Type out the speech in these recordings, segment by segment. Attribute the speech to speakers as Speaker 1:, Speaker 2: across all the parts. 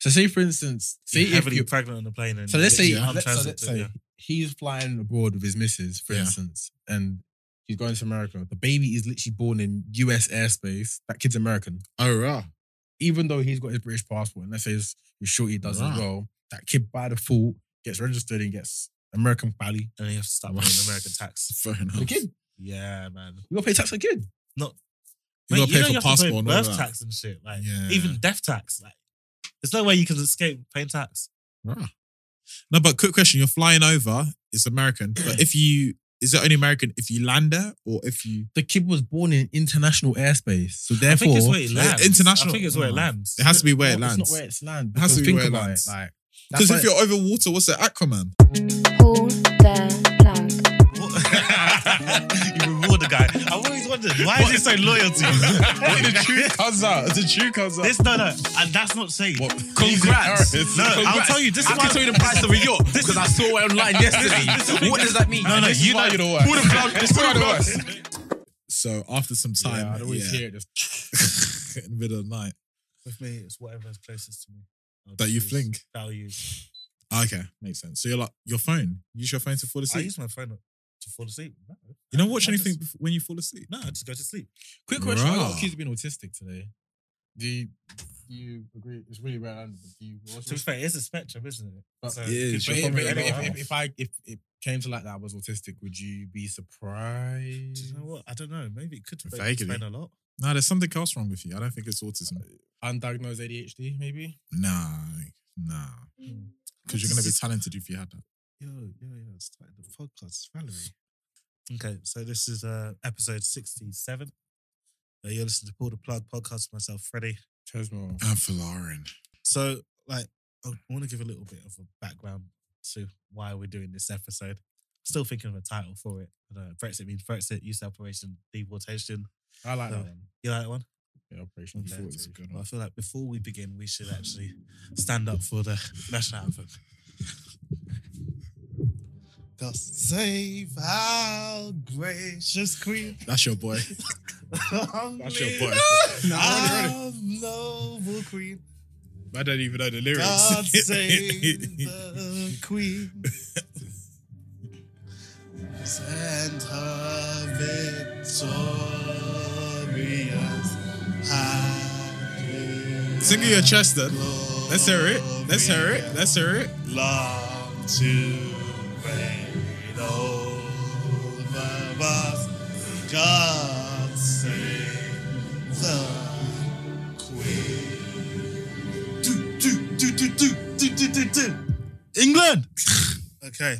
Speaker 1: So say for instance, say
Speaker 2: You're
Speaker 1: if
Speaker 2: heavily
Speaker 1: you
Speaker 2: pregnant on the plane. And
Speaker 1: so let's say
Speaker 2: I'm
Speaker 1: let's, so let's say
Speaker 2: yeah.
Speaker 1: he's flying abroad with his missus, for
Speaker 3: Yeah.
Speaker 1: instance, and he's going to America. The baby is literally born in US airspace. That kid's American.
Speaker 3: Oh, rah.
Speaker 1: Even though he's got his British passport, and let's say his, his shorty does
Speaker 3: Right.
Speaker 1: as well, that kid by default gets registered and gets American pally.
Speaker 2: and you have to start paying American tax.
Speaker 3: Fair enough.
Speaker 1: The kid.
Speaker 2: Yeah, man.
Speaker 1: You gotta pay tax for the kid.
Speaker 3: You
Speaker 2: Mate,
Speaker 3: gotta pay
Speaker 2: know
Speaker 3: for
Speaker 2: you have to
Speaker 3: passport and all
Speaker 2: birth
Speaker 3: that.
Speaker 2: tax and shit. Like
Speaker 3: Yeah.
Speaker 2: even death tax. Like there's no way you can escape paying tax.
Speaker 3: Rah. No, but quick question. You're flying over, it's American. But if you, is it only American if you land there or if you,
Speaker 1: The kid was born in international airspace. So
Speaker 2: I think
Speaker 1: therefore
Speaker 2: it's where it lands.
Speaker 3: international-
Speaker 2: I think it's where it
Speaker 3: Oh.
Speaker 2: lands.
Speaker 3: it has to be where it
Speaker 1: No, it's
Speaker 3: lands.
Speaker 1: not where it's land.
Speaker 3: It has
Speaker 1: because
Speaker 3: to be
Speaker 1: think
Speaker 3: where it
Speaker 1: about
Speaker 3: lands.
Speaker 1: Like that's
Speaker 3: Because
Speaker 1: why-
Speaker 3: if you're over water, what's the Aquaman?
Speaker 4: Pull the plug.
Speaker 2: you reward the guy. I've always wondered why is he so loyal to
Speaker 3: What
Speaker 2: you?
Speaker 3: the truth comes out. The truth comes out.
Speaker 2: This no no, and that's not safe.
Speaker 3: What?
Speaker 2: Congrats.
Speaker 3: Jesus,
Speaker 2: No, I'll
Speaker 3: congrats.
Speaker 2: tell you. This is
Speaker 3: I
Speaker 2: why
Speaker 3: can tell you the price of a yacht
Speaker 2: is-
Speaker 3: because I saw it online
Speaker 2: This is-
Speaker 3: yesterday. What does that mean?
Speaker 2: No, no,
Speaker 3: This is
Speaker 2: you
Speaker 3: why
Speaker 2: know-
Speaker 3: you're the worst.
Speaker 2: Who the plug-
Speaker 3: This is why you're the worst. So after some
Speaker 1: yeah,
Speaker 3: time,
Speaker 1: I'd always
Speaker 3: yeah,
Speaker 1: hear it just
Speaker 3: in the middle of the night,
Speaker 2: With me, it's whatever's closest to me. I'll
Speaker 3: That
Speaker 2: just
Speaker 3: you
Speaker 2: use-
Speaker 3: fling.
Speaker 2: that I'll use.
Speaker 3: Ah, okay, makes sense. So you're like your phone. Use your phone to fall
Speaker 2: I
Speaker 3: asleep.
Speaker 2: use my phone to fall asleep. No,
Speaker 3: you don't watch
Speaker 2: I
Speaker 3: anything
Speaker 2: just-
Speaker 3: before, when you fall asleep.
Speaker 2: no, I just go to sleep.
Speaker 1: Quick question: I got
Speaker 3: Bruh.
Speaker 1: accused of being autistic today. Do you, do you agree? It's really rare. and Do you?
Speaker 2: To be fair, it is a spectrum, isn't it?
Speaker 1: Mm. But-
Speaker 2: So
Speaker 3: It
Speaker 2: you
Speaker 3: is,
Speaker 2: could
Speaker 1: But if,
Speaker 2: probably
Speaker 1: if,
Speaker 2: go
Speaker 1: if,
Speaker 2: half.
Speaker 1: if, if I if it came to like that, I was autistic. Would you be surprised?
Speaker 2: Do you know what? I don't know. Maybe it could be
Speaker 3: Vaguely.
Speaker 2: explain a lot.
Speaker 3: No, there's something else wrong with you. I don't think it's autism.
Speaker 1: Undiagnosed ADHD, maybe.
Speaker 3: Nah, nah. Because you're gonna be
Speaker 2: This is-
Speaker 3: talented if you had that.
Speaker 2: Yo, yo, yo, it's like the podcast, Valerie. Okay, so this is uh episode 67. Uh, you're listening to Pull the Plug podcast with myself, Freddie.
Speaker 1: Tesmo.
Speaker 3: And for Lauren,
Speaker 2: So, like, I want to give a little bit of a background to why we're doing this episode. Still thinking of a title for it. I don't know, Brexit means Brexit, youth separation, deportation.
Speaker 1: I like
Speaker 2: No.
Speaker 1: that one.
Speaker 2: You like that one?
Speaker 1: Yeah, Operation
Speaker 2: Okay.
Speaker 1: Deportation.
Speaker 3: It's a good
Speaker 2: Well, I feel like before we begin, we should actually stand up for the national anthem. God save our gracious queen.
Speaker 3: that's your boy. That's your boy. No, I
Speaker 2: Our noble queen.
Speaker 3: don't even know the lyrics.
Speaker 2: God save the queen. Send her victorious. happy
Speaker 3: Sing in your chest then. Let's hear it. Let's hear it. Let's hear it.
Speaker 2: Long to reign over us. God save the Queen. Do, do, do, do, do, do, do, do, do. England! okay.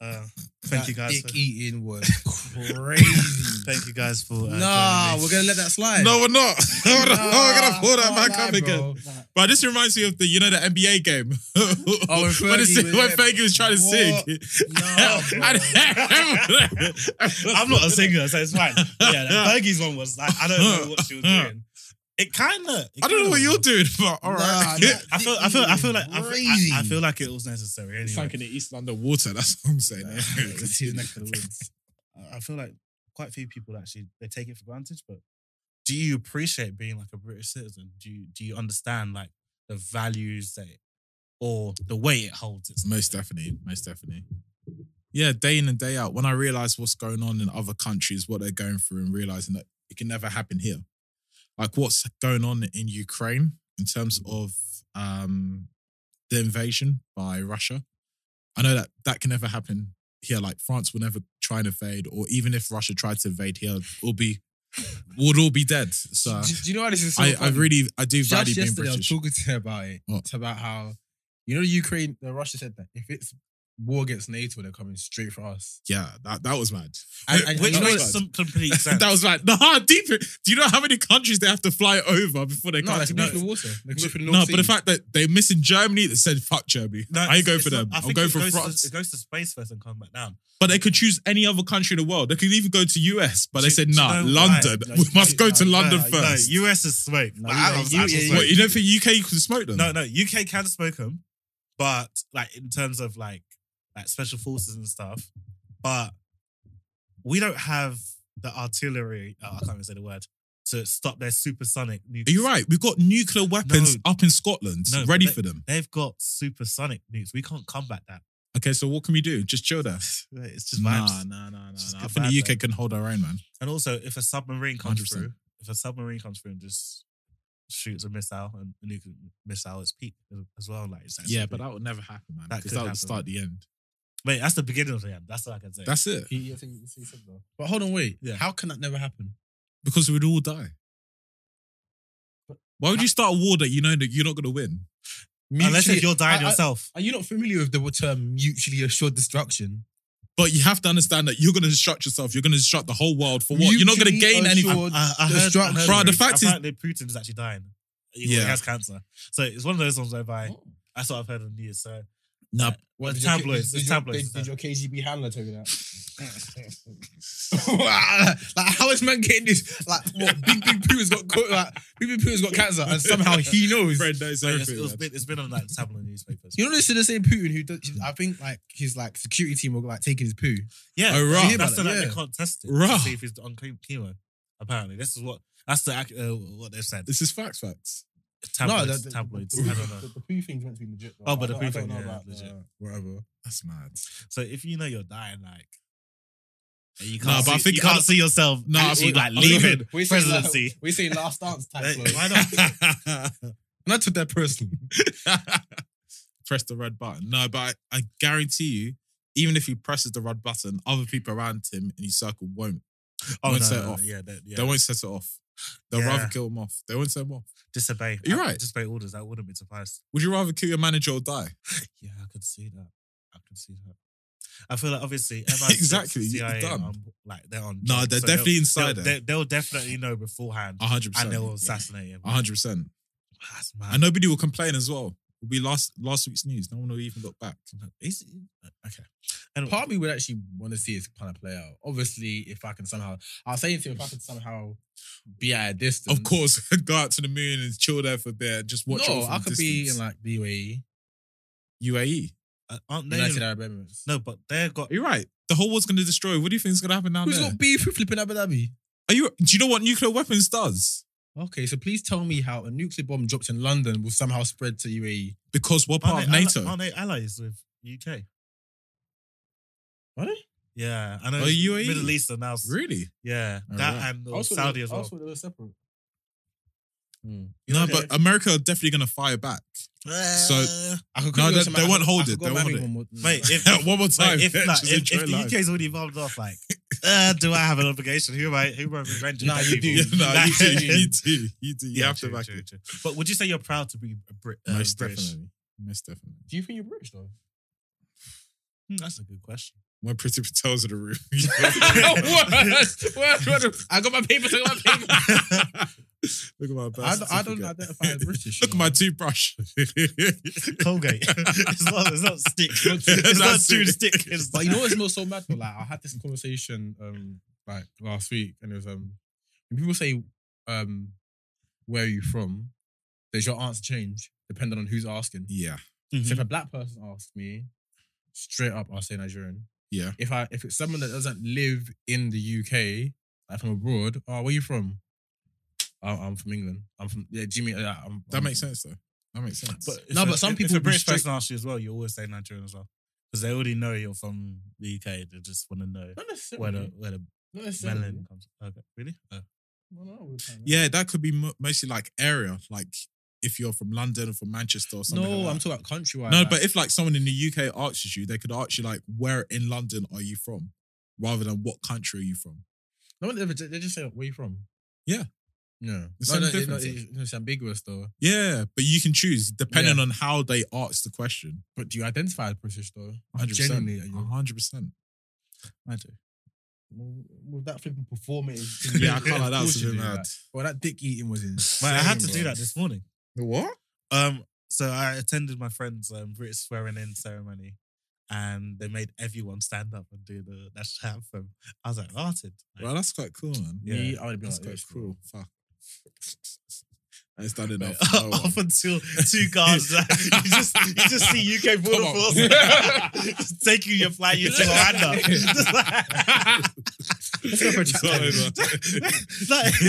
Speaker 2: Uh, thank you guys. For,
Speaker 1: Dick eating was crazy.
Speaker 2: thank you guys for. Uh,
Speaker 1: nah,
Speaker 2: joining me.
Speaker 1: we're gonna let that slide.
Speaker 3: No, we're not. we're
Speaker 1: Nah,
Speaker 3: gonna pull that
Speaker 1: can't
Speaker 3: back
Speaker 1: lie,
Speaker 3: up again.
Speaker 1: bro.
Speaker 3: But this reminds me of the, you know, the NBA game.
Speaker 1: Fergie
Speaker 3: when, it's-
Speaker 1: was
Speaker 3: when
Speaker 1: there.
Speaker 3: Fergie was Oh, trying to
Speaker 1: What?
Speaker 3: sing.
Speaker 1: Nah,
Speaker 2: I'm not a singer, so it's fine. Yeah, that Fergie's one was like, I don't know what she was doing. It kind of.
Speaker 3: I don't know what you're doing, but all right.
Speaker 1: Nah, nah.
Speaker 2: I feel, I feel, I feel like, I feel,
Speaker 1: Crazy.
Speaker 2: I, I feel like it was necessary. Anyway.
Speaker 3: Sunk in the East underwater. That's what I'm saying.
Speaker 1: It's his neck of the woods.
Speaker 2: I feel like quite a few people actually they take it for granted. But do you appreciate being like a British citizen? Do you do you understand like the values that it- or the way it holds? It's
Speaker 3: Most definitely, most definitely. Yeah, day in and day out. When I realize what's going on in other countries, what they're going through, and realizing that it can never happen here. Like what's going on in Ukraine in terms of um, the invasion by Russia. I know that that can never happen here. Like France will never try and invade, or even if Russia tried to invade here, we'll be we'll all be dead. So
Speaker 1: Do, do you know what this is? So
Speaker 3: I, I
Speaker 1: funny?
Speaker 3: really I do
Speaker 1: just
Speaker 3: value being
Speaker 1: yesterday, I was
Speaker 3: British.
Speaker 1: talking to her about it.
Speaker 3: What?
Speaker 1: It's about how you know Ukraine, the Russia said that if it's war against NATO, they're coming straight for us.
Speaker 3: Yeah, that, that was mad.
Speaker 1: And, and
Speaker 2: which
Speaker 1: you know
Speaker 3: was
Speaker 1: it's-
Speaker 2: makes some complete sense.
Speaker 3: that was right. No, deeper. Do you know how many countries they have to fly over before they
Speaker 1: no,
Speaker 3: come
Speaker 1: they're
Speaker 3: to
Speaker 1: going
Speaker 3: know?
Speaker 1: through water. They're going through the
Speaker 3: No,
Speaker 1: North
Speaker 3: but the
Speaker 1: Sea.
Speaker 3: fact that they're missing Germany, that said fuck Germany.
Speaker 2: No,
Speaker 3: I ain't go
Speaker 2: it's
Speaker 3: for
Speaker 2: not-
Speaker 3: them.
Speaker 2: I
Speaker 3: I'll
Speaker 2: think
Speaker 3: go
Speaker 2: it
Speaker 3: for
Speaker 2: goes to-
Speaker 3: France.
Speaker 2: it goes to space first and come back down.
Speaker 3: But they could choose any other country in the world. They could even go to US, but they
Speaker 2: Do-
Speaker 3: said
Speaker 2: do you
Speaker 3: nah,
Speaker 2: know why?
Speaker 3: London.
Speaker 2: No,
Speaker 3: we
Speaker 2: you-
Speaker 3: must go to
Speaker 2: no,
Speaker 3: London
Speaker 2: no,
Speaker 3: first.
Speaker 2: No, US is smoke.
Speaker 1: No,
Speaker 2: Like,
Speaker 1: you-
Speaker 2: I was-
Speaker 1: you-
Speaker 2: I was
Speaker 1: you-
Speaker 2: smoke.
Speaker 3: what, you don't think UK you can smoke them?
Speaker 2: No, no, UK can smoke them, but like in terms of like like special forces and stuff, but we don't have the artillery. Oh, I can't even say the word to stop their supersonic nukes.
Speaker 3: Are you right? We've got nuclear weapons
Speaker 2: No.
Speaker 3: up in Scotland
Speaker 2: No,
Speaker 3: ready
Speaker 2: but
Speaker 3: for them.
Speaker 2: They've got supersonic nukes. We can't combat that.
Speaker 3: Okay, so what can we do? Just chill there.
Speaker 2: It's just vibes.
Speaker 3: Nah, nah, nah, nah.
Speaker 2: Just
Speaker 3: nah.
Speaker 2: good
Speaker 3: I think
Speaker 2: vibes,
Speaker 3: the UK
Speaker 2: man.
Speaker 3: can hold our own, man.
Speaker 2: And also, if a submarine comes
Speaker 3: 100%.
Speaker 2: through, if a submarine comes through and just shoots a missile and a nuclear missile is peak as well. Like, it's actually
Speaker 3: Yeah, but
Speaker 2: peak.
Speaker 3: that would never happen, man.
Speaker 2: That
Speaker 3: Because
Speaker 2: could
Speaker 3: that, would
Speaker 2: happen.
Speaker 3: start the end.
Speaker 2: wait, that's the beginning of the end. That's all I can say.
Speaker 3: That's it.
Speaker 1: You, you think you see something though? But hold on, wait.
Speaker 2: Yeah.
Speaker 1: How can that never happen?
Speaker 3: Because we'd all die. Why would you start a war that you know that you're not going to win?
Speaker 2: unless if
Speaker 1: Mutually-
Speaker 2: you're dying
Speaker 1: I- I-
Speaker 2: yourself.
Speaker 1: Are you not familiar with the term mutually assured destruction?
Speaker 3: But you have to understand that you're going to destruct yourself. You're going to destruct the whole world for what? you're not going to
Speaker 1: Mutually
Speaker 3: gain anything.
Speaker 1: assured
Speaker 2: I, I heard, I
Speaker 1: destruction.
Speaker 2: heard
Speaker 3: Bruh, the
Speaker 2: Putin-
Speaker 3: fact is-
Speaker 2: apparently Putin is actually dying. He,
Speaker 3: Yeah.
Speaker 2: he has cancer, so it's one of those ones whereby that's what I've heard on the news. So
Speaker 3: Nah,
Speaker 1: What,
Speaker 2: The
Speaker 1: did your- Did,
Speaker 2: tabloids, the
Speaker 1: your-
Speaker 2: tabloids.
Speaker 1: Did, did your KGB handler tell you that? like, how is man getting this? Like, what? Big Big Pooh has got co- like Big Big Pooh has got cancer, and somehow he knows.
Speaker 3: Fred knows
Speaker 2: so it's,
Speaker 3: everything.
Speaker 2: it's
Speaker 3: man.
Speaker 2: been, it's been on like tabloid newspapers.
Speaker 1: You know this is the same Putin who does, I think like his like security team were like taking his poo.
Speaker 2: Yeah,
Speaker 3: Oh, right.
Speaker 2: that's so
Speaker 1: Yeah.
Speaker 2: that they can't test it
Speaker 3: Right.
Speaker 2: to see if he's on chem- chemo. Apparently, this is what that's the ac- uh, what they've said.
Speaker 3: This is facts, facts.
Speaker 2: Tabloids,
Speaker 1: the- the-
Speaker 2: tabloids.
Speaker 1: The, the,
Speaker 2: I don't know.
Speaker 1: the- the poo thing's meant to be legit. though.
Speaker 2: Oh, but
Speaker 1: I
Speaker 2: the
Speaker 1: don't- I
Speaker 2: poo
Speaker 1: don't
Speaker 2: thing,
Speaker 1: know
Speaker 2: yeah,
Speaker 1: about the-
Speaker 2: legit.
Speaker 1: whatever.
Speaker 3: That's mad.
Speaker 2: So if you know you're dying, like and you
Speaker 3: Nah,
Speaker 2: can't, see,
Speaker 3: but I think-
Speaker 2: you can't see yourself.
Speaker 3: Nah, I
Speaker 2: actually,
Speaker 3: think-
Speaker 2: like
Speaker 3: I think-
Speaker 2: leaving
Speaker 1: We're saying la-
Speaker 2: presidency.
Speaker 1: we're saying last dance type.
Speaker 2: Hey,
Speaker 1: flow.
Speaker 2: Why not?
Speaker 1: And I took that personally.
Speaker 3: press the red button. No, but I, I guarantee you, even if he presses the red button, other people around him in his circle won't.
Speaker 2: Oh,
Speaker 3: Won't
Speaker 2: no,
Speaker 3: set
Speaker 2: no, no,
Speaker 3: off.
Speaker 2: Yeah, that- yeah.
Speaker 3: They won't set it off. They'll
Speaker 2: Yeah.
Speaker 3: rather kill him off. They won't set him off.
Speaker 2: disobey.
Speaker 3: You're
Speaker 2: I-
Speaker 3: right.
Speaker 2: Disobey orders. I wouldn't be surprised.
Speaker 3: Would you rather kill your manager or die?
Speaker 2: Eh, Yeah, I could see that. I could see that. I feel like obviously MI6,
Speaker 3: Exactly, you're
Speaker 2: CIA,
Speaker 3: dumb.
Speaker 2: um, like they're on.
Speaker 3: No,
Speaker 2: drugs,
Speaker 3: they're
Speaker 2: so
Speaker 3: definitely
Speaker 2: they'll,
Speaker 3: insider.
Speaker 2: they'll, they'll, they'll definitely know beforehand,
Speaker 3: hundred percent.
Speaker 2: and they'll Uh-huh. assassinate him.
Speaker 3: hundred percent.
Speaker 2: That's mad.
Speaker 3: And nobody will complain as well. Will be last last week's news. No one will even look back.
Speaker 2: Is uh, okay. Anyway,
Speaker 1: Part of me would actually want to see it kind of play out. Obviously, if I can somehow, I was saying to him, if I could somehow be at a distance.
Speaker 3: Of course, go out to the moon and chill there for a bit. Just watch.
Speaker 1: no,
Speaker 3: it
Speaker 1: I could be in like the UAE,
Speaker 3: UAE.
Speaker 2: uh, aren't they?
Speaker 1: E, United Arab Emirates.
Speaker 2: No, but they've got.
Speaker 3: You're E. right. The whole world's gonna destroy. What do you think is gonna happen down
Speaker 1: Who's
Speaker 3: there?
Speaker 1: got beef with flipping Abu Dhabi?
Speaker 3: Are you? Do you know what nuclear weapons does?
Speaker 1: Okay, so please tell me how a nuclear bomb dropped in London will somehow spread to E. UAE.
Speaker 3: Because we're part
Speaker 2: Aren't
Speaker 3: of
Speaker 2: they, alli-
Speaker 3: NATO.
Speaker 2: aren't they allies with UK?
Speaker 1: Are they?
Speaker 2: Yeah, I know.
Speaker 3: Oh,
Speaker 2: it's
Speaker 3: UAE?
Speaker 2: Middle East and now. s-
Speaker 3: Really?
Speaker 2: Yeah,
Speaker 3: Oh,
Speaker 2: that
Speaker 3: right.
Speaker 2: and
Speaker 1: I also thought
Speaker 2: Saudi
Speaker 1: they-
Speaker 2: as
Speaker 1: I
Speaker 2: well.
Speaker 1: also thought they were separate.
Speaker 3: No,
Speaker 2: know,
Speaker 3: but America are definitely gonna fire back. So-
Speaker 1: I could quickly
Speaker 3: No,
Speaker 1: go
Speaker 3: they-
Speaker 1: to
Speaker 3: they
Speaker 1: I
Speaker 3: won't
Speaker 1: could-
Speaker 3: hold
Speaker 1: I could
Speaker 3: it.
Speaker 1: go
Speaker 3: They won't
Speaker 1: Miami
Speaker 3: hold it.
Speaker 1: one more-
Speaker 2: Wait, if,
Speaker 3: One more
Speaker 2: Like,
Speaker 3: time.
Speaker 2: if, like,
Speaker 3: Just
Speaker 2: if, if
Speaker 3: enjoy
Speaker 2: the
Speaker 3: life.
Speaker 2: UK's already involved off, like, uh, do I have an obligation? Who am I? Who am I revenging?
Speaker 1: Nah,
Speaker 2: those
Speaker 1: you do.
Speaker 3: Yeah,
Speaker 2: people?
Speaker 3: no, you
Speaker 2: Like-
Speaker 3: do, you do, you do. You
Speaker 2: Yeah,
Speaker 3: have to
Speaker 2: true,
Speaker 3: back
Speaker 2: true,
Speaker 3: it.
Speaker 2: true. But would you say you're proud to be a Brit? Uh,
Speaker 3: Most
Speaker 2: British?
Speaker 3: definitely, most definitely.
Speaker 1: Do you think you're British though?
Speaker 2: Hmm, that's a good question.
Speaker 3: When Pretty Patel's in the room,
Speaker 1: I got my papers. I got my papers.
Speaker 3: look at my birth
Speaker 1: I, don't- I don't
Speaker 3: certificate.
Speaker 1: identify as British.
Speaker 3: Look at my toothbrush.
Speaker 2: Colgate. it's not. It's not stick. It's not
Speaker 3: That's
Speaker 2: true
Speaker 3: it.
Speaker 2: stick. It's
Speaker 1: But you know what's most so mad though? Like I had this conversation um like last week, and it was um when people say um where are you from, does your answer change depending on who's asking?
Speaker 3: yeah,
Speaker 1: So if
Speaker 2: Mhm.
Speaker 1: a black person asks me, straight up I'll say Nigerian.
Speaker 3: yeah.
Speaker 1: If I if it's someone that doesn't live in the UK, like from abroad, oh, where you from? Oh, I'm from England. I'm from yeah, Jimmy. Uh, I'm,
Speaker 3: That
Speaker 1: I'm-
Speaker 3: makes sense though. That makes sense.
Speaker 2: But if
Speaker 1: No,
Speaker 2: a-
Speaker 1: but some
Speaker 2: if-
Speaker 1: people
Speaker 2: If a
Speaker 1: be
Speaker 2: British
Speaker 1: straight-
Speaker 2: person asks you as well, you always say Nigerian as well because they already know you're from the UK. They just want to know
Speaker 1: Not
Speaker 2: where the
Speaker 1: necessarily.
Speaker 2: where the
Speaker 1: Not necessarily.
Speaker 2: melon comes. Okay, really? Oh.
Speaker 1: Well, not all the time.
Speaker 3: yeah, that could be mo- mostly like area, like if you're from London or from Manchester or something.
Speaker 1: No,
Speaker 3: like
Speaker 1: I'm
Speaker 3: that.
Speaker 1: talking about countrywide.
Speaker 3: no,
Speaker 1: like-
Speaker 3: but if like someone in the UK asks you, they could ask you like, "Where in London are you from?" Rather than what country are you from?
Speaker 1: No, they just, they just say, where you from?
Speaker 3: Yeah.
Speaker 1: No.
Speaker 3: There's
Speaker 1: no,
Speaker 3: some
Speaker 1: no, it- no,
Speaker 3: differences.
Speaker 1: it- it's ambiguous though.
Speaker 3: Yeah, but you can choose depending on how they ask the question.
Speaker 1: But do you identify as British though?
Speaker 3: Hundred percent.
Speaker 1: Genuinely, are you?
Speaker 3: Hundred percent.
Speaker 2: I do.
Speaker 1: Well, With that flipping performance.
Speaker 3: Yeah, I can't like that. Was a bit
Speaker 1: Unfortunately,
Speaker 3: mad.
Speaker 1: like, Well, that dick eating was insane.
Speaker 2: But I had to
Speaker 1: bro.
Speaker 2: do that this morning.
Speaker 3: What?
Speaker 2: Um, so I attended my friend's um, British swearing in ceremony, and they made everyone stand up and do the national anthem. I was like, arted.
Speaker 3: Well, that's quite cool, man.
Speaker 2: Yeah.
Speaker 1: Me, I would have been
Speaker 3: That's
Speaker 1: like,
Speaker 3: quite
Speaker 1: this, bro.
Speaker 3: cool. Fuck. I done
Speaker 2: Like,
Speaker 3: enough.
Speaker 2: up until two guards, like, you just you just see UK border
Speaker 3: Come
Speaker 2: force
Speaker 3: on.
Speaker 2: just taking your flag, you to Rwanda. Just like- Let's go for a chat. like,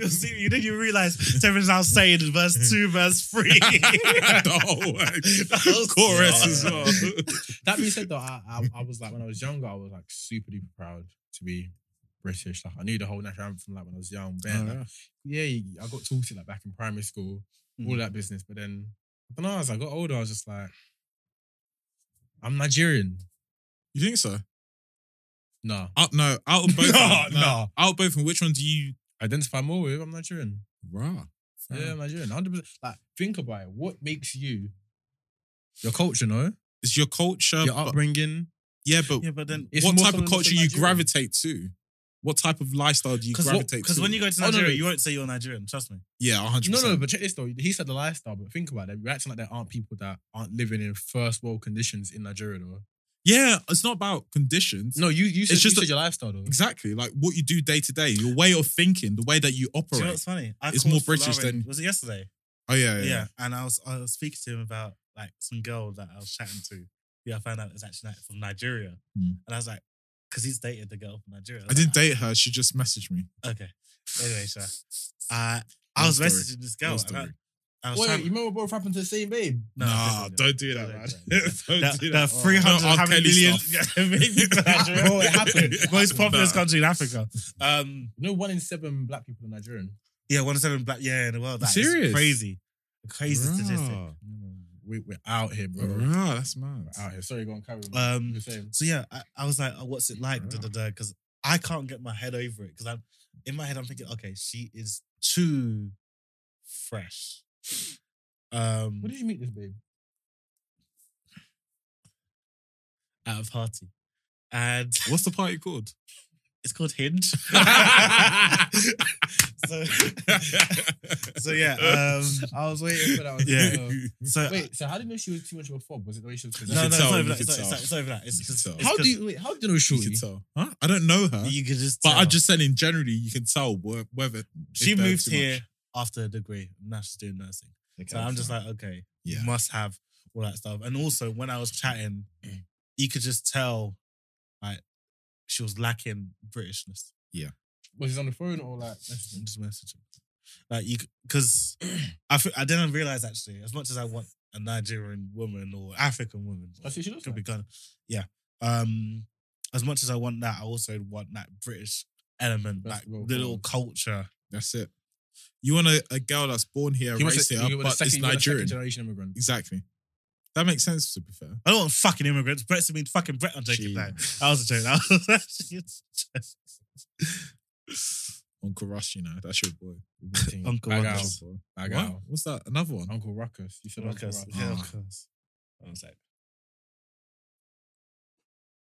Speaker 2: you'll see, you then you realize Terrence now saying verse two, verse three.
Speaker 3: no, chorus as well.
Speaker 1: That being said, though, I, I, I was like when I was younger, I was like super duper proud to be British. Like I knew the whole national anthem like when I was young. Bare, like, yeah, you- I got taught it like back in primary school,
Speaker 3: Mm.
Speaker 1: all that business. But then I don't know, as I got older, I was just like, I'm Nigerian.
Speaker 3: You think so?
Speaker 1: Nah,
Speaker 3: Out, no, out of both.
Speaker 2: No,
Speaker 3: of them,
Speaker 2: no.
Speaker 3: Out of both. And which one do you?
Speaker 1: identify more with. I'm Nigerian.
Speaker 3: Rah.
Speaker 1: Yeah, I'm Nigerian. 100. percent Like think about it. What makes you your culture? No,
Speaker 3: It's your culture.
Speaker 1: your
Speaker 3: Um, but-
Speaker 1: upbringing.
Speaker 3: yeah, but
Speaker 2: yeah, but then
Speaker 1: It's
Speaker 3: what
Speaker 1: more
Speaker 3: type
Speaker 1: so
Speaker 3: of
Speaker 1: than just
Speaker 3: culture
Speaker 1: in
Speaker 3: you
Speaker 1: Nigeria.
Speaker 3: gravitate to? What type of lifestyle do you
Speaker 2: because
Speaker 3: gravitate to?
Speaker 2: when you go to
Speaker 1: Oh, no,
Speaker 2: Nigeria,
Speaker 1: no.
Speaker 2: you won't say you're Nigerian. Trust me.
Speaker 3: yeah, 100%.
Speaker 1: No, no, but check this though. He said the lifestyle, but think about it. We're acting like there aren't people that aren't living in first world conditions in Nigeria though.
Speaker 3: yeah, it's not about conditions.
Speaker 1: No, you you said,
Speaker 3: It's just
Speaker 1: you
Speaker 3: a-
Speaker 1: said your lifestyle though.
Speaker 3: Exactly, like what you do day to day, your way of thinking, the way that you
Speaker 2: Do you know
Speaker 3: operate.
Speaker 2: what's funny? I
Speaker 3: It's
Speaker 2: called
Speaker 3: more British
Speaker 2: Lauren-
Speaker 3: than-
Speaker 2: was it yesterday?
Speaker 3: Oh yeah, yeah.
Speaker 2: Yeah.
Speaker 3: yeah.
Speaker 2: and I was I was speaking to him about like some girl that I was chatting to. Yeah, I found out it's actually like, from Nigeria,
Speaker 3: Hmm.
Speaker 2: and I was like, because he's dated the girl from Nigeria.
Speaker 3: I didn't date her. She just messaged me.
Speaker 2: "Ah, Okay. Anyway, so uh, I
Speaker 3: Long
Speaker 2: was
Speaker 3: story.
Speaker 2: messaging this girl.
Speaker 3: Long
Speaker 2: and I,
Speaker 3: story.
Speaker 2: I was
Speaker 1: Wait,
Speaker 2: trying,
Speaker 1: you remember both happened to the same babe?
Speaker 2: no,
Speaker 3: nah, don't do that, man. Don't
Speaker 2: That,
Speaker 3: do
Speaker 2: that
Speaker 3: that. Oh,
Speaker 2: 300
Speaker 3: No, R.
Speaker 2: how many
Speaker 3: Kelly
Speaker 2: million,
Speaker 3: stuff.
Speaker 2: million Nigeria-
Speaker 1: Bro, it happened. It
Speaker 2: most populous
Speaker 3: Nah.
Speaker 2: country in Africa. Um,
Speaker 1: No, one in seven black people are Nigerian.
Speaker 2: yeah, one of seven black yeah in the world. That's
Speaker 3: Serious?
Speaker 2: crazy, crazy statistic.
Speaker 3: Rah.
Speaker 1: We, we're out here, bro. We're
Speaker 3: Rah, that's mad.
Speaker 1: out here. Sorry, go on, carry on.
Speaker 2: Um,
Speaker 1: You're saying.
Speaker 2: So yeah, I, I was like, oh, what's it like?
Speaker 3: Yeah.
Speaker 2: Because I can't get my head over it. Because I'm in my head, I'm thinking, okay, she is too fresh. Um,
Speaker 1: Where did you meet this babe?
Speaker 2: at a party, and
Speaker 3: What's the party called?
Speaker 2: it's called Hinge. so, so yeah, um,
Speaker 1: I was waiting for that one.
Speaker 2: Yeah.
Speaker 1: Uh,
Speaker 2: so
Speaker 1: Wait, so how do you know she was too much of a fob? Was it the way she was?
Speaker 2: no, no,
Speaker 3: could
Speaker 2: it's
Speaker 3: tell,
Speaker 2: not
Speaker 3: you
Speaker 2: even that.
Speaker 3: could
Speaker 2: It's not, it's
Speaker 3: tell.
Speaker 2: not- it's not even that. It's
Speaker 3: You could
Speaker 2: 'cause-
Speaker 3: tell.
Speaker 2: it's
Speaker 1: How
Speaker 2: 'cause
Speaker 1: do you wait? How do you know
Speaker 3: You
Speaker 1: Shorty?
Speaker 3: can tell. Huh? I don't know her,
Speaker 2: you could just?
Speaker 3: but I
Speaker 2: tell.
Speaker 3: just said in generally you can tell whe- whether
Speaker 2: she
Speaker 3: if they're
Speaker 2: moved
Speaker 3: too much.
Speaker 2: here after a degree. and Now she's doing nursing. So I'm just like, okay,
Speaker 3: Yeah.
Speaker 2: you must have all that stuff. And also, when I was chatting,
Speaker 1: Mm.
Speaker 2: you could just tell, like, she was lacking Britishness.
Speaker 1: Was he on the phone or like?
Speaker 2: That's- I'm just messaging. Like, you, because I, fe- I didn't realize actually, as much as I want a Nigerian woman or African woman,
Speaker 1: That's what she looks
Speaker 2: could be
Speaker 1: like.
Speaker 2: Ghana, yeah. Um, as much as I want that, I also want that British element,
Speaker 1: That's
Speaker 2: like
Speaker 1: well
Speaker 2: the little
Speaker 1: thought.
Speaker 2: culture.
Speaker 3: That's it. You want a, a girl that's born here,
Speaker 1: He was
Speaker 3: raised
Speaker 1: a,
Speaker 3: here,
Speaker 1: he was a
Speaker 3: but
Speaker 1: second,
Speaker 3: is
Speaker 1: he was a second
Speaker 3: Nigerian.
Speaker 1: generation immigrant.
Speaker 3: Exactly. That makes sense to be fair.
Speaker 2: I don't want fucking immigrants. Brexit means fucking Brit. I'm joking.
Speaker 3: Gee.
Speaker 2: No, that was a joke. That was
Speaker 3: Uncle Rush, you know, that's your
Speaker 2: Oh,
Speaker 3: boy.
Speaker 2: Uncle
Speaker 1: Bag
Speaker 2: Rush.
Speaker 1: out,
Speaker 3: That's your boy.
Speaker 1: bag
Speaker 3: What?
Speaker 1: out.
Speaker 3: What's that? Another
Speaker 2: Oh,
Speaker 3: one?
Speaker 1: Uncle Ruckus. You said Uncle Ruckus.
Speaker 2: Yeah,
Speaker 3: Ah.
Speaker 2: of course. I was like,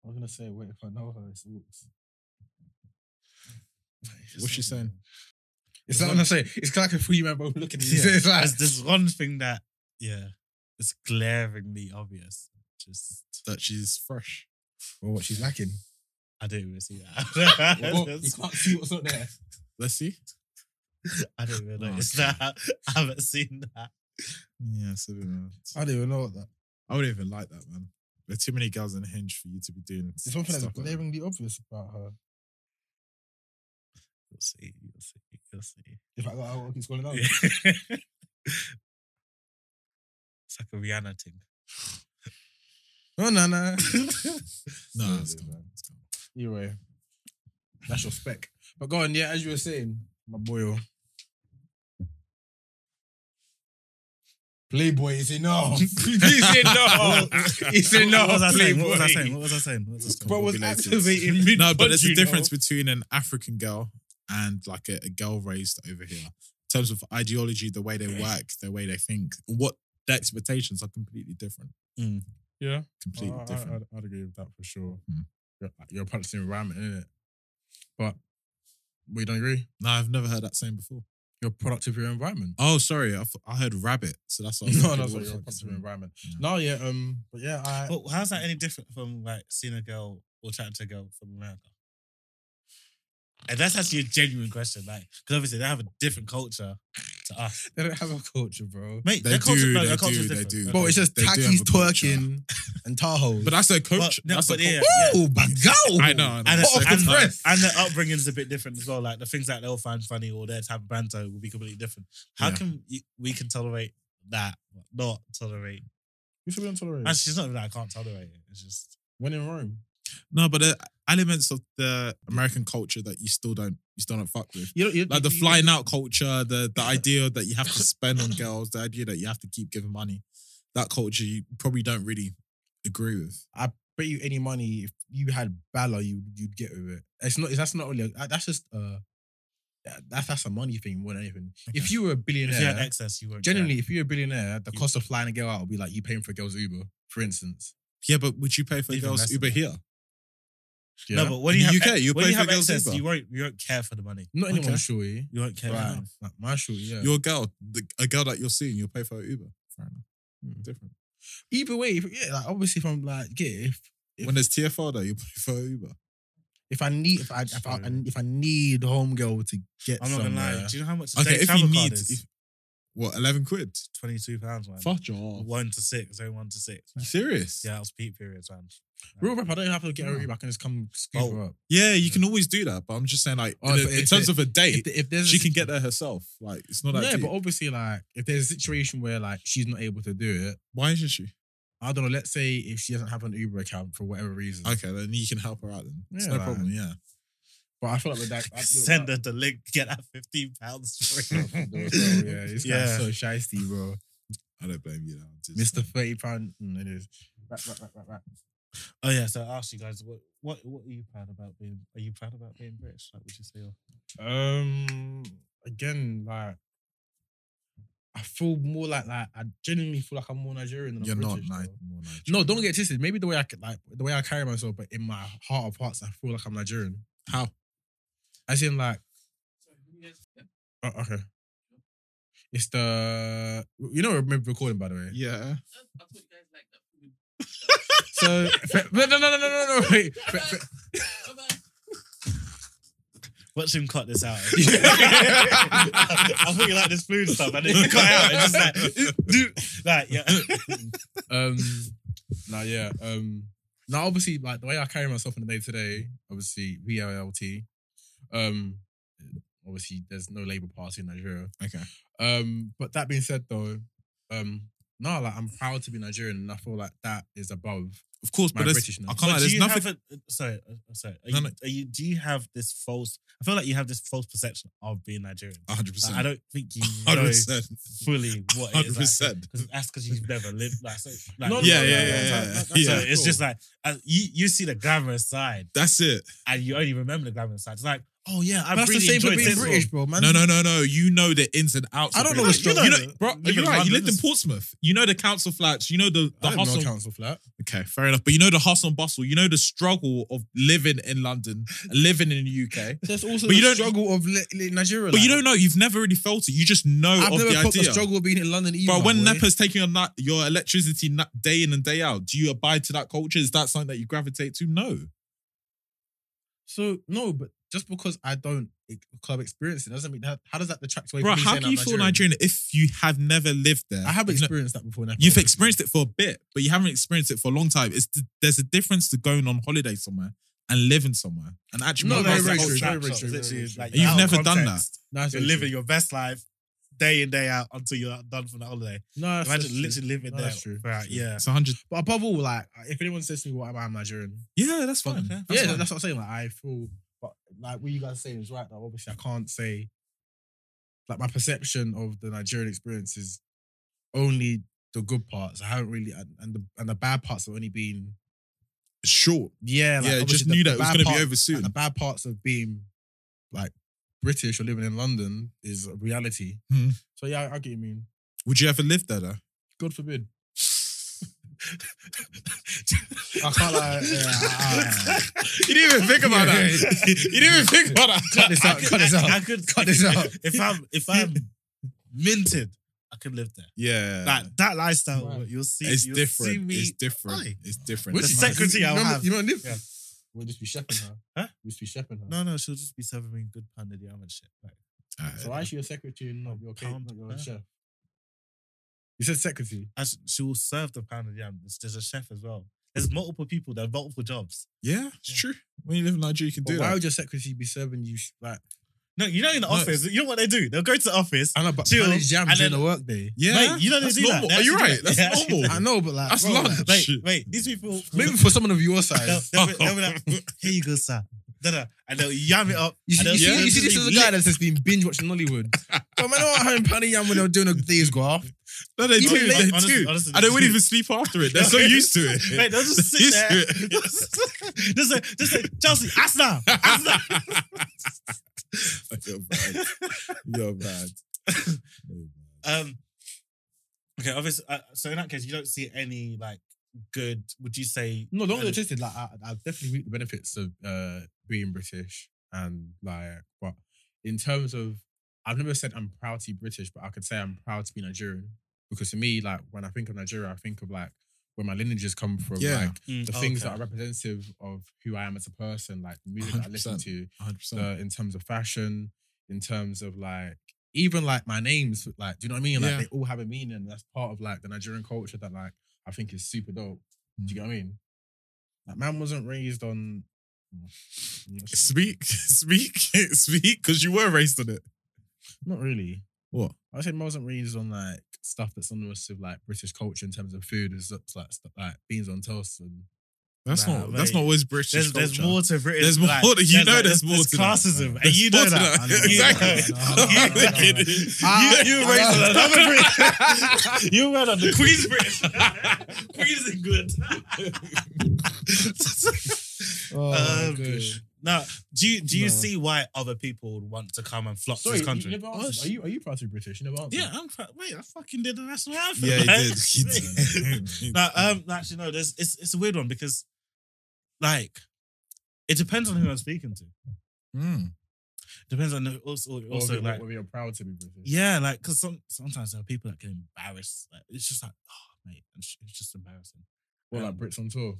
Speaker 1: I was gonna say, wait, if I know her, it's Wilkes.
Speaker 3: What's she saying?
Speaker 1: It's not gonna say. It's like a three man both looking at you.
Speaker 2: Yeah.
Speaker 1: It's like,
Speaker 2: There's, there's one thing that, yeah, it's glaringly obvious. Just,
Speaker 3: That she's fresh.
Speaker 1: well, what she's lacking.
Speaker 2: I don't even see that.
Speaker 1: Well, you can't see what's not there.
Speaker 3: Let's see.
Speaker 2: I don't even
Speaker 3: Oh,
Speaker 2: notice
Speaker 3: okay.
Speaker 2: that. I haven't seen that.
Speaker 3: Yeah, it's a bit mad.
Speaker 1: I don't even know what that.
Speaker 3: I wouldn't even like that, man. There are too many girls on hinge for you to be doing.
Speaker 1: There's one thing that's
Speaker 3: stuff like that.
Speaker 1: glaringly obvious about her.
Speaker 2: You'll see. You'll see. You'll see.
Speaker 1: If I oh, got out, keep scrolling down.
Speaker 2: Yeah.
Speaker 1: Oh.
Speaker 2: it's like a Rihanna thing.
Speaker 1: No, no, no.
Speaker 3: No,
Speaker 1: Yeah,
Speaker 3: it's
Speaker 1: yeah,
Speaker 3: gone.
Speaker 1: man. Either way, that's your spec. But go on, yeah. As you were saying, my boy. oh. Playboy is enough. he said no. He said no.
Speaker 2: what was I saying? What was I
Speaker 1: Playboy.
Speaker 2: saying? What was I saying? What was I saying?
Speaker 1: Bro was
Speaker 3: Populated.
Speaker 1: activating mid
Speaker 3: No, but there's a difference between an African girl and like a, a girl raised over here. In terms of ideology, the way they work, the way they think, what their expectations are completely different.
Speaker 2: Mm.
Speaker 1: Yeah.
Speaker 3: Completely
Speaker 1: I,
Speaker 3: different.
Speaker 1: would agree with that for sure.
Speaker 3: Mm.
Speaker 1: You're, you're practicing environment, isn't it? But we don't agree.
Speaker 3: no, I've never heard that saying before.
Speaker 1: You're product of your environment.
Speaker 3: Oh, sorry. I, th- I heard rabbit. So that's what I was
Speaker 1: no,
Speaker 3: thinking,
Speaker 1: no,
Speaker 3: what
Speaker 1: sorry,
Speaker 3: the
Speaker 1: you're a
Speaker 3: fuck
Speaker 1: product of
Speaker 3: is
Speaker 1: your
Speaker 3: rabbit?
Speaker 1: environment.
Speaker 3: Yeah. Oh.
Speaker 1: No, yeah, um, but yeah, I
Speaker 2: But how's that any different from like seeing a girl or chatting to a girl from America? And that's actually a genuine question, like because obviously they have a different culture to us.
Speaker 1: They don't have a culture, bro.
Speaker 2: Mate,
Speaker 3: They
Speaker 2: their culture,
Speaker 3: do,
Speaker 2: no,
Speaker 3: they
Speaker 2: their culture's
Speaker 3: do, they
Speaker 2: different.
Speaker 3: do.
Speaker 2: Their
Speaker 3: Bro,
Speaker 1: Bro,
Speaker 2: culture's
Speaker 1: it's just
Speaker 3: They do have
Speaker 1: Takis,
Speaker 3: a culture.
Speaker 1: twerking, and Tahos.
Speaker 3: But that's their coach.
Speaker 2: But- no,
Speaker 3: that's
Speaker 2: but
Speaker 3: their
Speaker 2: yeah,
Speaker 3: coach.
Speaker 1: oh my god!
Speaker 3: I know. I know.
Speaker 2: and,
Speaker 1: What
Speaker 2: the,
Speaker 1: a
Speaker 2: and, the-
Speaker 1: breath.
Speaker 2: and the upbringing is a bit different as well. Like the things that they'll find funny or their type of banter will be completely different. How
Speaker 3: Yeah.
Speaker 2: can y- we can tolerate that, but not tolerate?
Speaker 1: You should be on tolerate.
Speaker 2: Actually, it's not even that I can't tolerate it. It's just
Speaker 1: When in Rome,
Speaker 3: No, but the elements of the American culture that you still don't you still don't fuck with.
Speaker 1: you, you,
Speaker 3: Like the
Speaker 1: you-
Speaker 3: flying out culture, the the idea that you have to spend on girls, the idea that you have to keep giving money. That culture you probably don't really agree with.
Speaker 1: I bet you any money if you had Bala, you you'd get with it. It's not. That's not really. A, that's just. Uh, that- that's that's a money thing more than anything. If you were a billionaire,
Speaker 2: if you had excess, you weren't.
Speaker 1: generally, if you're a billionaire, the
Speaker 2: You-
Speaker 1: cost of flying a girl out would be like you paying for a girl's Uber, for instance.
Speaker 3: Yeah, but would you pay for a
Speaker 2: Even less
Speaker 3: girl's
Speaker 2: than
Speaker 3: Uber
Speaker 2: that.
Speaker 3: here?
Speaker 1: Yeah.
Speaker 2: No, but when
Speaker 3: In
Speaker 2: you
Speaker 3: the
Speaker 2: have,
Speaker 3: UK, you
Speaker 2: when
Speaker 3: pay
Speaker 2: you
Speaker 3: for
Speaker 2: have
Speaker 3: girls'
Speaker 2: excess,
Speaker 3: Uber.
Speaker 2: you won't you won't care for the money.
Speaker 1: not
Speaker 3: Okay.
Speaker 1: anyone surely.
Speaker 2: You won't care. for
Speaker 1: Right,
Speaker 2: the money.
Speaker 1: like my shorty, yeah.
Speaker 3: Your girl, the, a girl that you're seeing, you'll pay for an Uber. Fair enough. Different.
Speaker 1: Either way, if, yeah. Like obviously, if I'm like, yeah, if If-
Speaker 3: when there's TFR though, you pay for an Uber.
Speaker 1: if I need, if I if I,
Speaker 2: Sorry.
Speaker 1: if I need homegirl to get,
Speaker 2: I'm not gonna
Speaker 1: somewhere,
Speaker 2: lie. Do you know how much? a
Speaker 3: Okay,
Speaker 2: day
Speaker 3: if you
Speaker 2: travel card
Speaker 3: need,
Speaker 2: is?
Speaker 3: if, what eleven quid?
Speaker 2: 22 pounds, man.
Speaker 3: Fuck off.
Speaker 2: One to six, only one to six.
Speaker 3: You
Speaker 2: man.
Speaker 3: serious?
Speaker 2: Yeah, that was peak periods, man.
Speaker 1: Real rap, I don't have to get her Uber. I can just come scoop
Speaker 2: Oh.
Speaker 1: her up.
Speaker 3: Yeah, you can always do that, but I'm just saying, like,
Speaker 1: Oh,
Speaker 3: in,
Speaker 1: if-
Speaker 3: a- in
Speaker 1: if
Speaker 3: terms
Speaker 1: it-
Speaker 3: of a date,
Speaker 1: If, if there's
Speaker 3: she can get there herself. Like, it's not that
Speaker 1: yeah,
Speaker 3: deep.
Speaker 1: but obviously, like if there's a situation where like she's not able to do it,
Speaker 3: Why isn't she?
Speaker 1: I don't know. Let's say if she doesn't have an Uber account for whatever reason,
Speaker 3: Okay, then you can help her out. Then it's
Speaker 1: Yeah,
Speaker 3: no
Speaker 1: like-
Speaker 3: problem. Yeah,
Speaker 1: but I feel like with that, I,
Speaker 2: Send her the link, get that 15 pounds free.
Speaker 1: yeah, this
Speaker 2: Yeah.
Speaker 1: guy's so shisty, bro.
Speaker 3: I don't blame you. Now. I'm just-
Speaker 1: Mister Thirty Pound, mm, it is. Rap, rap, rap, rap, rap.
Speaker 2: oh, yeah. So I asked you guys, what, what what are you proud about being? Are you proud about being British? Like, would you say you're
Speaker 1: Um, again, like I feel more like like I genuinely feel like I'm more Nigerian than
Speaker 3: You're
Speaker 1: I'm
Speaker 3: not
Speaker 1: British,
Speaker 3: Ni-
Speaker 1: bro.
Speaker 3: more Nigerian.
Speaker 1: No, don't get twisted. Maybe the way I c- like the way I carry myself, but in my heart of hearts, I feel like I'm Nigerian.
Speaker 3: How?
Speaker 1: As in, like, oh, okay. It's the you know remember recording by the way.
Speaker 3: Yeah.
Speaker 1: So fe- no no no no no no wait. Fe- fe-
Speaker 2: Watch him cut this out. I think you like this food stuff, and then you cut it out. It's just like, dude, like, yeah.
Speaker 1: um, nah, yeah. Um, now obviously, like the way I carry myself in the day to day, obviously VLLT. Um, obviously there's no Labour Party in Nigeria.
Speaker 3: Okay.
Speaker 1: Um, but that being said, though, um, no, like I'm proud to be Nigerian, and I feel like that is above.
Speaker 3: Of course,
Speaker 1: My
Speaker 3: but there's,
Speaker 1: Britishness.
Speaker 3: I can't.
Speaker 2: But
Speaker 3: Lie,
Speaker 2: do
Speaker 3: there's
Speaker 2: you
Speaker 3: nothing.
Speaker 2: Have a, sorry, uh, sorry. Are
Speaker 3: No,
Speaker 2: you,
Speaker 3: no.
Speaker 2: Are you, do you have this false? I feel like you have this false perception of being Nigerian.
Speaker 3: 100.
Speaker 2: Like, I
Speaker 3: percent
Speaker 2: don't think you know
Speaker 3: 100%.
Speaker 2: fully what it
Speaker 3: Hundred
Speaker 2: is.
Speaker 3: percent.
Speaker 2: Because that's because you've never lived like so. Like,
Speaker 1: No, no,
Speaker 3: Yeah,
Speaker 1: no, no,
Speaker 3: yeah,
Speaker 1: no,
Speaker 3: yeah, yeah.
Speaker 1: no,
Speaker 3: yeah.
Speaker 1: that's-
Speaker 2: So
Speaker 1: that's
Speaker 2: it's
Speaker 1: cool.
Speaker 2: just like as you you see the glamorous side,
Speaker 3: That's it.
Speaker 2: and you only remember the glamorous side. It's like, oh yeah, I
Speaker 1: But that's
Speaker 2: really
Speaker 1: the same for
Speaker 2: enjoyed
Speaker 1: being
Speaker 2: this
Speaker 1: British, bro.
Speaker 2: British.
Speaker 1: Man,
Speaker 3: No, no, no, no. You know the ins and outs.
Speaker 1: I
Speaker 3: of
Speaker 1: don't know
Speaker 3: British.
Speaker 1: what's wrong.
Speaker 3: You know, bro,
Speaker 2: Living
Speaker 3: you're
Speaker 2: in
Speaker 3: right. You
Speaker 2: London
Speaker 3: lived in
Speaker 2: is-
Speaker 3: Portsmouth. You know the council flats. You know the the
Speaker 1: I didn't know
Speaker 3: hustle.
Speaker 1: council flat.
Speaker 3: Okay, fair enough. But you know the hustle and bustle. You know the struggle of living in London, living in the UK.
Speaker 1: There's also
Speaker 3: But
Speaker 1: the
Speaker 3: you don't-
Speaker 1: struggle of li- li- Nigeria.
Speaker 3: But you
Speaker 1: like-
Speaker 3: don't know. You've never really felt it. You just know
Speaker 1: I've
Speaker 3: of
Speaker 1: never
Speaker 3: the
Speaker 1: felt the
Speaker 3: idea.
Speaker 1: struggle of being in London either.
Speaker 3: but when
Speaker 1: boy.
Speaker 3: Nepa's taking your na- your electricity na- day in and day out, do you abide to that culture? Is that something that you gravitate to? No.
Speaker 1: So no, but just because I don't e- club experience it doesn't mean that. How does that detract away?
Speaker 3: Bro,
Speaker 1: from me
Speaker 3: how
Speaker 1: saying
Speaker 3: can you
Speaker 1: I'm
Speaker 3: feel Nigerian if you have never lived there?
Speaker 1: I have
Speaker 3: You've
Speaker 1: experienced that before. Nepa.
Speaker 3: You've experienced it for a bit, but you haven't experienced it for a long time. It's there's a difference to going on holiday somewhere and living somewhere and actually.
Speaker 1: No,
Speaker 3: No,
Speaker 1: very,
Speaker 3: no,
Speaker 1: very
Speaker 3: no,
Speaker 1: true, very,
Speaker 2: Very,
Speaker 1: very
Speaker 2: very
Speaker 1: true, very, very true.
Speaker 2: Like,
Speaker 3: And you've
Speaker 2: you're out of
Speaker 3: never done
Speaker 2: context.
Speaker 1: No, that's
Speaker 2: You're
Speaker 1: very
Speaker 2: living
Speaker 1: true.
Speaker 2: your best life day in day out until you're done for the holiday.
Speaker 1: No, that's
Speaker 2: Imagine
Speaker 1: true.
Speaker 2: literally living
Speaker 1: No,
Speaker 2: there.
Speaker 1: that's true.
Speaker 2: Right?
Speaker 1: That's true.
Speaker 2: Yeah.
Speaker 3: it's hundred.
Speaker 1: But above all, like if anyone says to me, "What am I I'm Nigerian?"
Speaker 3: Yeah, Oh, that's fine.
Speaker 2: Okay.
Speaker 1: yeah,
Speaker 3: fine.
Speaker 1: that's what I'm saying. Like I feel, but like what you guys are saying is right. That obviously I can't say, like my perception of the Nigerian experience is only the good parts. I haven't really, and, and the and the bad parts have only been
Speaker 3: short.
Speaker 1: yeah, like,
Speaker 3: yeah,
Speaker 1: obviously
Speaker 3: just
Speaker 1: the-
Speaker 3: knew
Speaker 1: the
Speaker 3: that it was
Speaker 1: bad
Speaker 3: going to
Speaker 1: part-
Speaker 3: be over soon.
Speaker 1: And the bad parts of being like British or living in London is a reality.
Speaker 3: Hmm.
Speaker 1: So yeah, I, I get you mean.
Speaker 3: Would you ever live there though?
Speaker 1: God forbid. I can't lie. Yeah, I- I-
Speaker 3: You didn't even think about
Speaker 1: Yeah,
Speaker 3: that. You didn't even think about that.
Speaker 1: cut this out.
Speaker 2: I could-
Speaker 1: Cut this
Speaker 2: I-
Speaker 1: out.
Speaker 2: I could
Speaker 1: Cut this out.
Speaker 2: If I'm if I'm minted, I could live there.
Speaker 3: Yeah,
Speaker 2: That that lifestyle,
Speaker 1: Right.
Speaker 2: you'll see.
Speaker 3: it's
Speaker 2: you'll
Speaker 3: different.
Speaker 2: See me
Speaker 3: it's different.
Speaker 2: Aye.
Speaker 3: It's different.
Speaker 2: Which
Speaker 3: It's
Speaker 2: secretary I'll
Speaker 1: you
Speaker 2: have.
Speaker 1: You know, live.
Speaker 2: Yeah.
Speaker 1: We'll just be shepherding her.
Speaker 2: Huh?
Speaker 1: We'll just be shepherding her.
Speaker 2: No, no, she'll just be serving me good pounded yam and shit. Like,
Speaker 1: So why is she your secretary and not your, cake,
Speaker 2: Pound
Speaker 1: not your
Speaker 2: her.
Speaker 1: chef? You said secretary.
Speaker 2: as she will serve the pounded yam. There's, there's a chef as well. There's multiple people. There are multiple jobs.
Speaker 3: yeah, it's true. When you live in Nigeria, you can
Speaker 1: But
Speaker 3: do
Speaker 1: why
Speaker 3: that.
Speaker 1: would your secretary be serving you sh- like?
Speaker 2: No, you know in the
Speaker 3: No.
Speaker 2: office, you know what they do? They'll go to the office.
Speaker 1: I know, but
Speaker 2: Chill,
Speaker 1: manage jam
Speaker 2: and
Speaker 1: during
Speaker 2: then-
Speaker 1: the workday.
Speaker 3: yeah,
Speaker 2: Mate, you know they
Speaker 3: that's
Speaker 2: do that.
Speaker 3: normal.
Speaker 2: They
Speaker 3: Are you
Speaker 2: actually do
Speaker 3: right?
Speaker 2: that.
Speaker 3: That's normal.
Speaker 1: I know, but like,
Speaker 3: That's
Speaker 1: bro, like,
Speaker 3: lunch.
Speaker 2: Wait,
Speaker 3: Shit.
Speaker 2: wait, these people.
Speaker 1: maybe for someone of your
Speaker 2: They'll,
Speaker 1: size.
Speaker 2: they'll, be, they'll be like, here you go, sir. Da, da. And they'll yam it up.
Speaker 1: You see,
Speaker 2: and they'll
Speaker 1: you see-
Speaker 2: they'll
Speaker 1: you see this
Speaker 2: just
Speaker 1: is a
Speaker 2: be
Speaker 1: guy
Speaker 2: lit.
Speaker 1: that's just been binge watching Nollywood. but man, I want home pounding yam when they're doing a day's go off.
Speaker 3: No, they
Speaker 1: Even
Speaker 3: do.
Speaker 1: late-
Speaker 3: They
Speaker 2: honestly-
Speaker 3: do.
Speaker 2: honestly,
Speaker 3: and they
Speaker 2: they
Speaker 3: wouldn't
Speaker 2: do.
Speaker 3: even sleep after it. They're so used to it.
Speaker 2: Mate, they'll just sit
Speaker 3: Used
Speaker 2: there.
Speaker 3: to it.
Speaker 2: just say, just say, Chelsea, Asna, Asna.
Speaker 3: You're bad. You're bad.
Speaker 2: Um, okay, obviously. Uh, so in that case, you don't see any like good. Would you say
Speaker 1: No, don't get
Speaker 2: And-
Speaker 1: interested. Like, I, I definitely reap the benefits of uh, being British and like, but in terms of, I've never said I'm proud to be British, but I could say I'm proud to be Nigerian because to me, like, when I think of Nigeria, I think of like where my lineages come from,
Speaker 3: Yeah.
Speaker 1: like
Speaker 2: Mm,
Speaker 1: the things
Speaker 2: okay.
Speaker 1: that are representative of who I am as a person, like the music that I listen
Speaker 3: 100%.
Speaker 1: to,
Speaker 3: 100%.
Speaker 1: uh, in terms of fashion, in terms of like even like my names, like do you know what I mean? Like
Speaker 3: Yeah.
Speaker 1: they all have a meaning. That's part of like the Nigerian culture that like I think is super dope. Do you get what I mean? Like man wasn't raised on.
Speaker 3: Speak, speak, speak, because you were raised on it.
Speaker 1: Not really.
Speaker 3: What?
Speaker 1: I would say man wasn't raised on like stuff that's synonymous with like British culture in terms of food is up to, like stuff like beans on toast and
Speaker 3: That's
Speaker 2: Nah,
Speaker 3: not. That's
Speaker 2: mate.
Speaker 3: not always British
Speaker 2: There's,
Speaker 3: culture.
Speaker 2: there's more to Britain.
Speaker 3: There's more to- you know there's more to that.
Speaker 2: classism, and
Speaker 3: There's
Speaker 2: you know
Speaker 3: more to
Speaker 2: that.
Speaker 1: I know, I
Speaker 3: exactly.
Speaker 1: know, I know, I know, I know, I know.
Speaker 3: You're kidding.
Speaker 1: I-
Speaker 3: You- you
Speaker 1: I
Speaker 3: raised
Speaker 1: know.
Speaker 3: on another Brit-
Speaker 2: You went on the Queen's British. Queen's England.
Speaker 1: oh
Speaker 2: Um, now, do you do you see why other people would want to come and flock
Speaker 1: Sorry,
Speaker 2: to Oh, this
Speaker 1: you,
Speaker 2: country?
Speaker 1: you never
Speaker 3: Oh,
Speaker 1: answered. Are you are you proud to be British? You never answered.
Speaker 2: yeah, I'm. Fra- wait, I fucking did the national anthem.
Speaker 3: Yeah, he
Speaker 2: man.
Speaker 3: did. He did. He
Speaker 2: no,
Speaker 3: did.
Speaker 2: um, actually, no. There's it's it's a weird one because, like, it depends on who I'm speaking to.
Speaker 3: Mm.
Speaker 2: Depends on the, also
Speaker 3: Oh,
Speaker 1: Or
Speaker 2: also
Speaker 1: whether-
Speaker 2: like
Speaker 1: whether you're proud to be British.
Speaker 2: yeah, like because some sometimes there are people that get embarrassed. Like, it's just like oh mate, it's it's just embarrassing.
Speaker 1: Or like Brits on tour.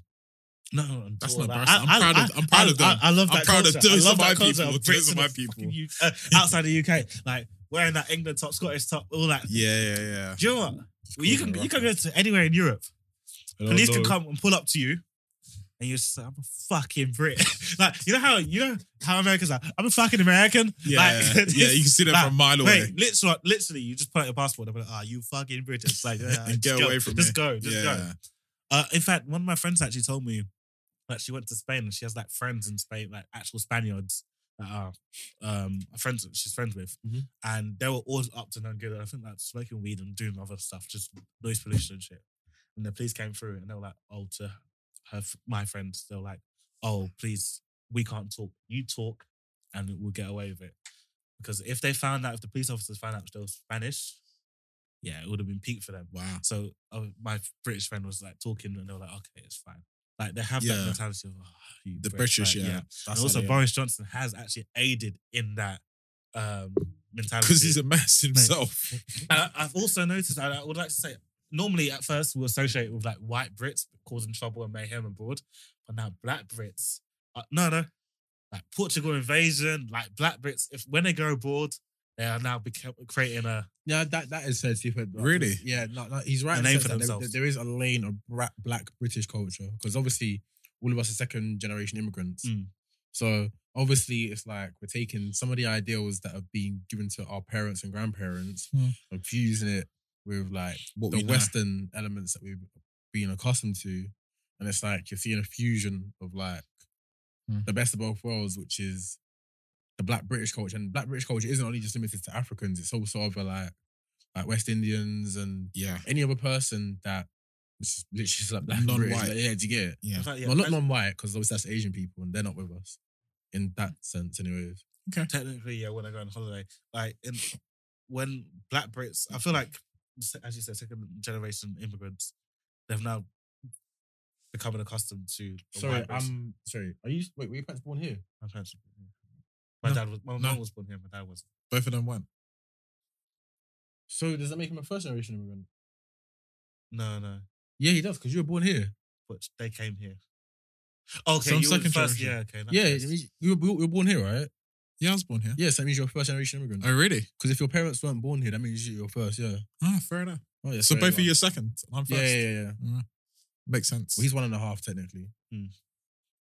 Speaker 2: No, no, no,
Speaker 3: That's
Speaker 2: all
Speaker 3: not
Speaker 2: that.
Speaker 3: embarrassing. I'm
Speaker 2: I- I-
Speaker 3: proud of-
Speaker 2: I-
Speaker 3: I'm proud of
Speaker 2: I-
Speaker 3: them.
Speaker 2: I, I love
Speaker 3: I'm
Speaker 2: that.
Speaker 3: proud of
Speaker 2: culture.
Speaker 3: those
Speaker 2: I love
Speaker 3: of
Speaker 2: that
Speaker 3: my
Speaker 2: culture
Speaker 3: people.
Speaker 2: of
Speaker 3: Those
Speaker 2: Brits
Speaker 3: are
Speaker 2: in
Speaker 3: my
Speaker 2: the fucking
Speaker 3: people.
Speaker 2: U- uh, outside the UK, like wearing that England top, Scottish top, all that.
Speaker 3: Yeah, yeah, yeah.
Speaker 2: Do you know what? Well, you can you can go to anywhere in Europe.
Speaker 3: I don't
Speaker 2: Police can
Speaker 3: know.
Speaker 2: come and pull up to you, and you're just like, I'm a fucking Brit. like you know how you know how Americans are. I'm a fucking American.
Speaker 3: Yeah,
Speaker 2: like,
Speaker 3: yeah,
Speaker 2: this-
Speaker 3: yeah, you can see that
Speaker 2: like,
Speaker 3: from a mile away.
Speaker 2: Wait, literally, literally, you just put out your passport. They're like, "Ah, you fucking British!" Like, yeah,
Speaker 3: And get
Speaker 2: just go,
Speaker 3: away from
Speaker 2: Just
Speaker 3: me.
Speaker 2: go, just go.
Speaker 3: Yeah,
Speaker 2: Uh, in fact, one of my friends actually told me that she went to Spain and she has like friends in Spain, like actual Spaniards that are um friends she's friends with,
Speaker 1: Mhm.
Speaker 2: and they were all up to no good. I think like smoking weed and doing other stuff, just noise pollution and shit. And the police came through and they were like, "Oh, to her, f- my friends, they were like, oh, please, we can't talk. You talk, and we'll get away with it." Because if they found out, if the police officers found out they were Spanish, yeah, it would have been peak for them.
Speaker 3: Wow.
Speaker 2: So uh, my British friend was like talking, and they were like, "Okay, it's fine." Like they have
Speaker 3: Yeah.
Speaker 2: that mentality of oh, you
Speaker 3: The
Speaker 2: Brit,"
Speaker 3: British,
Speaker 2: like,
Speaker 3: yeah.
Speaker 2: And
Speaker 3: That's
Speaker 2: also,
Speaker 3: how they are.
Speaker 2: Boris Johnson has actually aided in that um, mentality.
Speaker 3: because he's a mess himself.
Speaker 2: And I, I've also noticed, and I would like to say, normally at first we associate it with like white Brits causing trouble and mayhem abroad, but now black Brits, uh, no, no, like Portugal invasion, like black Brits, if when they go abroad, they are now become, creating a
Speaker 1: Yeah, that that is fair. Steve. Like,
Speaker 3: Really?
Speaker 1: Yeah, no, no, he's right.
Speaker 2: A
Speaker 1: in the
Speaker 2: name
Speaker 1: sense
Speaker 2: for
Speaker 1: that there-
Speaker 2: themselves.
Speaker 1: there is a lane of bra- black British culture because obviously all of us are second generation immigrants.
Speaker 2: Mm.
Speaker 1: So obviously it's like we're taking some of the ideals that have been given to our parents and grandparents
Speaker 2: Hmm.
Speaker 3: Mm.
Speaker 1: and fusing it with like
Speaker 3: What we
Speaker 1: the
Speaker 3: know.
Speaker 1: Western elements that we've been accustomed to. And it's like you're seeing a fusion of like
Speaker 3: Mm.
Speaker 1: the best of both worlds, which is the black British culture. And black British culture isn't only just limited to Africans, it's also over like like West Indians and
Speaker 3: Yeah,
Speaker 1: any other person that is literally just like black and
Speaker 3: Non-white.
Speaker 1: British. Like, yeah, do you get it?
Speaker 3: yeah.
Speaker 2: in fact, yeah,
Speaker 1: well, not
Speaker 2: as-
Speaker 1: non-white because obviously that's Asian people and they're not with us in that sense, anyways.
Speaker 2: technically, yeah, when I go on holiday, like in, when black Brits, I feel like, se- as you said, second generation immigrants, they've now become accustomed to. the
Speaker 1: Sorry,
Speaker 2: white race.
Speaker 1: I'm sorry. Are you wait? Were your parents born here?
Speaker 2: My parents. were born here. My
Speaker 3: No,
Speaker 2: dad was. My
Speaker 3: no.
Speaker 2: mum was born here. My dad was.
Speaker 3: Both of them went.
Speaker 1: So does that make him a first generation immigrant?
Speaker 2: No, no.
Speaker 1: Yeah, he does because you were born here.
Speaker 2: But they came here. Okay,
Speaker 3: Some
Speaker 2: you were the
Speaker 3: second
Speaker 2: first.
Speaker 3: generation.
Speaker 2: Yeah, okay. that
Speaker 1: Yeah,
Speaker 2: makes
Speaker 1: it
Speaker 2: sense.
Speaker 1: means- you were, you were born here, right?
Speaker 3: Yeah, I was born here.
Speaker 1: Yes, that means you're a first generation immigrant.
Speaker 3: Oh, really?
Speaker 1: Because if your parents weren't born here, that means you're first, yeah.
Speaker 3: Ah, fair enough.
Speaker 1: Oh, yeah.
Speaker 3: so
Speaker 1: sorry,
Speaker 3: both of
Speaker 1: man.
Speaker 3: you are second. and I'm first.
Speaker 1: Yeah, yeah, yeah. yeah.
Speaker 3: Makes sense.
Speaker 1: Well, he's one and a half technically.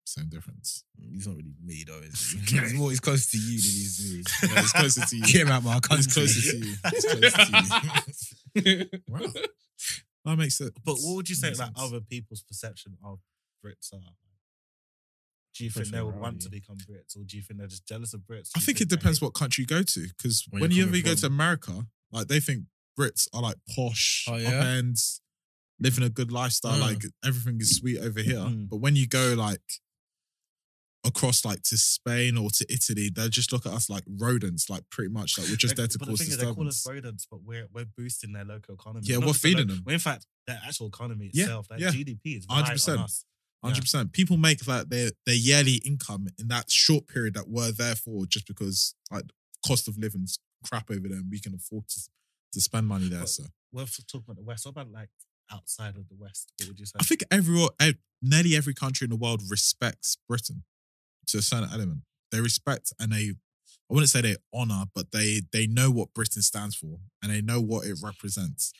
Speaker 3: Same difference.
Speaker 1: He's not really me though. Is he?
Speaker 3: Okay.
Speaker 1: he's more. He's closer to you than he's me.
Speaker 3: Yeah, it's closer to you.
Speaker 1: Get him out my country.
Speaker 3: It's closer to you. It's closer to you. wow. That makes sense.
Speaker 2: But what would you say
Speaker 3: That
Speaker 2: like
Speaker 3: makes sense.
Speaker 2: other people's perception of Brits are? Do you
Speaker 1: Brits
Speaker 2: think they
Speaker 1: are
Speaker 2: would want
Speaker 1: rowdy.
Speaker 2: to become Brits, or do you think they're just jealous of Brits?
Speaker 3: I
Speaker 2: Do you
Speaker 3: think it
Speaker 2: they
Speaker 3: depends
Speaker 2: hate-
Speaker 3: what country you go to. Because
Speaker 1: Where you're
Speaker 3: whenever
Speaker 1: coming
Speaker 3: you go
Speaker 1: from.
Speaker 3: to America, like they think Brits are like posh,
Speaker 1: Oh,
Speaker 3: up
Speaker 1: yeah?
Speaker 3: ends, living a good lifestyle.
Speaker 1: Mm.
Speaker 3: Like everything is sweet over here.
Speaker 2: Mm.
Speaker 3: But when you go like across like to Spain or to Italy, they just look at us like rodents. Like pretty much like we're just
Speaker 2: They-
Speaker 3: there to
Speaker 2: but
Speaker 3: cause
Speaker 2: the thing is, they call us
Speaker 3: disturbance.
Speaker 2: rodents, but we're we're boosting their local economy.
Speaker 3: Yeah,
Speaker 2: Not
Speaker 3: we're
Speaker 2: just their lo-
Speaker 3: feeding them.
Speaker 2: well, In fact, their actual economy
Speaker 3: Yeah,
Speaker 2: itself, their
Speaker 3: yeah.
Speaker 2: GDP is
Speaker 3: 100%.
Speaker 2: 100%. on us.
Speaker 3: Hundred percent. People make that their their yearly income in that short period that we're there for, just because like cost of living's crap over there, and we can afford to to spend money there.
Speaker 2: But-
Speaker 3: So
Speaker 2: We're f- talking about the West. What about like outside of the West? What would you say?
Speaker 3: I think everyone, ev- nearly every country in the world respects Britain to a certain element. They respect and they, I wouldn't say they honor, but they they know what Britain stands for and they know what it represents.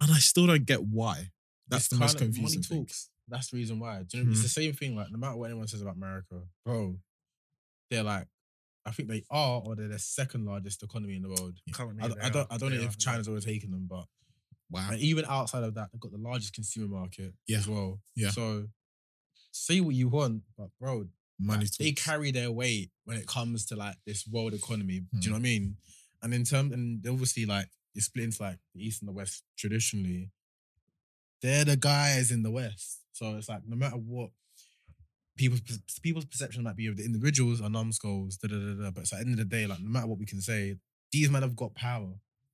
Speaker 3: And I still don't get why. That's
Speaker 1: It's
Speaker 3: the most
Speaker 1: kinda-
Speaker 3: confusing
Speaker 1: Money
Speaker 3: thing.
Speaker 1: talks. That's the reason why. Do you know, it's
Speaker 3: Mhm.
Speaker 1: the same thing. Like no matter what anyone says about America, bro, they're like, I think they are, or they're the second largest economy in the world.
Speaker 2: Currently
Speaker 1: I,
Speaker 2: they
Speaker 1: I don't,
Speaker 2: are-
Speaker 1: I don't know
Speaker 2: they
Speaker 1: if
Speaker 2: are.
Speaker 1: China's overtaken them, but
Speaker 3: Wow.
Speaker 1: and even outside of that, they've got the largest consumer market
Speaker 3: Yeah.
Speaker 1: as well.
Speaker 3: Yeah.
Speaker 1: So say what you want, but bro, like,
Speaker 3: Money talks.
Speaker 1: they carry their weight when it comes to like this world economy. Do
Speaker 3: Mm.
Speaker 1: you know what I mean? And in terms, and obviously, like it's split into like the east and the west traditionally. They're the guys in the west, so it's like no matter what people's people's perception might be of the individuals are numbskulls, da da da da. But it's at the end of the day, like no matter what we can say, these men have got power.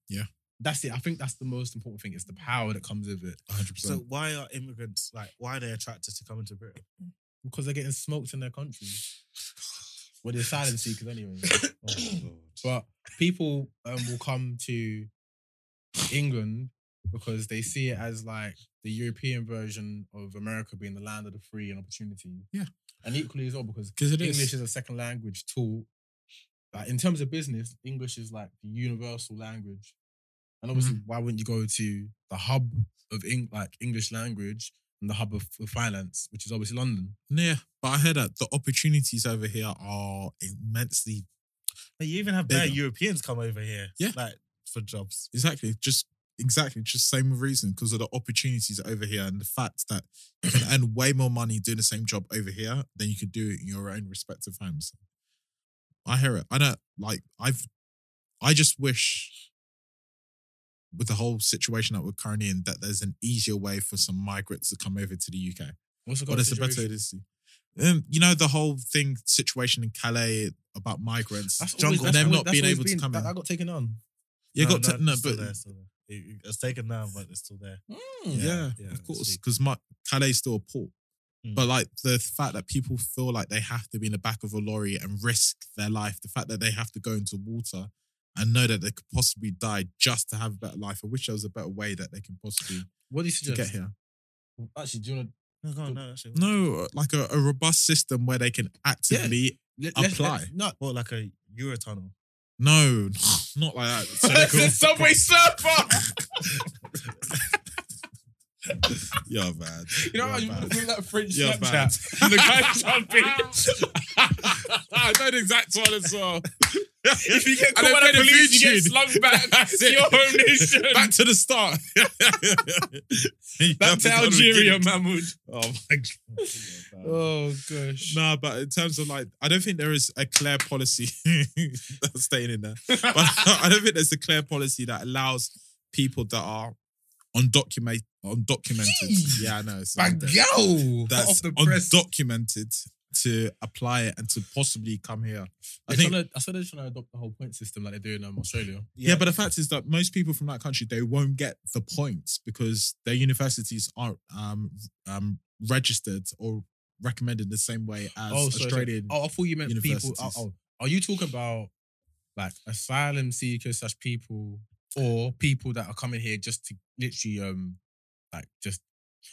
Speaker 3: Yeah.
Speaker 1: that's it. I think that's the most important thing. It's the power that comes with it
Speaker 3: 100%.
Speaker 2: So why are immigrants like why are they attracted to coming to Britain?
Speaker 1: because they're getting smoked in their country. Well, they're silent seekers anyway.
Speaker 2: Oh
Speaker 1: But people um, will come to England because they see it as like the European version of America being the land of the free and opportunity.
Speaker 3: Yeah.
Speaker 1: And equally as well, because
Speaker 3: 'Cause it is.
Speaker 1: English is a second language taught. Like, in terms of business, English is like the universal language. And obviously,
Speaker 3: Mm-hmm.
Speaker 1: why wouldn't you go to the hub of Eng- like English language and the hub of, of finance, which is obviously London?
Speaker 3: Yeah, but I heard that the opportunities over here are immensely
Speaker 2: Like, you even have better
Speaker 3: Bigger.
Speaker 2: Europeans come over here.
Speaker 3: Yeah.
Speaker 2: Like for jobs.
Speaker 3: exactly just exactly just same reason because of the opportunities over here and the fact that you can earn way more money doing the same job over here than you could do it in your own respective homes. I hear it. I don't like. I've. I just wish with the whole situation that we're currently in that there's an easier way for some migrants to come over to the UK.
Speaker 1: What's the
Speaker 3: But
Speaker 1: kind of
Speaker 3: it's a better
Speaker 1: situation?
Speaker 3: it is. Um, you know the whole thing situation in Calais about migrants,
Speaker 1: That's always-
Speaker 3: jungle,
Speaker 1: that's
Speaker 3: them
Speaker 1: always-
Speaker 3: not
Speaker 1: that's
Speaker 3: being
Speaker 1: always
Speaker 3: able
Speaker 1: been-
Speaker 3: to come
Speaker 1: That,
Speaker 3: in.
Speaker 1: that got taken on.
Speaker 3: you got to, no,
Speaker 2: it's still
Speaker 3: but
Speaker 2: there, it's still there. It- it's taken down, but it's still there.
Speaker 1: Hmm.
Speaker 3: yeah,
Speaker 2: yeah,
Speaker 3: of
Speaker 2: it's
Speaker 3: course,
Speaker 2: weak.
Speaker 3: because my Calais is still a port.
Speaker 2: Mm.
Speaker 3: But like the fact that people feel like they have to be in the back of a lorry and risk their life, the fact that they have to go into water and know that they could possibly die just to have a better life. I wish there was a better way that they can possibly
Speaker 1: What do you
Speaker 3: to
Speaker 1: suggest?
Speaker 3: get here.
Speaker 1: Actually, do you want
Speaker 2: No, go on, no, actually,
Speaker 3: No, like a, a robust system where they can actively.
Speaker 1: to
Speaker 3: Apply.
Speaker 1: No,
Speaker 2: What, like a Eurotunnel?
Speaker 3: No, not like that. So they could-
Speaker 1: Subway Surfer.
Speaker 3: You're bad.
Speaker 1: You know how
Speaker 3: You're
Speaker 1: you
Speaker 3: bad.
Speaker 1: do that French
Speaker 3: You're bad.
Speaker 1: Snapchat? The guy jumping.
Speaker 3: I know the exact one as well.
Speaker 1: if you get
Speaker 3: And
Speaker 1: caught
Speaker 3: they
Speaker 1: by the
Speaker 3: play the
Speaker 1: police, you get
Speaker 3: Legion.
Speaker 1: slumped back to
Speaker 3: it.
Speaker 1: your home nation.
Speaker 3: Back to the start.
Speaker 1: Back to Algeria, Mahmoud.
Speaker 3: Oh my god.
Speaker 1: Oh gosh.
Speaker 3: No, but in terms of like, I don't think there is a clear policy that's staying in there. But I don't think there's a clear policy that allows people that are undocumented, undocumented.
Speaker 1: Jeez.
Speaker 3: Yeah, I know. it's
Speaker 1: My
Speaker 3: like that.
Speaker 1: girl. Hot
Speaker 3: that's
Speaker 1: off the press.
Speaker 3: undocumented to apply it and to possibly come here. I
Speaker 1: They're
Speaker 3: think.
Speaker 1: trying to- I said they're trying to adopt the whole point system like they're doing in um, Australia.
Speaker 3: Yeah, but the fact is that most people from that country they won't get the points because their universities aren't um, um, registered or recommended the same way as
Speaker 1: sorry, sorry.
Speaker 3: Australian.
Speaker 1: Oh, I thought you meant people. Oh,
Speaker 3: universities.
Speaker 1: oh. Are you talking about like asylum seekers such people or people that are coming here just to literally um like just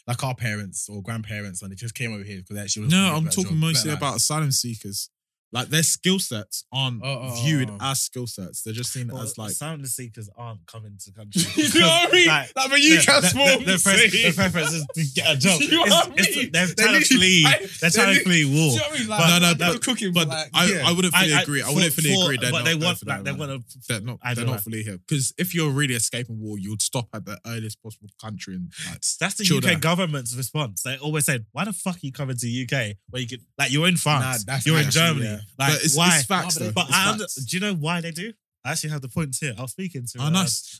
Speaker 1: like our parents or grandparents, and they just came over here because they actually. wanted to
Speaker 3: No,
Speaker 1: live
Speaker 3: I'm
Speaker 1: better
Speaker 3: talking
Speaker 1: job, better
Speaker 3: mostly
Speaker 1: life.
Speaker 3: about asylum seekers. Like their skill sets aren't
Speaker 1: Oh, oh,
Speaker 3: viewed
Speaker 1: oh.
Speaker 3: as skill sets. They're just seen
Speaker 2: Well,
Speaker 3: as like
Speaker 2: asylum seekers aren't coming to the country.
Speaker 1: you know what I mean?
Speaker 2: Like,
Speaker 1: Like, when you
Speaker 2: their-
Speaker 1: can't
Speaker 2: their-
Speaker 1: smoke,
Speaker 2: Their, preference-
Speaker 1: see?
Speaker 2: their preference is to get a job.
Speaker 1: You know
Speaker 2: It's-
Speaker 1: what I
Speaker 2: it's-
Speaker 1: mean?
Speaker 2: They're
Speaker 1: They
Speaker 2: trying to
Speaker 1: literally-
Speaker 2: flee.
Speaker 1: I-
Speaker 2: They're trying to
Speaker 1: they
Speaker 2: flee
Speaker 1: Do you know
Speaker 2: war.
Speaker 1: what I mean?
Speaker 3: No,
Speaker 1: Like,
Speaker 3: no,
Speaker 1: like,
Speaker 3: but-
Speaker 1: people cooking,
Speaker 3: but
Speaker 1: but like,
Speaker 3: I,
Speaker 1: yeah.
Speaker 3: I wouldn't fully
Speaker 2: I- I-
Speaker 3: agree. I
Speaker 2: for-
Speaker 3: wouldn't fully
Speaker 2: for-
Speaker 3: agree. They're
Speaker 2: but
Speaker 3: not
Speaker 2: they
Speaker 3: there
Speaker 2: want,
Speaker 3: for
Speaker 2: like,
Speaker 3: that,
Speaker 2: they
Speaker 3: man.
Speaker 2: want to.
Speaker 3: They're not.
Speaker 2: I
Speaker 3: They're
Speaker 2: know
Speaker 3: not
Speaker 2: that.
Speaker 3: fully here because if you're really escaping war, you'd stop at the earliest possible country and like,
Speaker 2: That's the
Speaker 3: Chill
Speaker 2: UK
Speaker 3: down.
Speaker 2: government's response. They always said, "Why the fuck are you coming to the UK where you could like you're in France,
Speaker 1: that's
Speaker 2: you're in
Speaker 1: actually,
Speaker 2: Germany,
Speaker 1: yeah.
Speaker 2: like
Speaker 3: but it's,
Speaker 2: why?"
Speaker 3: it's facts
Speaker 1: Why would
Speaker 3: though.
Speaker 1: they-
Speaker 2: but
Speaker 3: It's
Speaker 2: I under-
Speaker 3: facts.
Speaker 2: do you know why they do? I actually have the points here. I was speaking to.
Speaker 3: Oh,
Speaker 2: uh,
Speaker 3: nice.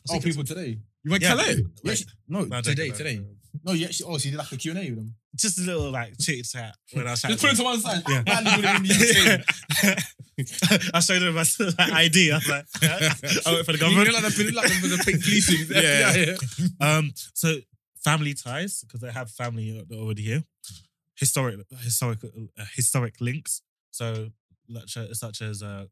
Speaker 2: I
Speaker 1: Oh,
Speaker 2: was speaking
Speaker 1: people today.
Speaker 3: You went
Speaker 2: yeah.
Speaker 3: Calais.
Speaker 1: You actually- No,
Speaker 2: No, I don't
Speaker 1: today,
Speaker 2: know.
Speaker 1: today. No, you actually. Oh, so you did like a Q and A with them.
Speaker 2: to- just a little like chit chat when I was
Speaker 1: Just put it
Speaker 2: chatting.
Speaker 1: to one side.
Speaker 2: Yeah.
Speaker 1: Man, you would've been the
Speaker 2: I showed them my like, ID. I was like, I work Oh, for the
Speaker 1: same. You
Speaker 2: government.
Speaker 1: look like the- you look like the the pink policing.
Speaker 3: Yeah.
Speaker 2: Um, so family ties because they have family already here. Historic, historic, uh, historic links. So such as, such as uh,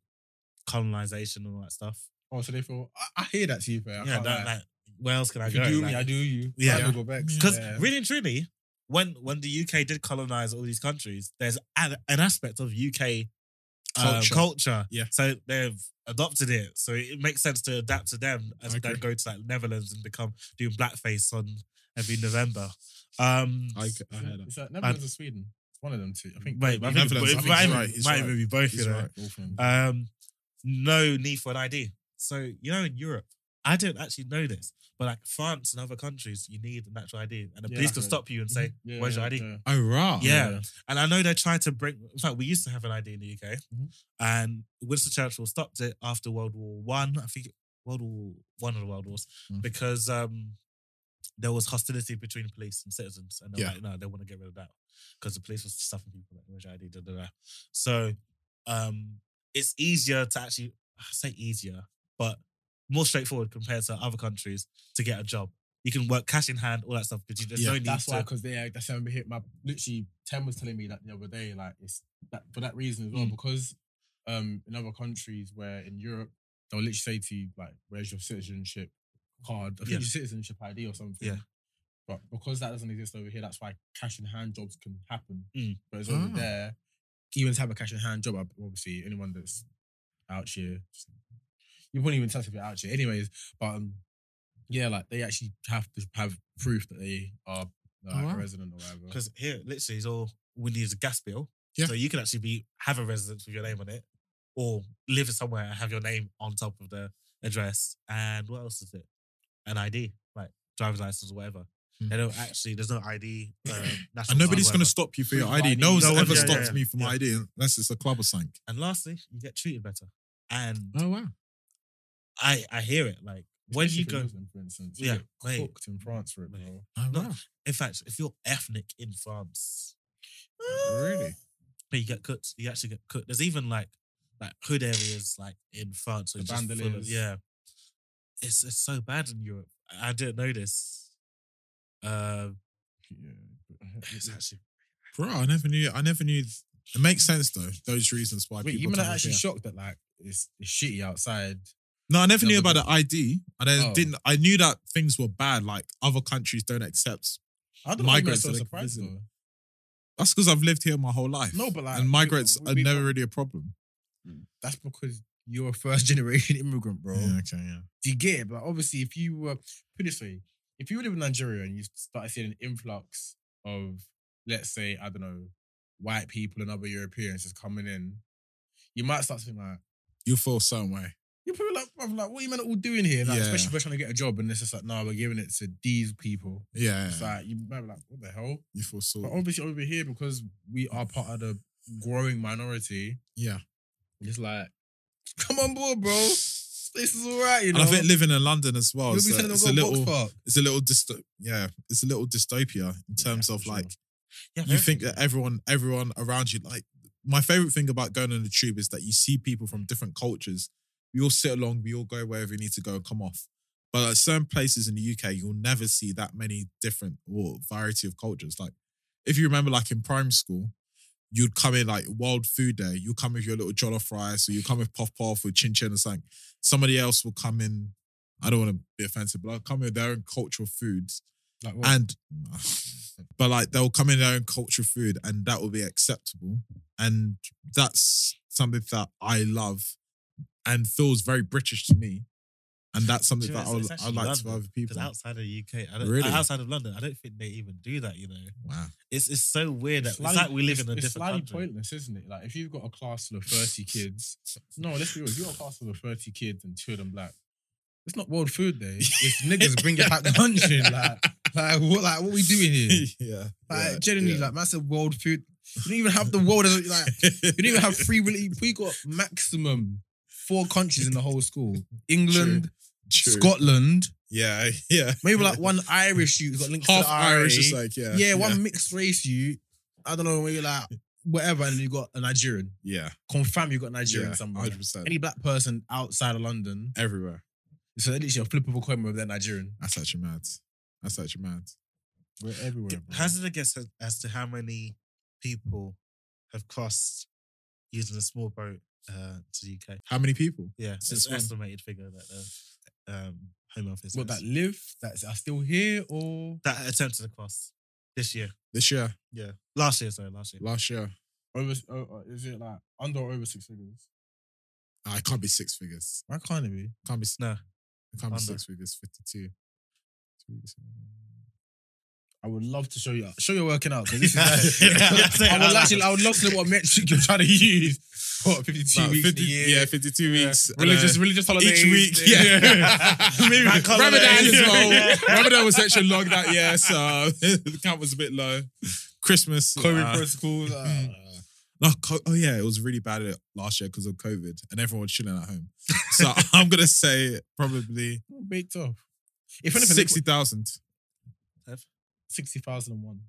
Speaker 2: colonization and all that stuff.
Speaker 1: Oh, so they feel. I, I hear that to you, fair. I
Speaker 2: yeah,
Speaker 1: can't
Speaker 2: that,
Speaker 1: lie.
Speaker 2: like, where else can I
Speaker 1: If you
Speaker 2: go?
Speaker 1: do me, I do you.
Speaker 2: Yeah.
Speaker 1: I'll go back.
Speaker 2: Because
Speaker 1: Yeah.
Speaker 2: really and truly, when when the UK did colonize all these countries, there's an, an aspect of UK culture.
Speaker 3: Culture.
Speaker 2: culture.
Speaker 3: Yeah.
Speaker 2: So they've adopted it. So it makes sense to adapt to them as
Speaker 3: I
Speaker 2: they
Speaker 3: agree.
Speaker 2: go to like Netherlands and become doing blackface on every November. Um,
Speaker 3: I, I heard that.
Speaker 1: It's like Netherlands or Sweden. It's one of them two. I think.
Speaker 2: Wait, I think,
Speaker 3: Netherlands,
Speaker 2: it
Speaker 3: I think
Speaker 2: might,
Speaker 3: he's
Speaker 2: even-
Speaker 3: right, he's
Speaker 2: might
Speaker 3: right.
Speaker 2: even be both, you
Speaker 3: He's
Speaker 2: know.
Speaker 3: right.
Speaker 2: Um, no need for an ID. So, you know, in Europe, I don't actually know this, but like France and other countries, you need an actual ID. And the
Speaker 1: Yeah,
Speaker 2: police
Speaker 1: I
Speaker 2: can
Speaker 1: heard.
Speaker 2: stop you and
Speaker 3: Mm-hmm.
Speaker 2: say,
Speaker 1: Yeah,
Speaker 2: Where's your
Speaker 1: yeah,
Speaker 2: ID?
Speaker 1: yeah.
Speaker 3: Oh, right.
Speaker 2: Yeah. And I know they're trying to bring, in fact, we used to have an ID in the UK,
Speaker 3: Mm-hmm.
Speaker 1: Mhm.
Speaker 2: and Winston Churchill stopped it after World War One. I, think World War One of the World Wars,
Speaker 3: Mm.
Speaker 2: because um, there was hostility between police and citizens, and they're
Speaker 3: Yeah.
Speaker 2: like, no, they want to get rid of that because the police was stuffing people like where's your ID, da da da. So, um, it's easier to actually I say easier, but more straightforward compared to other countries to get a job. You can work cash in hand, all that stuff, because there's
Speaker 3: Yeah.
Speaker 2: no need
Speaker 1: That's
Speaker 2: to.
Speaker 1: why, because they uh, that's how I hit my literally Tem was telling me that the other day, like it's that for that reason as well,
Speaker 2: Mm.
Speaker 1: because um in other countries where in Europe they'll literally say to you like, "Where's your citizenship card? I think
Speaker 2: Yeah.
Speaker 1: your citizenship ID or something."
Speaker 2: Yeah.
Speaker 1: But because that doesn't exist over here, that's why cash in hand jobs can happen.
Speaker 2: Mm.
Speaker 1: But it's over
Speaker 3: Ah.
Speaker 1: there, even to have a cash in hand job, ob- obviously anyone that's out here, you wouldn't even touch if you're out here, anyways. But um, yeah, like they actually have to have proof that they are like,
Speaker 3: Oh, wow.
Speaker 1: a resident or whatever.
Speaker 2: Because here, literally, it's all we need is a gas bill.
Speaker 3: Yeah.
Speaker 2: So you can actually be have a residence with your name on it, or live somewhere and have your name on top of the address. And what else is it? An ID, like driver's license or whatever.
Speaker 3: Mm.
Speaker 2: They don't actually. There's no ID. Uh, national card,
Speaker 3: And nobody's going
Speaker 2: whatever.
Speaker 3: to stop you for your
Speaker 1: Proof of
Speaker 3: ID.
Speaker 1: ID.
Speaker 3: No one's
Speaker 2: No one-
Speaker 3: ever
Speaker 2: yeah,
Speaker 3: stopped
Speaker 2: yeah,
Speaker 3: me for my
Speaker 2: yeah.
Speaker 3: ID unless it's a club or something.
Speaker 2: And lastly, you get treated better. And
Speaker 3: Oh, wow.
Speaker 2: I I hear it. Like when
Speaker 1: Especially
Speaker 2: you
Speaker 1: if
Speaker 2: go,
Speaker 1: you're Muslim, for instance, you
Speaker 2: Yeah,
Speaker 1: get
Speaker 2: wait.
Speaker 1: cooked in France for it,
Speaker 2: Wait.
Speaker 1: bro.
Speaker 3: Oh,
Speaker 2: No. in fact, if you're ethnic in France, ah,
Speaker 3: wow. Really?
Speaker 2: you get cooked. You actually get cooked. There's even like like hood areas like in France. Or
Speaker 1: The
Speaker 2: just full of,
Speaker 1: bandoliers.
Speaker 2: yeah. It's it's so bad in Europe. I- I didn't know this. Uh,
Speaker 1: Yeah.
Speaker 2: it's actually
Speaker 3: Bro, I never knew. I never knew. th- It makes sense though. Those reasons why
Speaker 1: Wait, you
Speaker 3: people
Speaker 1: mean
Speaker 3: come
Speaker 1: I'm actually
Speaker 3: here.
Speaker 1: shocked that like it's, it's shitty outside.
Speaker 3: No, I never
Speaker 1: No,
Speaker 3: knew
Speaker 1: but
Speaker 3: about the ID. I then
Speaker 1: Oh.
Speaker 3: didn't. I knew that things were bad. Like other countries don't accept.
Speaker 1: I don't
Speaker 3: Migrants
Speaker 1: know. why I'm
Speaker 3: that
Speaker 1: so
Speaker 3: are
Speaker 1: surprised
Speaker 3: visiting.
Speaker 1: though.
Speaker 3: That's because I've lived here my whole life.
Speaker 1: No, but like,
Speaker 3: and
Speaker 1: we-
Speaker 3: migrants
Speaker 1: we-
Speaker 3: are
Speaker 1: we-
Speaker 3: never really a problem.
Speaker 1: That's because you're a first generation immigrant, bro.
Speaker 3: okay, yeah.
Speaker 1: Do you get it? But obviously, if you were put it this way, if you live in Nigeria and you started seeing an influx of, let's say, I don't know, white people and other Europeans just coming in, you might start to think like.
Speaker 3: You feel some way.
Speaker 1: You're probably like, bruv, like, what are you men all doing here? Like,
Speaker 3: Yeah.
Speaker 1: especially if we're trying to get a job, and it's just like, no, we're giving it to these people.
Speaker 3: Yeah,
Speaker 1: It's like you might be like, what the hell?
Speaker 3: you feel so.
Speaker 1: But um, obviously over here, because we are part of the growing minority,
Speaker 3: yeah,
Speaker 1: it's like, come on board, bro. This is all right, you
Speaker 3: and
Speaker 1: know.
Speaker 3: I think living in London as well.
Speaker 1: You'll be
Speaker 3: It's a,
Speaker 1: telling them
Speaker 3: it's
Speaker 1: go
Speaker 3: a little.
Speaker 1: box park.
Speaker 3: It's a little dysto- Yeah, it's a little dystopia in terms
Speaker 1: for
Speaker 3: of
Speaker 1: sure.
Speaker 3: like
Speaker 2: yeah.
Speaker 3: you think that everyone everyone around you like my favorite thing about going on the tube is that you see people from different cultures we all sit along we all go wherever we need to go and come off but at certain places in the uk you'll never see that many different or variety of cultures like if you remember like in primary school you'd come in like World Food Day. You come with your little jollof rice, or you come with puff puff or chin chin or something. Somebody else will come in. I don't want to be offensive, but I'll come with their own cultural foods,
Speaker 1: Like, what?
Speaker 3: and but like they'll come in their own culture food and that will be acceptable and that's something that i love and feels very british to me and that's something
Speaker 2: Do you know,
Speaker 3: that
Speaker 2: it's-
Speaker 3: I'll,
Speaker 2: it's actually
Speaker 3: i like to
Speaker 2: lovely,
Speaker 3: other
Speaker 2: Because
Speaker 3: people
Speaker 2: outside of the UK, I don't,
Speaker 3: Really?
Speaker 2: outside of London, I don't think they even do that. You know,
Speaker 3: wow
Speaker 2: it's it's so weird that it's,
Speaker 1: slightly-
Speaker 2: like we live in a
Speaker 1: it's
Speaker 2: different
Speaker 1: slightly
Speaker 2: country.
Speaker 1: pointless, isn't it? Like if you've got a class full of thirty kids, no, let's be real. If you've got a class full of thirty kids and two of them black, it's not World Food Day. It's niggas bring it back the luncheon. Like, like what? Like what we doing here?
Speaker 3: yeah
Speaker 1: Like
Speaker 3: yeah,
Speaker 1: generally,
Speaker 3: yeah.
Speaker 1: like that's a world food. You don't even have the world as like you don't even have three. Really, we got maximum four countries in the whole school: England,
Speaker 3: True.
Speaker 1: Scotland,
Speaker 3: yeah yeah
Speaker 1: maybe like one Irish. You got linked
Speaker 3: half
Speaker 1: to the IRA.
Speaker 3: irish is like yeah
Speaker 1: yeah, one mixed race you. I don't know, maybe like whatever, and you got a Nigerian.
Speaker 3: yeah
Speaker 1: Confirm you got Nigerian
Speaker 3: yeah
Speaker 1: somewhere.
Speaker 3: 100%
Speaker 1: Any black person outside of London,
Speaker 3: everywhere
Speaker 1: it's literally a flip of a coin with they're Nigerian.
Speaker 3: that's actually mad that's actually mad
Speaker 1: We're everywhere.
Speaker 3: Mm-hmm.
Speaker 1: bro.
Speaker 2: Hazard a guess as, as to how many people have crossed using a small boat uh, to the UK.
Speaker 3: how many people
Speaker 2: Yeah, it's
Speaker 3: Since
Speaker 2: an
Speaker 3: when?
Speaker 2: estimated figure that the um, Home Office
Speaker 1: what
Speaker 2: has.
Speaker 1: that live that's are still here or
Speaker 2: that attempted to cross this year.
Speaker 3: this year
Speaker 2: Yeah, last year. Sorry, last year.
Speaker 3: last year
Speaker 1: over? oh, oh, is it like under or over six figures?
Speaker 3: i can't be six figures
Speaker 1: Why can't it be?
Speaker 3: can't be
Speaker 2: No,
Speaker 3: It can't be
Speaker 2: Under.
Speaker 3: six figures, 52. Two weeks. uh,
Speaker 1: I would love to show you. Show your working out. 'cause This is
Speaker 2: Yeah, that's it.
Speaker 1: I would actually. I would love to know what metric you're trying to use. What fifty-two
Speaker 3: About
Speaker 1: weeks
Speaker 3: 50
Speaker 1: in a year?
Speaker 3: Yeah, 52 weeks. and, uh,
Speaker 1: Religious, religious holidays.
Speaker 3: each week. Yeah. Maybe
Speaker 2: Bank holiday.
Speaker 3: Ramadan as well.
Speaker 2: Yeah.
Speaker 3: Ramadan was extra long that year, so the count was a bit low. Christmas.
Speaker 1: COVID
Speaker 3: uh,
Speaker 1: protocols. uh,
Speaker 3: no, co- oh, yeah, it was really bad at- last year because of COVID and everyone was chilling at home. So I'm going to say probably
Speaker 1: baked off. If anything, sixty
Speaker 3: 60,000.
Speaker 1: sixty thousand and one.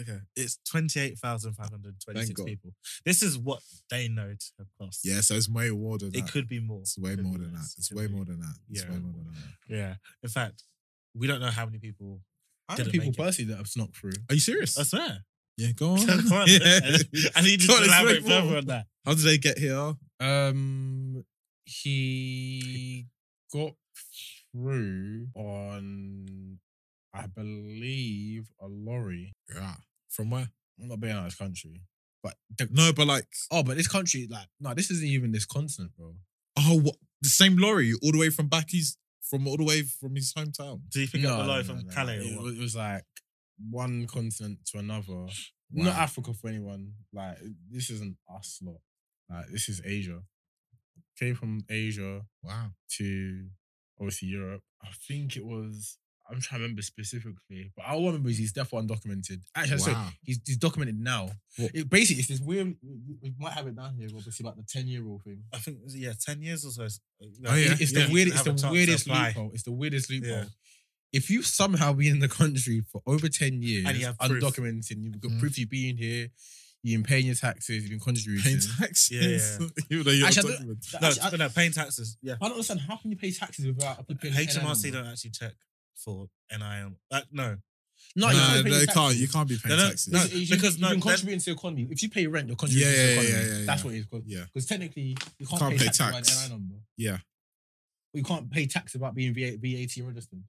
Speaker 2: Okay, it's twenty-eight thousand five hundred
Speaker 3: Thank
Speaker 2: twenty-six
Speaker 3: God.
Speaker 2: people. This is what they know to have crossed.
Speaker 3: Yeah, so it's way more than that.
Speaker 2: it could be more.
Speaker 3: it's way
Speaker 2: Could be
Speaker 3: more than that.
Speaker 2: less.
Speaker 3: It's
Speaker 2: Could
Speaker 3: way
Speaker 2: be-
Speaker 3: more than that. It's
Speaker 2: Yeah.
Speaker 3: way more than that.
Speaker 2: Yeah. In fact, we don't know how many people.
Speaker 1: I know
Speaker 2: Didn't
Speaker 1: people
Speaker 2: make it.
Speaker 1: personally that have snuck through.
Speaker 3: Are you serious?
Speaker 2: I swear.
Speaker 3: yeah, go on.
Speaker 2: Come on.
Speaker 3: Yeah.
Speaker 2: I need you to
Speaker 3: Go on, it's way
Speaker 2: elaborate
Speaker 3: more.
Speaker 2: further on that.
Speaker 3: How did they get here?
Speaker 1: Um, he got through on, I believe, a lorry.
Speaker 3: Yeah. From where?
Speaker 1: I'm not being out of this country, but
Speaker 3: No, but like,
Speaker 1: oh, but this country, like, no, this isn't even this continent, bro.
Speaker 3: oh, what? the same lorry all the way from back. He's from all the way from his hometown.
Speaker 2: Do you pick
Speaker 1: no,
Speaker 2: up the
Speaker 1: no,
Speaker 2: line
Speaker 1: no,
Speaker 2: from
Speaker 1: no, no.
Speaker 2: Calais?
Speaker 1: It,
Speaker 2: Or what?
Speaker 1: was- it was like one continent to another. Not Africa for anyone. Like this isn't us lot. Like this is Asia. Came from Asia
Speaker 3: Wow.
Speaker 1: to obviously Europe. I think it was. I'm trying to remember specifically, but all I remember is he's therefore undocumented. Actually, sorry,
Speaker 3: Wow.
Speaker 1: he's, he's documented now.
Speaker 3: What?
Speaker 1: It, basically, it's this weird. We might have it down here, but it's like the ten year old thing.
Speaker 2: I think yeah, ten years or so.
Speaker 3: Oh, yeah.
Speaker 1: It's the
Speaker 3: you
Speaker 1: weirdest. It's the weirdest loophole. It's the weirdest loophole.
Speaker 2: Yeah.
Speaker 1: If you've somehow been in the country for over ten years,
Speaker 2: And you have proof.
Speaker 1: undocumented, you've got
Speaker 3: Mhm.
Speaker 1: proof you've been here, you've been paying your taxes, you've been contributing.
Speaker 3: Paying taxes.
Speaker 2: Yeah,
Speaker 3: Even though
Speaker 1: Actually,
Speaker 3: you're
Speaker 1: I
Speaker 3: not documented.
Speaker 2: No,
Speaker 1: Actually, I,
Speaker 2: no, paying taxes. Yeah.
Speaker 1: I don't understand how can you pay taxes without applying
Speaker 2: HMRC
Speaker 1: um,
Speaker 2: don't actually check for NIM. Uh, no,
Speaker 1: No,
Speaker 3: No,
Speaker 1: you can't.
Speaker 3: no,
Speaker 1: Pay
Speaker 3: you
Speaker 1: taxes.
Speaker 3: can't. You can't be paying
Speaker 2: No, no,
Speaker 3: taxes.
Speaker 2: no.
Speaker 1: It's- it's-
Speaker 2: because
Speaker 1: you've
Speaker 2: no,
Speaker 1: been
Speaker 2: that-
Speaker 1: contributing to the economy. If you pay rent, you're contributing to
Speaker 3: Yeah,
Speaker 1: the
Speaker 3: yeah,
Speaker 1: economy.
Speaker 3: yeah, yeah, yeah.
Speaker 1: That's what it's called.
Speaker 3: Yeah.
Speaker 1: Because technically, you can't, pay, tax, tax. without an NI number.
Speaker 3: Yeah.
Speaker 1: Or you can't pay tax about being VA, VAT registered.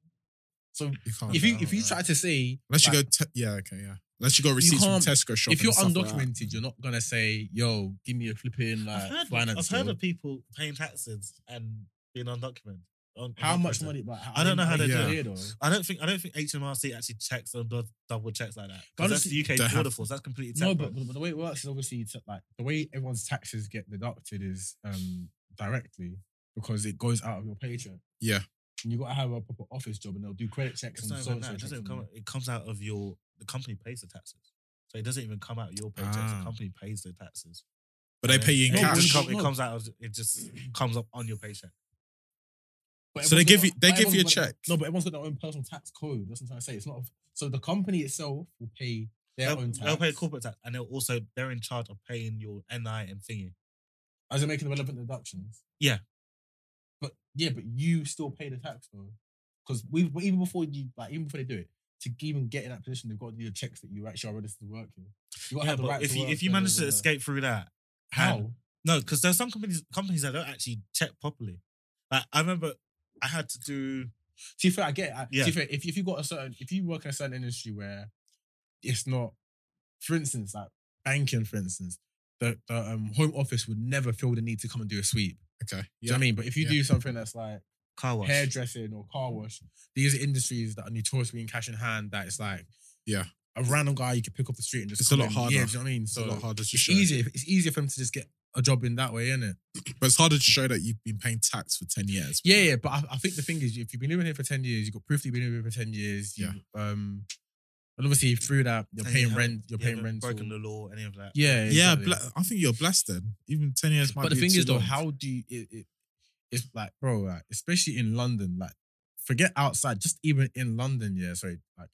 Speaker 1: So
Speaker 3: You can't.
Speaker 1: if you
Speaker 2: Oh,
Speaker 1: if you
Speaker 2: right.
Speaker 1: try to say
Speaker 3: unless you
Speaker 1: like,
Speaker 3: go. Te- yeah. Okay. Yeah. Unless you go receipts from
Speaker 1: can't-
Speaker 3: Tesco shop.
Speaker 1: if you're
Speaker 3: and stuff like that.
Speaker 1: undocumented, you're not gonna say, "Yo, give me a flipping
Speaker 2: I've
Speaker 1: like
Speaker 2: heard, I've
Speaker 1: finance."
Speaker 2: heard
Speaker 1: bill."
Speaker 2: of people paying taxes and being undocumented. Un-
Speaker 1: how much
Speaker 2: undocumented.
Speaker 1: money? But
Speaker 2: I don't know how they
Speaker 3: do
Speaker 1: it
Speaker 2: it.
Speaker 1: here, though.
Speaker 2: I don't think I don't think HMRC actually checks or does double checks like that.
Speaker 1: But
Speaker 2: Because that's the
Speaker 1: honestly-
Speaker 2: UK
Speaker 3: They
Speaker 2: border
Speaker 3: have-
Speaker 2: force. That's completely
Speaker 1: No,
Speaker 2: separate.
Speaker 1: but, but the way it works is obviously it's like the way everyone's taxes get deducted is um directly because it goes out of your paycheck.
Speaker 3: Yeah.
Speaker 1: And you gotta have a proper office job and they'll do credit checks
Speaker 2: it's
Speaker 1: and
Speaker 2: not
Speaker 1: so
Speaker 2: even
Speaker 1: and
Speaker 2: that.
Speaker 1: so
Speaker 2: It doesn't
Speaker 1: checks
Speaker 2: even
Speaker 1: and-
Speaker 2: come. It comes out of your. The company pays the taxes, so it doesn't even come out of your paycheck.
Speaker 3: Ah.
Speaker 2: The company pays the taxes.
Speaker 3: But they
Speaker 2: And
Speaker 3: pay you in
Speaker 2: it just
Speaker 3: cash.
Speaker 1: No,
Speaker 2: come-
Speaker 1: no.
Speaker 2: It comes out. Of, it just comes up on your paycheck.
Speaker 1: But
Speaker 3: So they
Speaker 1: everyone's
Speaker 3: give
Speaker 1: got-
Speaker 3: you- they
Speaker 1: but
Speaker 3: give you
Speaker 1: everyone's
Speaker 3: a
Speaker 1: got-
Speaker 3: check.
Speaker 1: No, but everyone's got their own personal tax code. That's what I'm trying to say. It's not so the company itself will pay their
Speaker 2: They'll,
Speaker 1: own tax.
Speaker 2: they'll pay corporate tax, and they'll also they're in charge of paying your NI and thingy.
Speaker 1: as they're making the relevant deductions.
Speaker 2: Yeah.
Speaker 1: But yeah, but you still pay the tax though, because we even before you like even before they do it to even get in that position, they've got to do the checks that you actually are registered to work here. You got to
Speaker 2: Yeah,
Speaker 1: have the
Speaker 2: but
Speaker 1: right
Speaker 2: if
Speaker 1: to
Speaker 2: you
Speaker 1: work,
Speaker 2: if you
Speaker 1: blah, blah,
Speaker 2: manage to
Speaker 1: blah, blah.
Speaker 2: escape through that, and-
Speaker 1: how?
Speaker 2: No, because there's some companies companies that don't actually check properly. Like I remember I had to do
Speaker 1: See, fair, I get. It. I-
Speaker 2: Yeah.
Speaker 1: See, fair, if if you got a certain, if you work in a certain industry where it's not, for instance, like banking, for instance, the the um, home office would never feel the need to come and do a sweep.
Speaker 3: Okay.
Speaker 1: Do you know what I mean? But if you
Speaker 3: Yeah.
Speaker 1: do something that's like
Speaker 2: Car wash.
Speaker 1: hairdressing or car wash, these are industries that are notoriously in cash in hand. That it's like,
Speaker 3: Yeah.
Speaker 1: a random guy you could pick up the street and just.
Speaker 3: It's a
Speaker 1: come
Speaker 3: lot
Speaker 1: in.
Speaker 3: harder.
Speaker 1: Yeah, do you know what I mean?
Speaker 3: It's
Speaker 1: So
Speaker 3: a lot harder to
Speaker 1: it's
Speaker 3: show.
Speaker 1: easier. It's easier for him to just get a job in that way, isn't it?
Speaker 3: But it's harder to show that you've been paying tax for 10 years.
Speaker 1: Yeah, yeah, but I, I think the thing is, if you've been living here for ten years, you've got proof that you've been living here for ten years. You, Um, and obviously through that, you're
Speaker 2: And you
Speaker 1: paying
Speaker 2: haven't-
Speaker 1: rent. You're
Speaker 2: you
Speaker 1: paying
Speaker 2: haven't
Speaker 1: rent.
Speaker 2: Broken the law, any of that.
Speaker 1: Yeah,
Speaker 3: Yeah,
Speaker 1: exactly.
Speaker 3: bla- I think you're blessed then. Even 10 years might
Speaker 1: but the
Speaker 3: be
Speaker 1: thing
Speaker 3: too
Speaker 1: is, though,
Speaker 3: long.
Speaker 1: how do you? It, it, it's like, bro, like, especially in London, like, forget outside, just even in London, yeah. Sorry, like,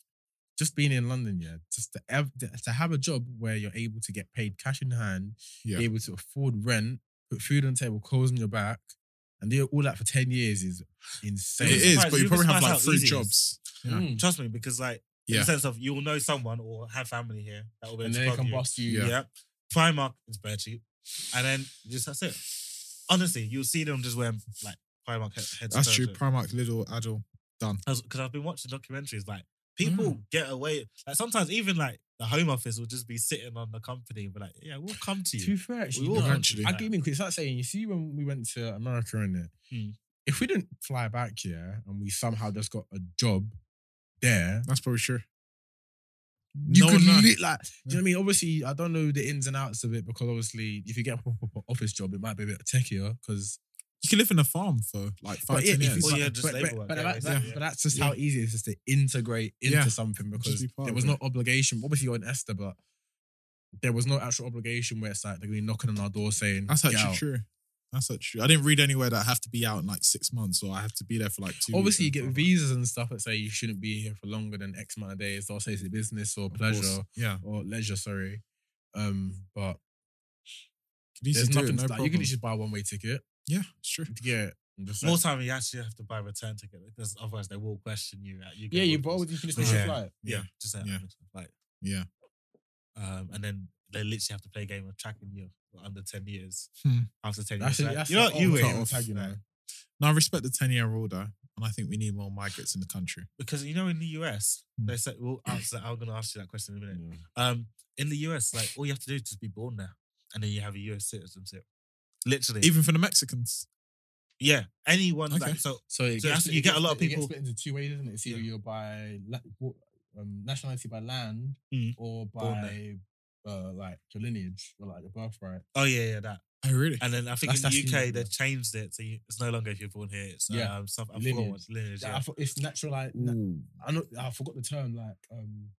Speaker 1: just being in London, yeah. Just to ev- to have a job where you're able to get paid cash in hand,
Speaker 3: Yeah.
Speaker 1: be able to afford rent, put food on the table, clothes on your back, and do all that for ten years is insane.
Speaker 3: It is,
Speaker 2: surprised-
Speaker 3: but you
Speaker 2: you'd be
Speaker 3: probably have
Speaker 2: surprised
Speaker 3: like
Speaker 2: how
Speaker 3: three
Speaker 2: easy it is.
Speaker 3: jobs. Yeah.
Speaker 1: Mm.
Speaker 2: Trust me, because like in
Speaker 3: Yeah.
Speaker 2: the sense of you'll know someone or have family here that will be able
Speaker 1: and
Speaker 2: to
Speaker 1: then they
Speaker 2: plug
Speaker 1: can
Speaker 2: you.
Speaker 1: bust you.
Speaker 2: Yeah. Primark is bare cheap, and then just that's it. Honestly, you'll see them just wearing like Primark head. head
Speaker 3: That's true. Primark, Lidl, Adil.
Speaker 2: Because I've been watching documentaries, like people
Speaker 1: Mm.
Speaker 2: get away. Like sometimes even like the Home Office will just be sitting on the company, and be like, "Yeah, we'll come to
Speaker 1: To be
Speaker 2: you."
Speaker 1: fair,
Speaker 2: We
Speaker 1: actually,
Speaker 2: will
Speaker 1: no,
Speaker 2: come
Speaker 3: Hmm. Eventually.
Speaker 2: to
Speaker 1: I
Speaker 2: you.
Speaker 1: give me it's like saying, you see, when we went to America in it,
Speaker 2: Hmm.
Speaker 1: if we didn't fly back here and we somehow just got a job there,
Speaker 3: That's probably true.
Speaker 1: you
Speaker 3: No
Speaker 1: could
Speaker 3: one knows.
Speaker 1: lit- like, do you know what I mean? Obviously, I don't know the ins and outs of it because obviously, if you get a proper office job, it might be a bit techier because.
Speaker 3: You can live in a farm for like five,
Speaker 1: yeah,
Speaker 3: ten
Speaker 1: if you-
Speaker 3: years. Oh,
Speaker 2: Well,
Speaker 1: but-
Speaker 2: yeah, just
Speaker 1: but-
Speaker 2: labour
Speaker 1: but-
Speaker 2: work,
Speaker 1: but
Speaker 2: yeah,
Speaker 1: that- that-
Speaker 2: yeah.
Speaker 1: but that's just how easy it is to integrate into
Speaker 3: Yeah.
Speaker 1: something because
Speaker 3: be part
Speaker 1: there
Speaker 3: of
Speaker 1: was
Speaker 3: it.
Speaker 1: no obligation. Obviously, you're an Esther, but there was no actual obligation where it's like they're going to be knocking on our door saying,
Speaker 3: That's
Speaker 1: "Get
Speaker 3: actually
Speaker 1: out."
Speaker 3: true. That's actually true. I didn't read anywhere that I have to be out in like six months or I have to be there for like two
Speaker 1: Obviously, you
Speaker 3: weeks
Speaker 1: get
Speaker 3: and blah,
Speaker 1: visas and stuff that say you shouldn't be here for longer than X amount of days. They'll say it's business or
Speaker 3: blah, blah. Of
Speaker 1: pleasure
Speaker 3: course. Yeah.
Speaker 1: or leisure, sorry. Um, but
Speaker 3: Could easily
Speaker 1: there's
Speaker 3: do it,
Speaker 1: nothing
Speaker 3: no
Speaker 1: to that. You can
Speaker 3: problem.
Speaker 1: just buy a one way ticket
Speaker 3: Yeah, it's true.
Speaker 1: to get and just
Speaker 2: More
Speaker 1: like-
Speaker 2: time, you actually have to buy a return ticket because otherwise they will question you. At UK
Speaker 1: yeah, you
Speaker 2: borders.
Speaker 1: both you can just
Speaker 2: Yeah.
Speaker 1: miss your flight.
Speaker 2: Yeah, just that.
Speaker 3: Yeah.
Speaker 2: Like,
Speaker 3: Yeah.
Speaker 2: um, and then they literally have to play a game of tracking you for under ten years.
Speaker 3: Hmm.
Speaker 2: After ten
Speaker 1: That's
Speaker 2: years,
Speaker 1: it,
Speaker 2: like,
Speaker 1: that's
Speaker 2: you know
Speaker 1: the
Speaker 2: what you
Speaker 1: old
Speaker 2: win
Speaker 1: cut-off tag, you know.
Speaker 3: Now I respect the 10 year rule though, and I think we need more migrants in the country.
Speaker 2: because you know in the US
Speaker 3: Hmm.
Speaker 2: they said we'll answer. I'm gonna ask you that question in a minute.
Speaker 1: Yeah.
Speaker 2: Um, in the US, like all you have to do is just be born there, and then you have a US citizenship. Literally,
Speaker 3: Even for the Mexicans.
Speaker 2: yeah, anyone
Speaker 3: Okay.
Speaker 2: like so.
Speaker 1: So, it
Speaker 2: So that's-
Speaker 1: it
Speaker 2: you get a lot of
Speaker 1: it gets
Speaker 2: people-
Speaker 1: split into two ways, isn't it? It's either
Speaker 2: Yeah.
Speaker 1: you're by la- wa- um, nationality by land
Speaker 2: Mm.
Speaker 1: or
Speaker 2: Born
Speaker 1: by uh, like your lineage or like your birthright.
Speaker 2: Oh yeah, yeah, that.
Speaker 3: Oh, really?
Speaker 2: And then I think
Speaker 1: That's-
Speaker 2: in
Speaker 1: that's
Speaker 2: the
Speaker 1: in
Speaker 2: UK
Speaker 1: Europe,
Speaker 2: they
Speaker 1: yeah.
Speaker 2: changed it, so you, it's no longer if you're born here. It's
Speaker 1: Yeah.
Speaker 2: um, South
Speaker 1: Lineage.
Speaker 2: African lineage.
Speaker 1: Yeah,
Speaker 2: Yeah.
Speaker 1: I thought it's natural, like na-
Speaker 2: Hmm.
Speaker 1: I know I forgot the term like um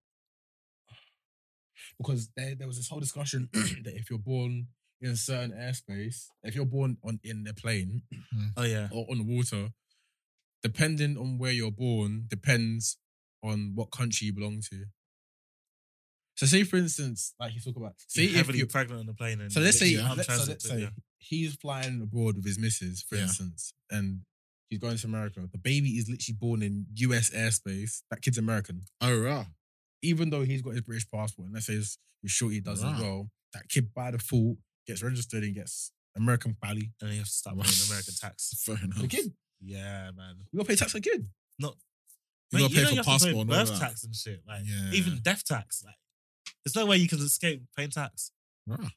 Speaker 1: because there, there was this whole discussion that if you're born in a certain airspace, if you're born on in a plane
Speaker 2: Oh yeah.
Speaker 1: or on the water, depending on where you're born depends on what country you belong to. So say for instance, like you talk about say
Speaker 2: See,
Speaker 1: if
Speaker 2: heavily
Speaker 1: you
Speaker 2: pregnant on the plane. And
Speaker 1: so let's say,
Speaker 2: literally
Speaker 1: let's, so
Speaker 2: untransited,
Speaker 1: let's say
Speaker 2: yeah.
Speaker 1: he's flying abroad with his missus, for
Speaker 3: Yeah.
Speaker 1: instance, and he's going to America. The baby is literally born in US airspace. That kid's American.
Speaker 3: Oh, rah.
Speaker 1: Even though he's got his British passport, and let's say his, his shorty does
Speaker 3: Right.
Speaker 1: as well, that kid by default gets registered and gets American bally.
Speaker 2: and you have to start paying American tax.
Speaker 3: Fair enough.
Speaker 1: The kid,
Speaker 2: Yeah, man.
Speaker 1: you gotta pay tax for the kid.
Speaker 3: You
Speaker 2: Mate, know
Speaker 3: gotta pay for
Speaker 2: you have to
Speaker 3: passport and all
Speaker 2: birth
Speaker 3: that.
Speaker 2: tax and shit. Like
Speaker 3: Yeah.
Speaker 2: even death tax. Like there's no way you can escape paying tax.
Speaker 3: Rah.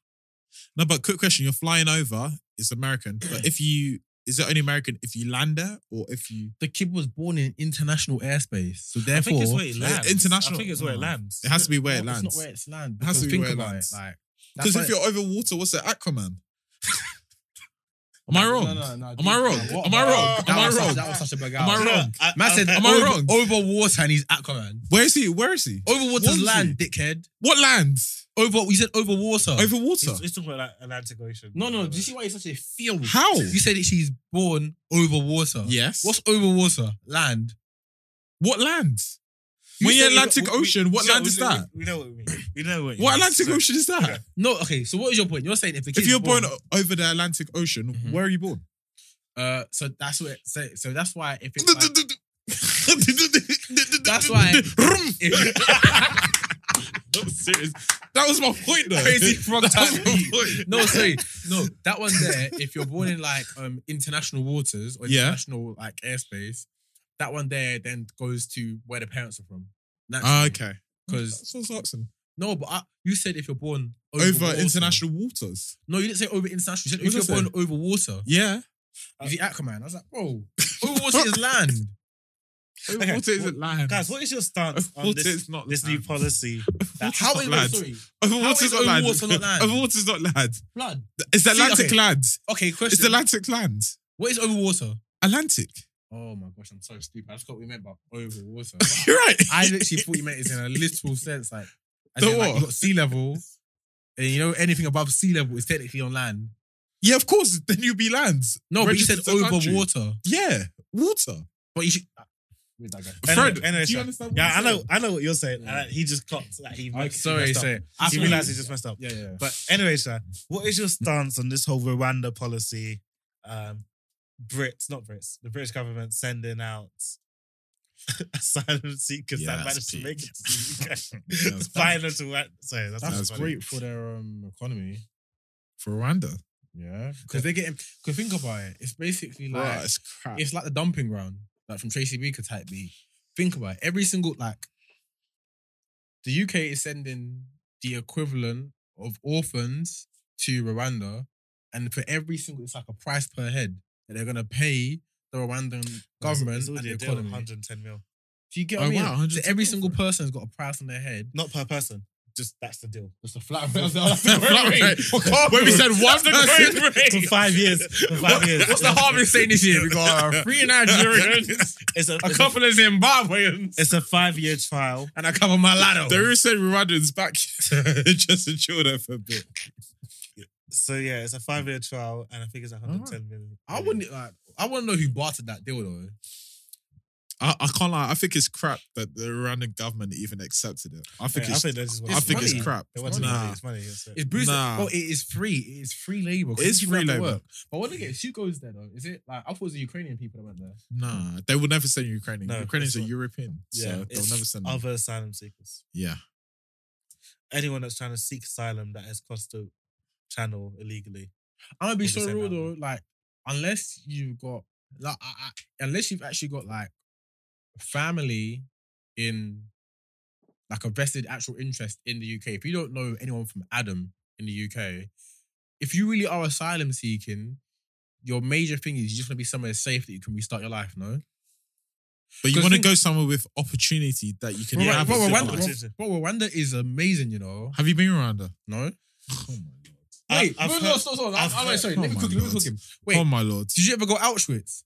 Speaker 3: No, but quick question. You're flying over, it's American. But if you, is it only American if you land there or if you,
Speaker 1: The kid was born in international airspace, so
Speaker 2: I think
Speaker 1: therefore
Speaker 2: it's where it lands.
Speaker 3: international-
Speaker 2: I think it's where it
Speaker 3: Oh.
Speaker 2: lands.
Speaker 3: it has to be where it
Speaker 1: No,
Speaker 3: lands?
Speaker 1: It's not where it's land.
Speaker 3: It has to
Speaker 1: because
Speaker 3: be
Speaker 1: think
Speaker 3: where it
Speaker 1: about
Speaker 3: lands.
Speaker 1: it, like that's
Speaker 3: Because
Speaker 1: why-
Speaker 3: if you're over water, what's it? Aquaman. Am I wrong?
Speaker 1: No, no, no,
Speaker 3: Am I
Speaker 1: dude, no,
Speaker 3: wrong?
Speaker 1: what
Speaker 3: Am I
Speaker 1: about-
Speaker 3: wrong?
Speaker 1: That
Speaker 3: Am I
Speaker 1: was such-
Speaker 3: wrong?
Speaker 1: That was such a big
Speaker 3: Am I
Speaker 1: out.
Speaker 3: wrong?
Speaker 1: Man said,
Speaker 3: Am I
Speaker 1: over-
Speaker 3: wrong?
Speaker 1: Over water and he's Aquaman.
Speaker 3: Where is he? Where is he?
Speaker 1: Over
Speaker 3: What
Speaker 1: water's
Speaker 3: is
Speaker 1: land, dickhead.
Speaker 3: What land?
Speaker 1: Over, you said over water.
Speaker 3: Over water.
Speaker 2: He's, he's talking about like Atlantic Ocean.
Speaker 1: no, no, do you see why he's such a field?
Speaker 3: How?
Speaker 1: You said that she's born over water.
Speaker 3: Yes.
Speaker 1: What's over water? Land.
Speaker 3: what land?
Speaker 1: You
Speaker 3: when
Speaker 1: said
Speaker 3: you're
Speaker 1: you got-
Speaker 3: Atlantic
Speaker 1: we- we-
Speaker 3: Ocean, what
Speaker 2: Yeah,
Speaker 3: land
Speaker 2: we
Speaker 3: is
Speaker 2: know-
Speaker 3: that?
Speaker 2: We know what we mean. We know what.
Speaker 3: What Atlantic Ocean is that?
Speaker 1: No, okay, so what is your point? You're saying if the kid's
Speaker 3: If you're born o- over the Atlantic Ocean,
Speaker 1: Mhm.
Speaker 3: where are you born?
Speaker 1: uh, so that's what, so, so that's why if it's like,
Speaker 3: That's
Speaker 1: why-
Speaker 3: that was serious. That was my point, though.
Speaker 1: Crazy frog
Speaker 3: That was
Speaker 1: type
Speaker 3: my
Speaker 1: beat.
Speaker 3: point.
Speaker 1: No, sorry. No, that one there, if you're born in like um international waters or
Speaker 3: Yeah.
Speaker 1: international like airspace, that one there then goes to where the parents are from.
Speaker 3: Ah, okay.
Speaker 1: 'Cause-
Speaker 3: That's what I was asking.
Speaker 1: No, but I, you said if you're born over,
Speaker 3: Over
Speaker 1: water-
Speaker 3: international waters.
Speaker 1: No, you didn't say over international. You said
Speaker 3: What
Speaker 1: if
Speaker 3: did I
Speaker 1: you're born over water,
Speaker 3: Yeah.
Speaker 1: if you Aquaman, I was like, bro, over water is land.
Speaker 3: Over
Speaker 2: Okay,
Speaker 3: water
Speaker 2: what-
Speaker 3: isn't land.
Speaker 2: Guys, what is your stance
Speaker 3: Over
Speaker 2: on
Speaker 3: water
Speaker 2: this,
Speaker 3: is not
Speaker 2: this new
Speaker 3: land.
Speaker 2: policy? That
Speaker 1: How is
Speaker 3: land.
Speaker 1: sorry,
Speaker 3: Over
Speaker 1: How
Speaker 3: water's
Speaker 1: is
Speaker 3: not
Speaker 1: over
Speaker 3: land.
Speaker 1: water not land?
Speaker 3: Over water's not land.
Speaker 1: blood?
Speaker 3: It's the
Speaker 1: See,
Speaker 3: Atlantic
Speaker 1: okay.
Speaker 3: land.
Speaker 1: Okay, question.
Speaker 3: It's the Atlantic land.
Speaker 1: What is over water?
Speaker 3: Atlantic.
Speaker 1: Oh my gosh, I'm so stupid. I just got what you meant by over water.
Speaker 3: You're right.
Speaker 1: I literally thought you meant it's in a literal sense, like, as
Speaker 3: The
Speaker 1: in, like
Speaker 3: what?
Speaker 1: you got sea level, and you know anything above sea level is technically on land.
Speaker 3: Yeah, of course. Then you'll be lands.
Speaker 1: No, but you said
Speaker 3: Registered to
Speaker 1: over
Speaker 3: country.
Speaker 1: water.
Speaker 3: Yeah, water.
Speaker 1: But you should. With that guy.
Speaker 2: Anyway,
Speaker 3: Fred,
Speaker 2: anyway,
Speaker 3: do you
Speaker 2: sir.
Speaker 3: understand? What
Speaker 2: Yeah, I
Speaker 3: I'm
Speaker 2: know,
Speaker 3: saying?
Speaker 2: I know what you're saying. And, uh, he just clocked that he. messed- he
Speaker 1: sorry,
Speaker 2: messed up.
Speaker 1: sorry.
Speaker 2: He realized he just messed up.
Speaker 1: Yeah, yeah. yeah.
Speaker 2: But anyway, sir, what is your stance on this whole Rwanda policy? Um, Brits, not Brits, the British government sending out asylum seekers
Speaker 3: Yeah,
Speaker 2: that
Speaker 3: that's
Speaker 2: managed to
Speaker 3: peak.
Speaker 2: make it to the
Speaker 3: Yeah,
Speaker 2: UK.
Speaker 3: that's
Speaker 2: Finally, to Rwanda. Sorry, that's,
Speaker 1: that's,
Speaker 3: that's
Speaker 1: great for their um, economy.
Speaker 3: For Rwanda,
Speaker 1: Yeah, because they're getting. Because think about it, it's basically like
Speaker 3: Bruh, it's crap.
Speaker 1: it's like the dumping ground, like from Tracy Beaker type B. Think about it. Every single like, the UK is sending the equivalent of orphans to Rwanda, and for every single, it's like a price per head that they're gonna pay the Rwandan government and the economy.
Speaker 2: 110 mil.
Speaker 1: Do you get
Speaker 3: Oh,
Speaker 1: what I mean?
Speaker 3: wow,
Speaker 1: so
Speaker 3: 100%
Speaker 1: every
Speaker 3: for
Speaker 1: single
Speaker 3: it.
Speaker 1: person's got a price on their head.
Speaker 2: Not per person. Just that's the deal.
Speaker 1: It's a flat
Speaker 2: rate.
Speaker 3: When we said one person,
Speaker 2: For five years. For five years.
Speaker 1: What's the harm in saying this year? We got uh, three Nigerians,
Speaker 2: It's a,
Speaker 1: a
Speaker 2: it's
Speaker 1: couple of Zimbabweans,
Speaker 2: It's a five year trial.
Speaker 1: and I cover my lado.
Speaker 3: they were saying Rwandans back just to chill there for a bit.
Speaker 2: So yeah, it's a five year trial, and I think it's 110 million.
Speaker 1: Oh. I wouldn't. Like, I want to know who bartered that deal though.
Speaker 3: I, I can't lie. I think it's crap that the Rwanda government even accepted it. I think
Speaker 2: Yeah, I
Speaker 3: it's.
Speaker 2: think they just want
Speaker 3: I
Speaker 2: to-
Speaker 3: think
Speaker 1: money.
Speaker 3: it's crap.
Speaker 2: They want to
Speaker 3: Nah.
Speaker 2: money. It's money. It's
Speaker 1: It's Bruce.
Speaker 3: Nah.
Speaker 1: Oh, it is free. It is free labor. 'cause
Speaker 3: It's
Speaker 1: people have
Speaker 3: free
Speaker 1: to
Speaker 3: labor.
Speaker 1: work. But what get who goes there though? Is it like I thought it was the Ukrainian people that went there?
Speaker 3: Nah, they will never send Ukrainian.
Speaker 2: No,
Speaker 3: Ukrainians
Speaker 2: it's
Speaker 3: are
Speaker 2: not.
Speaker 3: European, so they'll
Speaker 2: it's
Speaker 3: never send. Them.
Speaker 2: other asylum seekers.
Speaker 3: Yeah,
Speaker 2: Anyone that's trying to seek asylum that has crossed the channel illegally.
Speaker 1: I'm gonna be
Speaker 2: What
Speaker 1: so
Speaker 2: was it
Speaker 1: real
Speaker 2: now?
Speaker 1: though. Like unless you've got like I, I, unless you've actually got like family in like a vested actual interest in the UK. If you don't know anyone from Adam in the UK, if you really are asylum seeking, your major thing is you just want to be somewhere safe that you can restart your life. No.
Speaker 3: but you
Speaker 1: 'Cause
Speaker 3: want to
Speaker 1: think-
Speaker 3: go somewhere with opportunity that you can
Speaker 1: Bro,
Speaker 3: have.
Speaker 1: bro,
Speaker 3: as
Speaker 1: bro,
Speaker 3: well.
Speaker 2: Rwanda-
Speaker 1: Rwanda, bro, bro, Rwanda is amazing, you know.
Speaker 3: have you been Rwanda?
Speaker 1: No?
Speaker 3: Oh my lord!
Speaker 2: I-
Speaker 1: Wait,
Speaker 2: I've
Speaker 1: no, no,
Speaker 2: heard-
Speaker 1: stop, stop.
Speaker 2: I've
Speaker 1: I'm, I'm
Speaker 2: heard-
Speaker 1: sorry.
Speaker 3: oh
Speaker 1: Let me
Speaker 3: my
Speaker 1: cook, let me
Speaker 3: God.
Speaker 1: cook him. Wait,
Speaker 3: oh my lord!
Speaker 1: did you ever go Auschwitz?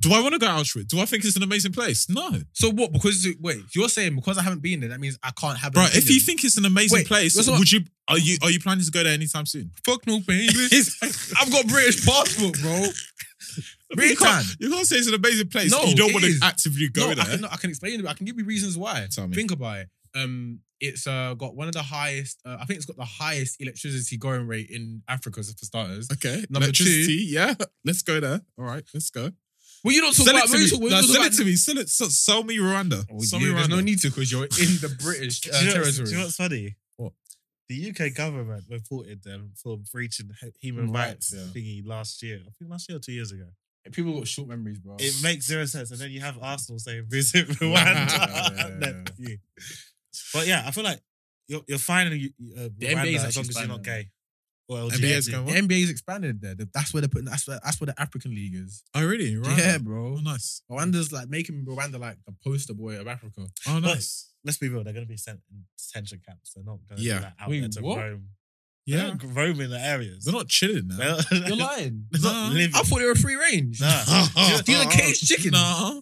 Speaker 3: Do I want to go to Auschwitz? Do I think it's an amazing place? No.
Speaker 1: So what? Because wait, you're saying because I haven't been there, that means I can't have. an
Speaker 3: Bro, if you
Speaker 1: opinion.
Speaker 3: think it's an amazing
Speaker 1: Wait,
Speaker 3: place,
Speaker 1: that's
Speaker 3: would
Speaker 1: what-
Speaker 3: you are you are you planning to go there anytime soon?
Speaker 1: fuck no, baby, I've got British passport, bro.
Speaker 3: you,
Speaker 1: Big time.
Speaker 3: can't, you can't say it's an amazing place.
Speaker 1: No,
Speaker 3: you don't
Speaker 1: it
Speaker 3: want to
Speaker 1: is.
Speaker 3: actively go
Speaker 1: no,
Speaker 3: there.
Speaker 1: I can, no, I can explain it. I can give you reasons why.
Speaker 3: Tell me.
Speaker 1: Think about it. Um, it's uh, got one of the highest. Uh, I think it's got the highest electricity going rate in Africa for starters.
Speaker 3: Okay.
Speaker 1: Number
Speaker 3: Electricity, yeah. Let's go there. All right, let's go.
Speaker 1: Well, you don't talk
Speaker 3: sell
Speaker 1: about.
Speaker 3: it to
Speaker 1: you
Speaker 3: me.
Speaker 1: talk- you
Speaker 3: No,
Speaker 1: talk
Speaker 3: sell
Speaker 1: about-
Speaker 3: it to me. Oh, Sell it. Sell, sell me Rwanda.
Speaker 1: Well,
Speaker 3: sell
Speaker 1: you-
Speaker 3: me
Speaker 1: there's
Speaker 3: Rwanda.
Speaker 1: no need to because you're in the British uh,
Speaker 2: do, you know, what's- do
Speaker 1: territory.
Speaker 2: you know what's funny?
Speaker 3: What?
Speaker 2: The UK government reported them for breaching hu- human rights,
Speaker 1: Rights, yeah.
Speaker 2: thingy last year. I think last year or two years ago.
Speaker 1: People got short memories, bro.
Speaker 3: Oh,
Speaker 2: It makes zero sense. And then you have Arsenal saying visit Rwanda.
Speaker 1: Yeah.
Speaker 2: And then- yeah. But yeah, I feel like you're, you're fine in uh,
Speaker 1: The NBA
Speaker 2: Rwanda
Speaker 1: is actually
Speaker 2: as long as you're not
Speaker 1: fine there.
Speaker 2: gay. Well,
Speaker 3: NBA is
Speaker 2: LGBT.
Speaker 3: going
Speaker 1: the NBA's expanded there. The- That's where they're putting. That's where, that's where the African League is.
Speaker 3: Oh really? Rwanda.
Speaker 1: Yeah,
Speaker 3: Oh
Speaker 1: bro.
Speaker 3: nice.
Speaker 1: Rwanda's like making Rwanda like the poster boy of Africa.
Speaker 2: But-
Speaker 3: Oh nice.
Speaker 2: let's be real, they're going to be sent in detention camps. They're not going to
Speaker 3: Yeah.
Speaker 2: be like, out
Speaker 1: Wait,
Speaker 2: there to
Speaker 1: what?
Speaker 2: roam. They're
Speaker 3: yeah.
Speaker 2: not roaming the areas.
Speaker 3: They're not chilling now.
Speaker 2: They're-
Speaker 1: You're lying.
Speaker 2: they're not
Speaker 3: Nah.
Speaker 2: living.
Speaker 1: I thought they were free range.
Speaker 2: Nah.
Speaker 1: These are caged chickens.
Speaker 3: Nah.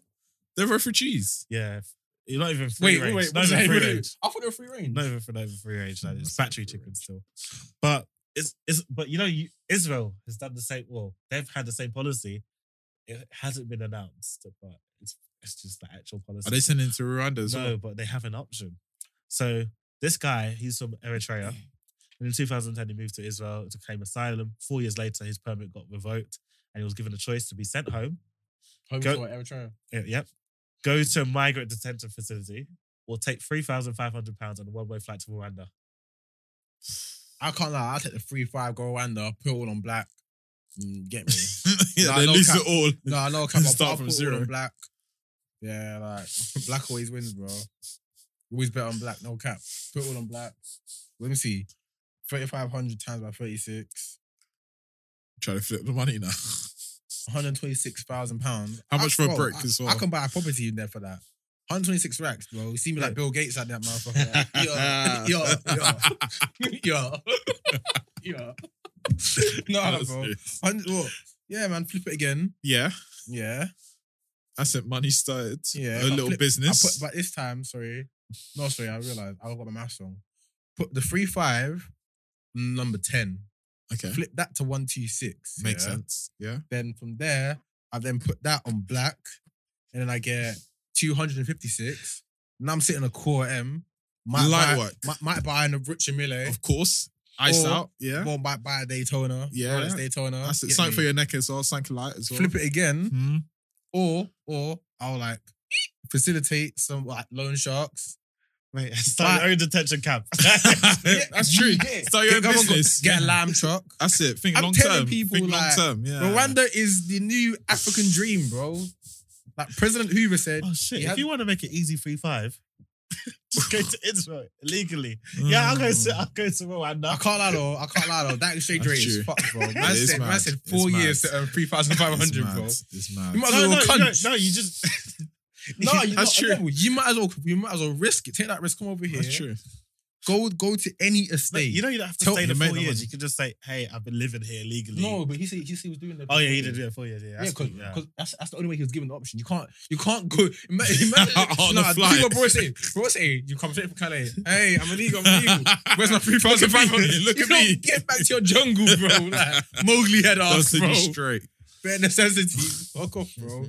Speaker 3: They're refugees.
Speaker 2: Yeah. You're not even
Speaker 1: Wait,
Speaker 2: free
Speaker 1: wait,
Speaker 2: range.
Speaker 1: wait.
Speaker 2: Not
Speaker 1: what's
Speaker 2: even
Speaker 1: that?
Speaker 2: free
Speaker 1: Wait, wait,
Speaker 2: range.
Speaker 1: wait. I thought they were free range.
Speaker 2: Not even for not even free range. That is
Speaker 3: Mm, that's not
Speaker 2: factory
Speaker 3: free
Speaker 2: chicken still. But it's it's but you know you, Israel has done the same. Well, they've had the same policy. It hasn't been announced, but it's it's just the actual policy.
Speaker 3: Are they sending to Rwanda as
Speaker 2: no,
Speaker 3: well?
Speaker 2: but they have an option. So this guy, he's from Eritrea. And in 2010, he moved to Israel to claim asylum. Four years later, his permit got revoked, and he was given a choice to be sent home.
Speaker 1: Home
Speaker 2: Go-
Speaker 1: to whatever trial.
Speaker 2: Yeah, Yep, go to a migrant detention facility, or take three thousand five hundred pounds on a one-way flight to Rwanda.
Speaker 1: I can't lie. I'll take the free five, go Rwanda, put it all on black. Mm, get me.
Speaker 3: yeah,
Speaker 1: Nah,
Speaker 3: they
Speaker 1: no
Speaker 3: lose
Speaker 1: cap.
Speaker 3: it all.
Speaker 1: No, I know I can't. I'll
Speaker 3: Start
Speaker 1: put- I'll
Speaker 3: from
Speaker 1: put it all
Speaker 3: zero.
Speaker 1: on black. Yeah, like black always wins, bro. Always bet on black, no cap. Put all on black. Let me see. 3,500 times by 36.
Speaker 3: Trying to flip the money now.
Speaker 1: 126,000 pounds.
Speaker 3: How much for a
Speaker 1: bro,
Speaker 3: brick
Speaker 1: I,
Speaker 3: as
Speaker 1: I
Speaker 3: well?
Speaker 1: can buy a property in there for that. 126 racks, bro. You see me like Bill Gates like that, motherfucker. Like, yo, yo, yo, yo. No, bro. Hun- what? Yeah, man, flip it again.
Speaker 3: yeah,
Speaker 1: Yeah.
Speaker 3: I sent money started.
Speaker 1: Yeah, I
Speaker 3: a little
Speaker 1: flip- I
Speaker 3: business.
Speaker 1: put, but this time, sorry. No, sorry, I realized I got my math wrong. Put the three five, number ten.
Speaker 3: okay,
Speaker 1: Flip that to one two six.
Speaker 3: makes
Speaker 1: yeah?
Speaker 3: sense. Yeah,
Speaker 1: Then from there, I then put that on black, and then I get two hundred and fifty six. Now I'm sitting a core M. Might
Speaker 3: Light
Speaker 1: buy,
Speaker 3: work.
Speaker 1: Might, might buy an Richard Mille.
Speaker 3: of course. Ice
Speaker 1: Or-
Speaker 3: out. Yeah,
Speaker 1: Or might buy a Daytona.
Speaker 3: Yeah.
Speaker 1: Rolex Daytona.
Speaker 3: that's it.
Speaker 1: get
Speaker 3: Something for
Speaker 1: me.
Speaker 3: your neck as well. Something light as well.
Speaker 1: Flip it again,
Speaker 3: Hmm.
Speaker 1: or or I'll like facilitate some like loan sharks.
Speaker 2: Mate, start your own detention camp.
Speaker 1: Yeah,
Speaker 3: That's true.
Speaker 1: yeah.
Speaker 3: Start your own
Speaker 1: Get- come on, go-
Speaker 3: business.
Speaker 1: Get a lamb truck.
Speaker 3: That's it. Think
Speaker 1: I'm
Speaker 3: long
Speaker 1: telling
Speaker 3: term.
Speaker 1: people,
Speaker 3: Think long
Speaker 1: like,
Speaker 3: term. Yeah.
Speaker 1: Rwanda is the new African dream, bro. Like President Hoover said,
Speaker 2: Oh shit!
Speaker 1: He
Speaker 2: if
Speaker 1: had-
Speaker 2: you want to make it easy, three five, just go to Israel illegally. Yeah, I'll go
Speaker 3: Hmm.
Speaker 2: to I'll go to
Speaker 1: I
Speaker 2: Rwanda.
Speaker 1: can't lie though, I can't lie though. That exchange
Speaker 3: Mm. That's
Speaker 1: rate is
Speaker 3: true.
Speaker 1: fucked, bro. Man
Speaker 3: It is
Speaker 1: said, man
Speaker 3: mad.
Speaker 1: said
Speaker 3: It's
Speaker 1: four
Speaker 3: mad.
Speaker 1: years to earn three thousand
Speaker 3: It's
Speaker 1: five hundred,
Speaker 3: mad.
Speaker 1: bro.
Speaker 3: It's
Speaker 1: You
Speaker 3: mad.
Speaker 1: might as
Speaker 2: No,
Speaker 1: well
Speaker 2: no, you
Speaker 1: cunt.
Speaker 2: don't- no, you just
Speaker 1: No, you're
Speaker 3: That's
Speaker 1: not
Speaker 3: true.
Speaker 1: level. You might as well. You might as well risk it. Take that risk. Come over here.
Speaker 3: That's true.
Speaker 1: Go, go to any estate.
Speaker 2: you know you don't have to
Speaker 1: Tell
Speaker 2: stay
Speaker 1: me,
Speaker 2: the
Speaker 1: mate,
Speaker 2: four
Speaker 1: no
Speaker 2: years.
Speaker 1: money.
Speaker 2: You can just say, "Hey, I've been living here legally."
Speaker 1: no, but he said he, said he was doing that.
Speaker 2: Oh yeah,
Speaker 1: before.
Speaker 2: he did do it four years. Yeah,
Speaker 1: Yeah,
Speaker 2: that's
Speaker 1: because
Speaker 2: cool, yeah.
Speaker 1: that's, that's the only way he was given the option. You can't you can't go. Ima- Imagine,
Speaker 3: On
Speaker 1: nah,
Speaker 3: the
Speaker 1: see
Speaker 3: fly.
Speaker 1: what Bro say. Bro say you come straight from Calais. Hey, I'm illegal. I'm illegal. Where's my three thousand five hundred?
Speaker 3: Look
Speaker 1: You
Speaker 3: at
Speaker 1: don't
Speaker 3: me.
Speaker 1: Get back to your jungle, bro. Like Mowgli had asked,
Speaker 3: Dustin
Speaker 1: bro.
Speaker 3: you straight.
Speaker 1: Bare necessities. Fuck off, bro.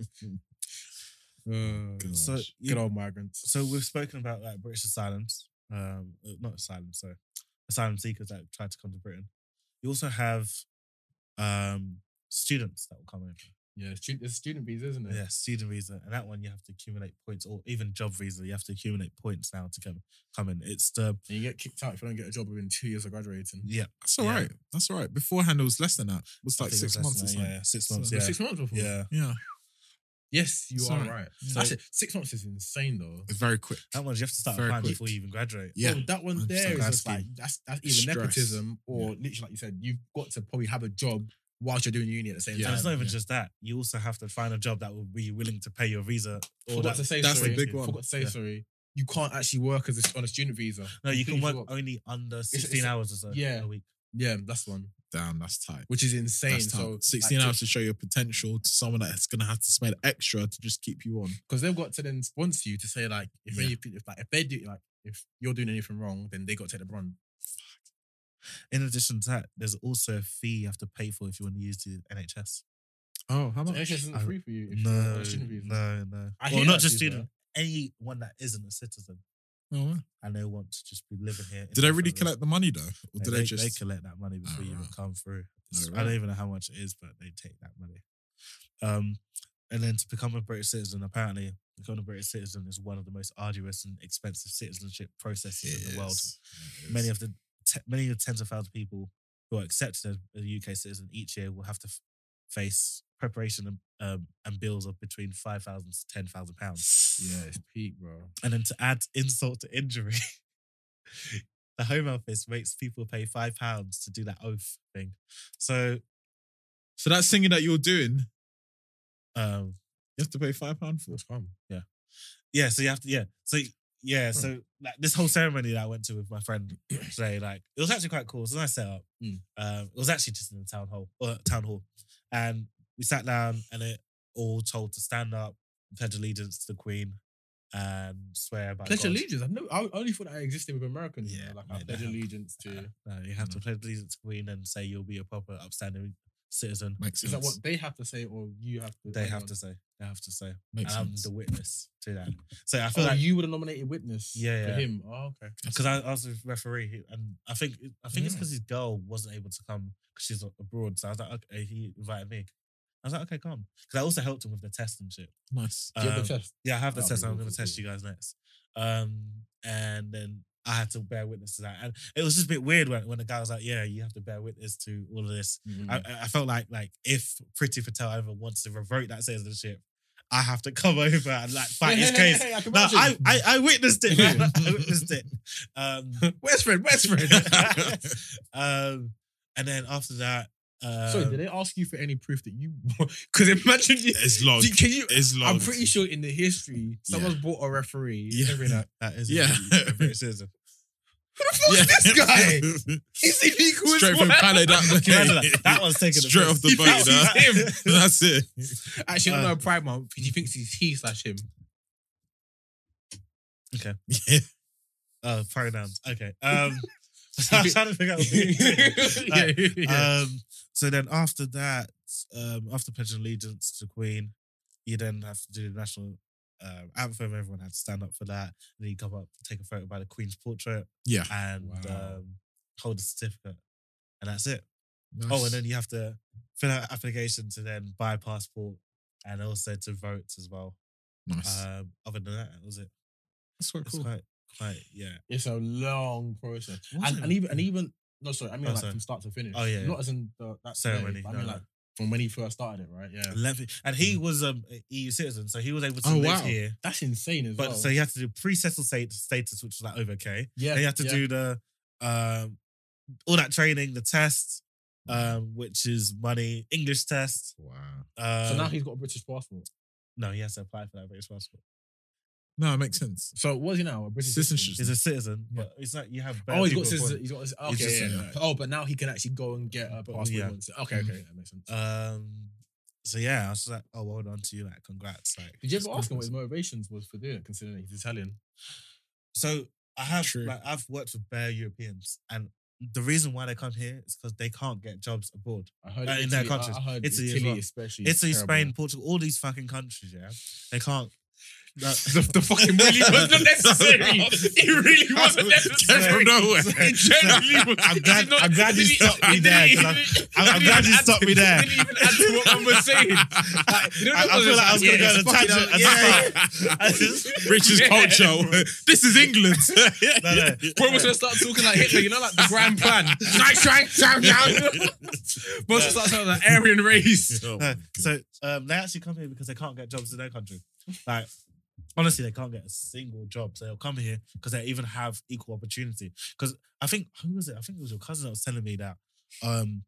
Speaker 1: Uh,
Speaker 2: So you
Speaker 1: good old migrants.
Speaker 2: so we've spoken about like British asylums, um, uh, not asylum, sorry, asylum seekers that tried to come to Britain. You also have um students that will come over.
Speaker 1: Yeah, stu- it's student visa, isn't it?
Speaker 2: Yeah, student visa, and that one you have to accumulate points, or even job visa, you have to accumulate points now to come come in. It's the
Speaker 1: And you get kicked out if you don't get a job within two years of graduating.
Speaker 2: yeah,
Speaker 3: That's all
Speaker 2: Yeah.
Speaker 3: right. That's all right. Beforehand, it was less than that. It was
Speaker 2: I
Speaker 3: like
Speaker 2: think it was
Speaker 3: six
Speaker 2: less
Speaker 3: months
Speaker 2: than
Speaker 3: or
Speaker 2: that,
Speaker 3: something.
Speaker 2: Yeah, yeah, six
Speaker 3: So-
Speaker 2: months.
Speaker 1: It was
Speaker 2: Yeah,
Speaker 1: Six months before.
Speaker 2: yeah.
Speaker 3: Yeah.
Speaker 1: Yes, you
Speaker 3: It's
Speaker 1: are
Speaker 3: alright.
Speaker 1: right.
Speaker 3: So-
Speaker 1: Actually, six months is insane though.
Speaker 3: It's very quick.
Speaker 2: That one's you have to start
Speaker 3: Very
Speaker 2: applying
Speaker 3: quick.
Speaker 2: before you even graduate.
Speaker 3: Yeah.
Speaker 1: Well, that one
Speaker 3: 100%.
Speaker 1: there is just
Speaker 3: Asking.
Speaker 1: like that's that's either
Speaker 3: Stress.
Speaker 1: nepotism or literally like you said, you've got to probably have a job whilst you're doing uni at the same
Speaker 3: Yeah.
Speaker 2: and it's not
Speaker 1: time.
Speaker 2: even
Speaker 3: yeah.
Speaker 2: just that. You also have to find a job that will be willing to pay your visa.
Speaker 1: Forgot
Speaker 2: that-
Speaker 1: to say
Speaker 3: that's the
Speaker 1: sorry.
Speaker 3: big one.
Speaker 1: Forgot to say
Speaker 2: Yeah.
Speaker 1: sorry. You can't actually work as a, on a student visa.
Speaker 2: No, you can
Speaker 1: Completely
Speaker 2: work
Speaker 1: forgot.
Speaker 2: only under
Speaker 1: it's-
Speaker 2: sixteen hours or so
Speaker 1: yeah.
Speaker 2: a week.
Speaker 1: Yeah, that's the one,
Speaker 3: Damn, that's tight.
Speaker 1: which is insane.
Speaker 3: That's tight.
Speaker 1: So
Speaker 3: 16 hours to show your potential to someone that's going to have to spend extra to just keep you on.
Speaker 1: because they've got to then sponsor you to say like if
Speaker 3: Yeah.
Speaker 1: any pe- if like if they do like if you're doing anything wrong, then they got to take the brunt.
Speaker 2: In addition to that, there's also a fee you have to pay for if you want to use the NHS.
Speaker 3: Oh, how
Speaker 1: So NHS isn't
Speaker 2: I-
Speaker 1: free for you if you're
Speaker 2: No,
Speaker 1: on a student visa.
Speaker 2: no, no.
Speaker 1: I
Speaker 2: well,
Speaker 1: hear that
Speaker 2: not just
Speaker 1: too, bro.
Speaker 2: student. Anyone that isn't a citizen
Speaker 3: Oh, wow.
Speaker 2: and they want to just be living here.
Speaker 3: Did they really
Speaker 2: indefinitely.
Speaker 3: collect the money, though? Or
Speaker 2: They,
Speaker 3: did
Speaker 2: they,
Speaker 3: they,
Speaker 2: they
Speaker 3: just. Ah,
Speaker 2: collect that money before you even
Speaker 3: right.
Speaker 2: come through. It's-
Speaker 3: Oh,
Speaker 2: I don't
Speaker 3: right.
Speaker 2: even know how much it is, but they take that money. Um, and then to become a British citizen, apparently becoming a British citizen is one of the most arduous and expensive citizenship processes in the world. Many of the te- many of the tens of thousands of people who are accepted as a UK citizen each year will have to f- face preparation and, um, and bills of between five thousand to ten thousand pounds.
Speaker 1: Yeah, it's peak, bro.
Speaker 2: And then to add insult to injury, the Home Office makes people pay five pounds to do that oath thing. So,
Speaker 3: So that singing that you're doing,
Speaker 2: um,
Speaker 3: you have to pay £5 pound for.
Speaker 1: That's calm.
Speaker 2: yeah, so you have to, yeah, so yeah, so like this whole ceremony that I went to with my friend today, like it was actually quite cool. It was a nice setup.
Speaker 1: Mm.
Speaker 2: Um, it was actually just in the town hall, uh, town hall, and we sat down and it all told to stand up, pledge allegiance to the Queen, and swear by
Speaker 1: Pledge
Speaker 2: God.
Speaker 1: allegiance. I know. I only thought that existed with Americans. Yeah,
Speaker 2: Yeah,
Speaker 1: like I
Speaker 2: mate, they
Speaker 1: pledge
Speaker 2: have.
Speaker 1: allegiance to.
Speaker 2: No, you have to pledge allegiance to the Queen and say you'll be a proper upstanding citizen.
Speaker 3: Makes
Speaker 1: Is
Speaker 3: sense.
Speaker 1: that what they have to say, or you have to?
Speaker 2: They
Speaker 1: hang
Speaker 2: have
Speaker 1: on.
Speaker 2: to say. They have to say.
Speaker 3: Makes
Speaker 2: I'm
Speaker 3: sense.
Speaker 2: the witness to that. So I
Speaker 1: Oh,
Speaker 2: feel like
Speaker 1: you would have nominated witness.
Speaker 2: Yeah,
Speaker 1: for
Speaker 2: yeah.
Speaker 1: him. Oh, okay.
Speaker 2: because I, I was a referee who- and I think I think it's
Speaker 3: Yeah.
Speaker 2: because his girl wasn't able to come because she's abroad. So I was like, okay, he invited me. I was like, okay, come. Because I also helped him with the test and shit.
Speaker 3: Nice.
Speaker 1: Do you
Speaker 2: Um,
Speaker 1: have the test?
Speaker 2: Yeah, I have the
Speaker 1: That'll
Speaker 2: test.
Speaker 1: be
Speaker 2: I'm
Speaker 1: really
Speaker 2: going to test
Speaker 1: cool.
Speaker 2: you guys next. Um, and then I had to bear witness to that, and it was just a bit weird when, when the guy was like, "Yeah, you have to bear witness to mm-hmm.
Speaker 3: Mm.
Speaker 2: all of this." I, I- I felt like like if Pretty Patel ever wants to revert that citizenship, I have to come over and like fight his
Speaker 1: Hey, hey, hey,
Speaker 2: case.
Speaker 1: hey, I can
Speaker 2: No,
Speaker 1: watch
Speaker 2: I,
Speaker 1: it.
Speaker 2: I I witnessed it. man. I witnessed it. Um,
Speaker 1: Where's Fred? Where's Fred?
Speaker 2: um, and then after that, um,
Speaker 1: Sorry, did they ask you for any proof that you? Because imagine you.
Speaker 3: It's
Speaker 2: Oh,
Speaker 3: logged.
Speaker 1: Can you?
Speaker 3: It's logged.
Speaker 1: I'm pretty sure in the history, someone's brought a referee.
Speaker 3: Yeah.
Speaker 1: Every night.
Speaker 2: that is
Speaker 3: Yeah.
Speaker 2: a British citizen.
Speaker 1: Who the fuck's this guy? He's illegal. as
Speaker 3: Straight from
Speaker 1: well.
Speaker 3: Palais that
Speaker 2: Can you imagine that? That one's taking
Speaker 3: Straight off the boat.
Speaker 2: piss.
Speaker 3: That.
Speaker 2: That was him.
Speaker 3: That's it.
Speaker 1: Actually,
Speaker 2: Uh,
Speaker 1: no, Pride Month. He thinks he's he slash him.
Speaker 3: Yeah.
Speaker 2: Oh, pronouns. Okay. Um, I was trying to figure out. What we were doing.
Speaker 1: yeah, yeah.
Speaker 2: Um, so then after that, um, after pledging allegiance to the Queen, you then have to do the national um, anthem. Everyone had to stand up for that. Then you come up, take a photo by the Queen's portrait,
Speaker 3: Yeah.
Speaker 2: and
Speaker 1: Wow.
Speaker 2: um, hold a certificate, and that's it. Oh, and then you have to fill out an application to then buy a passport and also to vote as well.
Speaker 1: uh,
Speaker 3: nice.
Speaker 2: Um, other than that, that was it.
Speaker 3: That's quite
Speaker 2: It's quite, quite, yeah.
Speaker 1: it's a long process,
Speaker 2: Was
Speaker 1: and,
Speaker 2: it?
Speaker 1: and even and even no, sorry, I mean
Speaker 2: Oh,
Speaker 1: like
Speaker 2: sorry.
Speaker 1: from start to finish.
Speaker 2: Oh, yeah,
Speaker 1: not
Speaker 2: yeah.
Speaker 1: as in the, that
Speaker 2: Ceremony,
Speaker 1: ceremony. I
Speaker 2: no,
Speaker 1: mean
Speaker 2: no.
Speaker 1: like Mm. from when he first started it, right? Yeah,
Speaker 2: Levy. And he was um, an EU citizen, so he was able to
Speaker 3: Oh,
Speaker 2: live
Speaker 3: wow.
Speaker 2: here.
Speaker 1: that's insane as
Speaker 2: But
Speaker 1: well.
Speaker 2: so he had to do pre-settled state status, which was like over okay.
Speaker 1: yeah,
Speaker 2: Then he had to
Speaker 1: yeah.
Speaker 2: do the um, all that training, the test, um, which is money, English test.
Speaker 3: Wow.
Speaker 2: Um,
Speaker 1: Mm-hmm. So now he's got a British passport.
Speaker 2: no, he has to apply for that British passport.
Speaker 3: No, it makes sense.
Speaker 1: So what is he now? A British
Speaker 3: Citizenship.
Speaker 2: He's a citizen, but it's like you have.
Speaker 1: Oh, he's got
Speaker 2: people
Speaker 1: his.
Speaker 2: born-
Speaker 1: He's got his. Okay,
Speaker 2: He's just
Speaker 1: yeah,
Speaker 3: saying
Speaker 1: yeah.
Speaker 3: that.
Speaker 1: Oh, but now he can actually go and get a passport.
Speaker 2: yeah. Mm-hmm.
Speaker 1: once. Okay, okay, that makes sense.
Speaker 2: Um, so yeah, I was just like, oh, well done to you, like, congrats. Like,
Speaker 1: Did you
Speaker 2: it's
Speaker 1: ever ask him what
Speaker 2: congrats.
Speaker 1: his motivations was for doing it, considering that he's Italian?
Speaker 2: So I have,
Speaker 3: True.
Speaker 2: like, I've worked with bare Europeans, and the reason why they come here is because they can't get jobs abroad.
Speaker 1: I heard
Speaker 2: Uh, in
Speaker 1: Italy,
Speaker 2: their
Speaker 1: I-
Speaker 2: countries.
Speaker 1: I heard
Speaker 2: Italy
Speaker 1: Italy,
Speaker 2: as well.
Speaker 1: especially. is
Speaker 2: Italy,
Speaker 1: terrible.
Speaker 2: Spain, Portugal, all these fucking countries, yeah, they can't.
Speaker 1: the, the fucking really wasn't necessary. It really wasn't
Speaker 3: Came
Speaker 1: necessary.
Speaker 3: from nowhere.
Speaker 1: It generally was.
Speaker 2: I'm
Speaker 1: It
Speaker 2: glad-
Speaker 1: did not-
Speaker 2: I'm glad you
Speaker 1: it didn't-
Speaker 2: stopped me
Speaker 1: it
Speaker 2: there,
Speaker 1: didn't
Speaker 2: 'cause
Speaker 1: even-
Speaker 2: I'm- I'm
Speaker 1: it
Speaker 2: glad
Speaker 1: didn't
Speaker 2: you
Speaker 1: add
Speaker 2: stopped
Speaker 1: to-
Speaker 2: me there.
Speaker 1: It didn't even add to what I was saying. Like, you know,
Speaker 2: I- I
Speaker 1: that was
Speaker 2: feel like I was gonna go on
Speaker 1: it's
Speaker 2: a
Speaker 1: fucking-
Speaker 2: tangent and
Speaker 1: Yeah.
Speaker 2: that's I just-
Speaker 3: Rich's
Speaker 1: Yeah,
Speaker 3: culture.
Speaker 1: bro.
Speaker 3: this is England.
Speaker 2: No, no.
Speaker 1: Bro, we're gonna start talking like Hitler, you know, like the grand plan. Try, try, try, try. We're gonna start talking like Aryan race.
Speaker 3: Oh
Speaker 2: No,
Speaker 3: my God.
Speaker 2: so um, they actually come here because they can't get jobs in their country. Like, honestly, they can't get a single job. So they'll come here because they even have equal opportunity. Because I think who was it? I think it was your cousin that was telling me that um,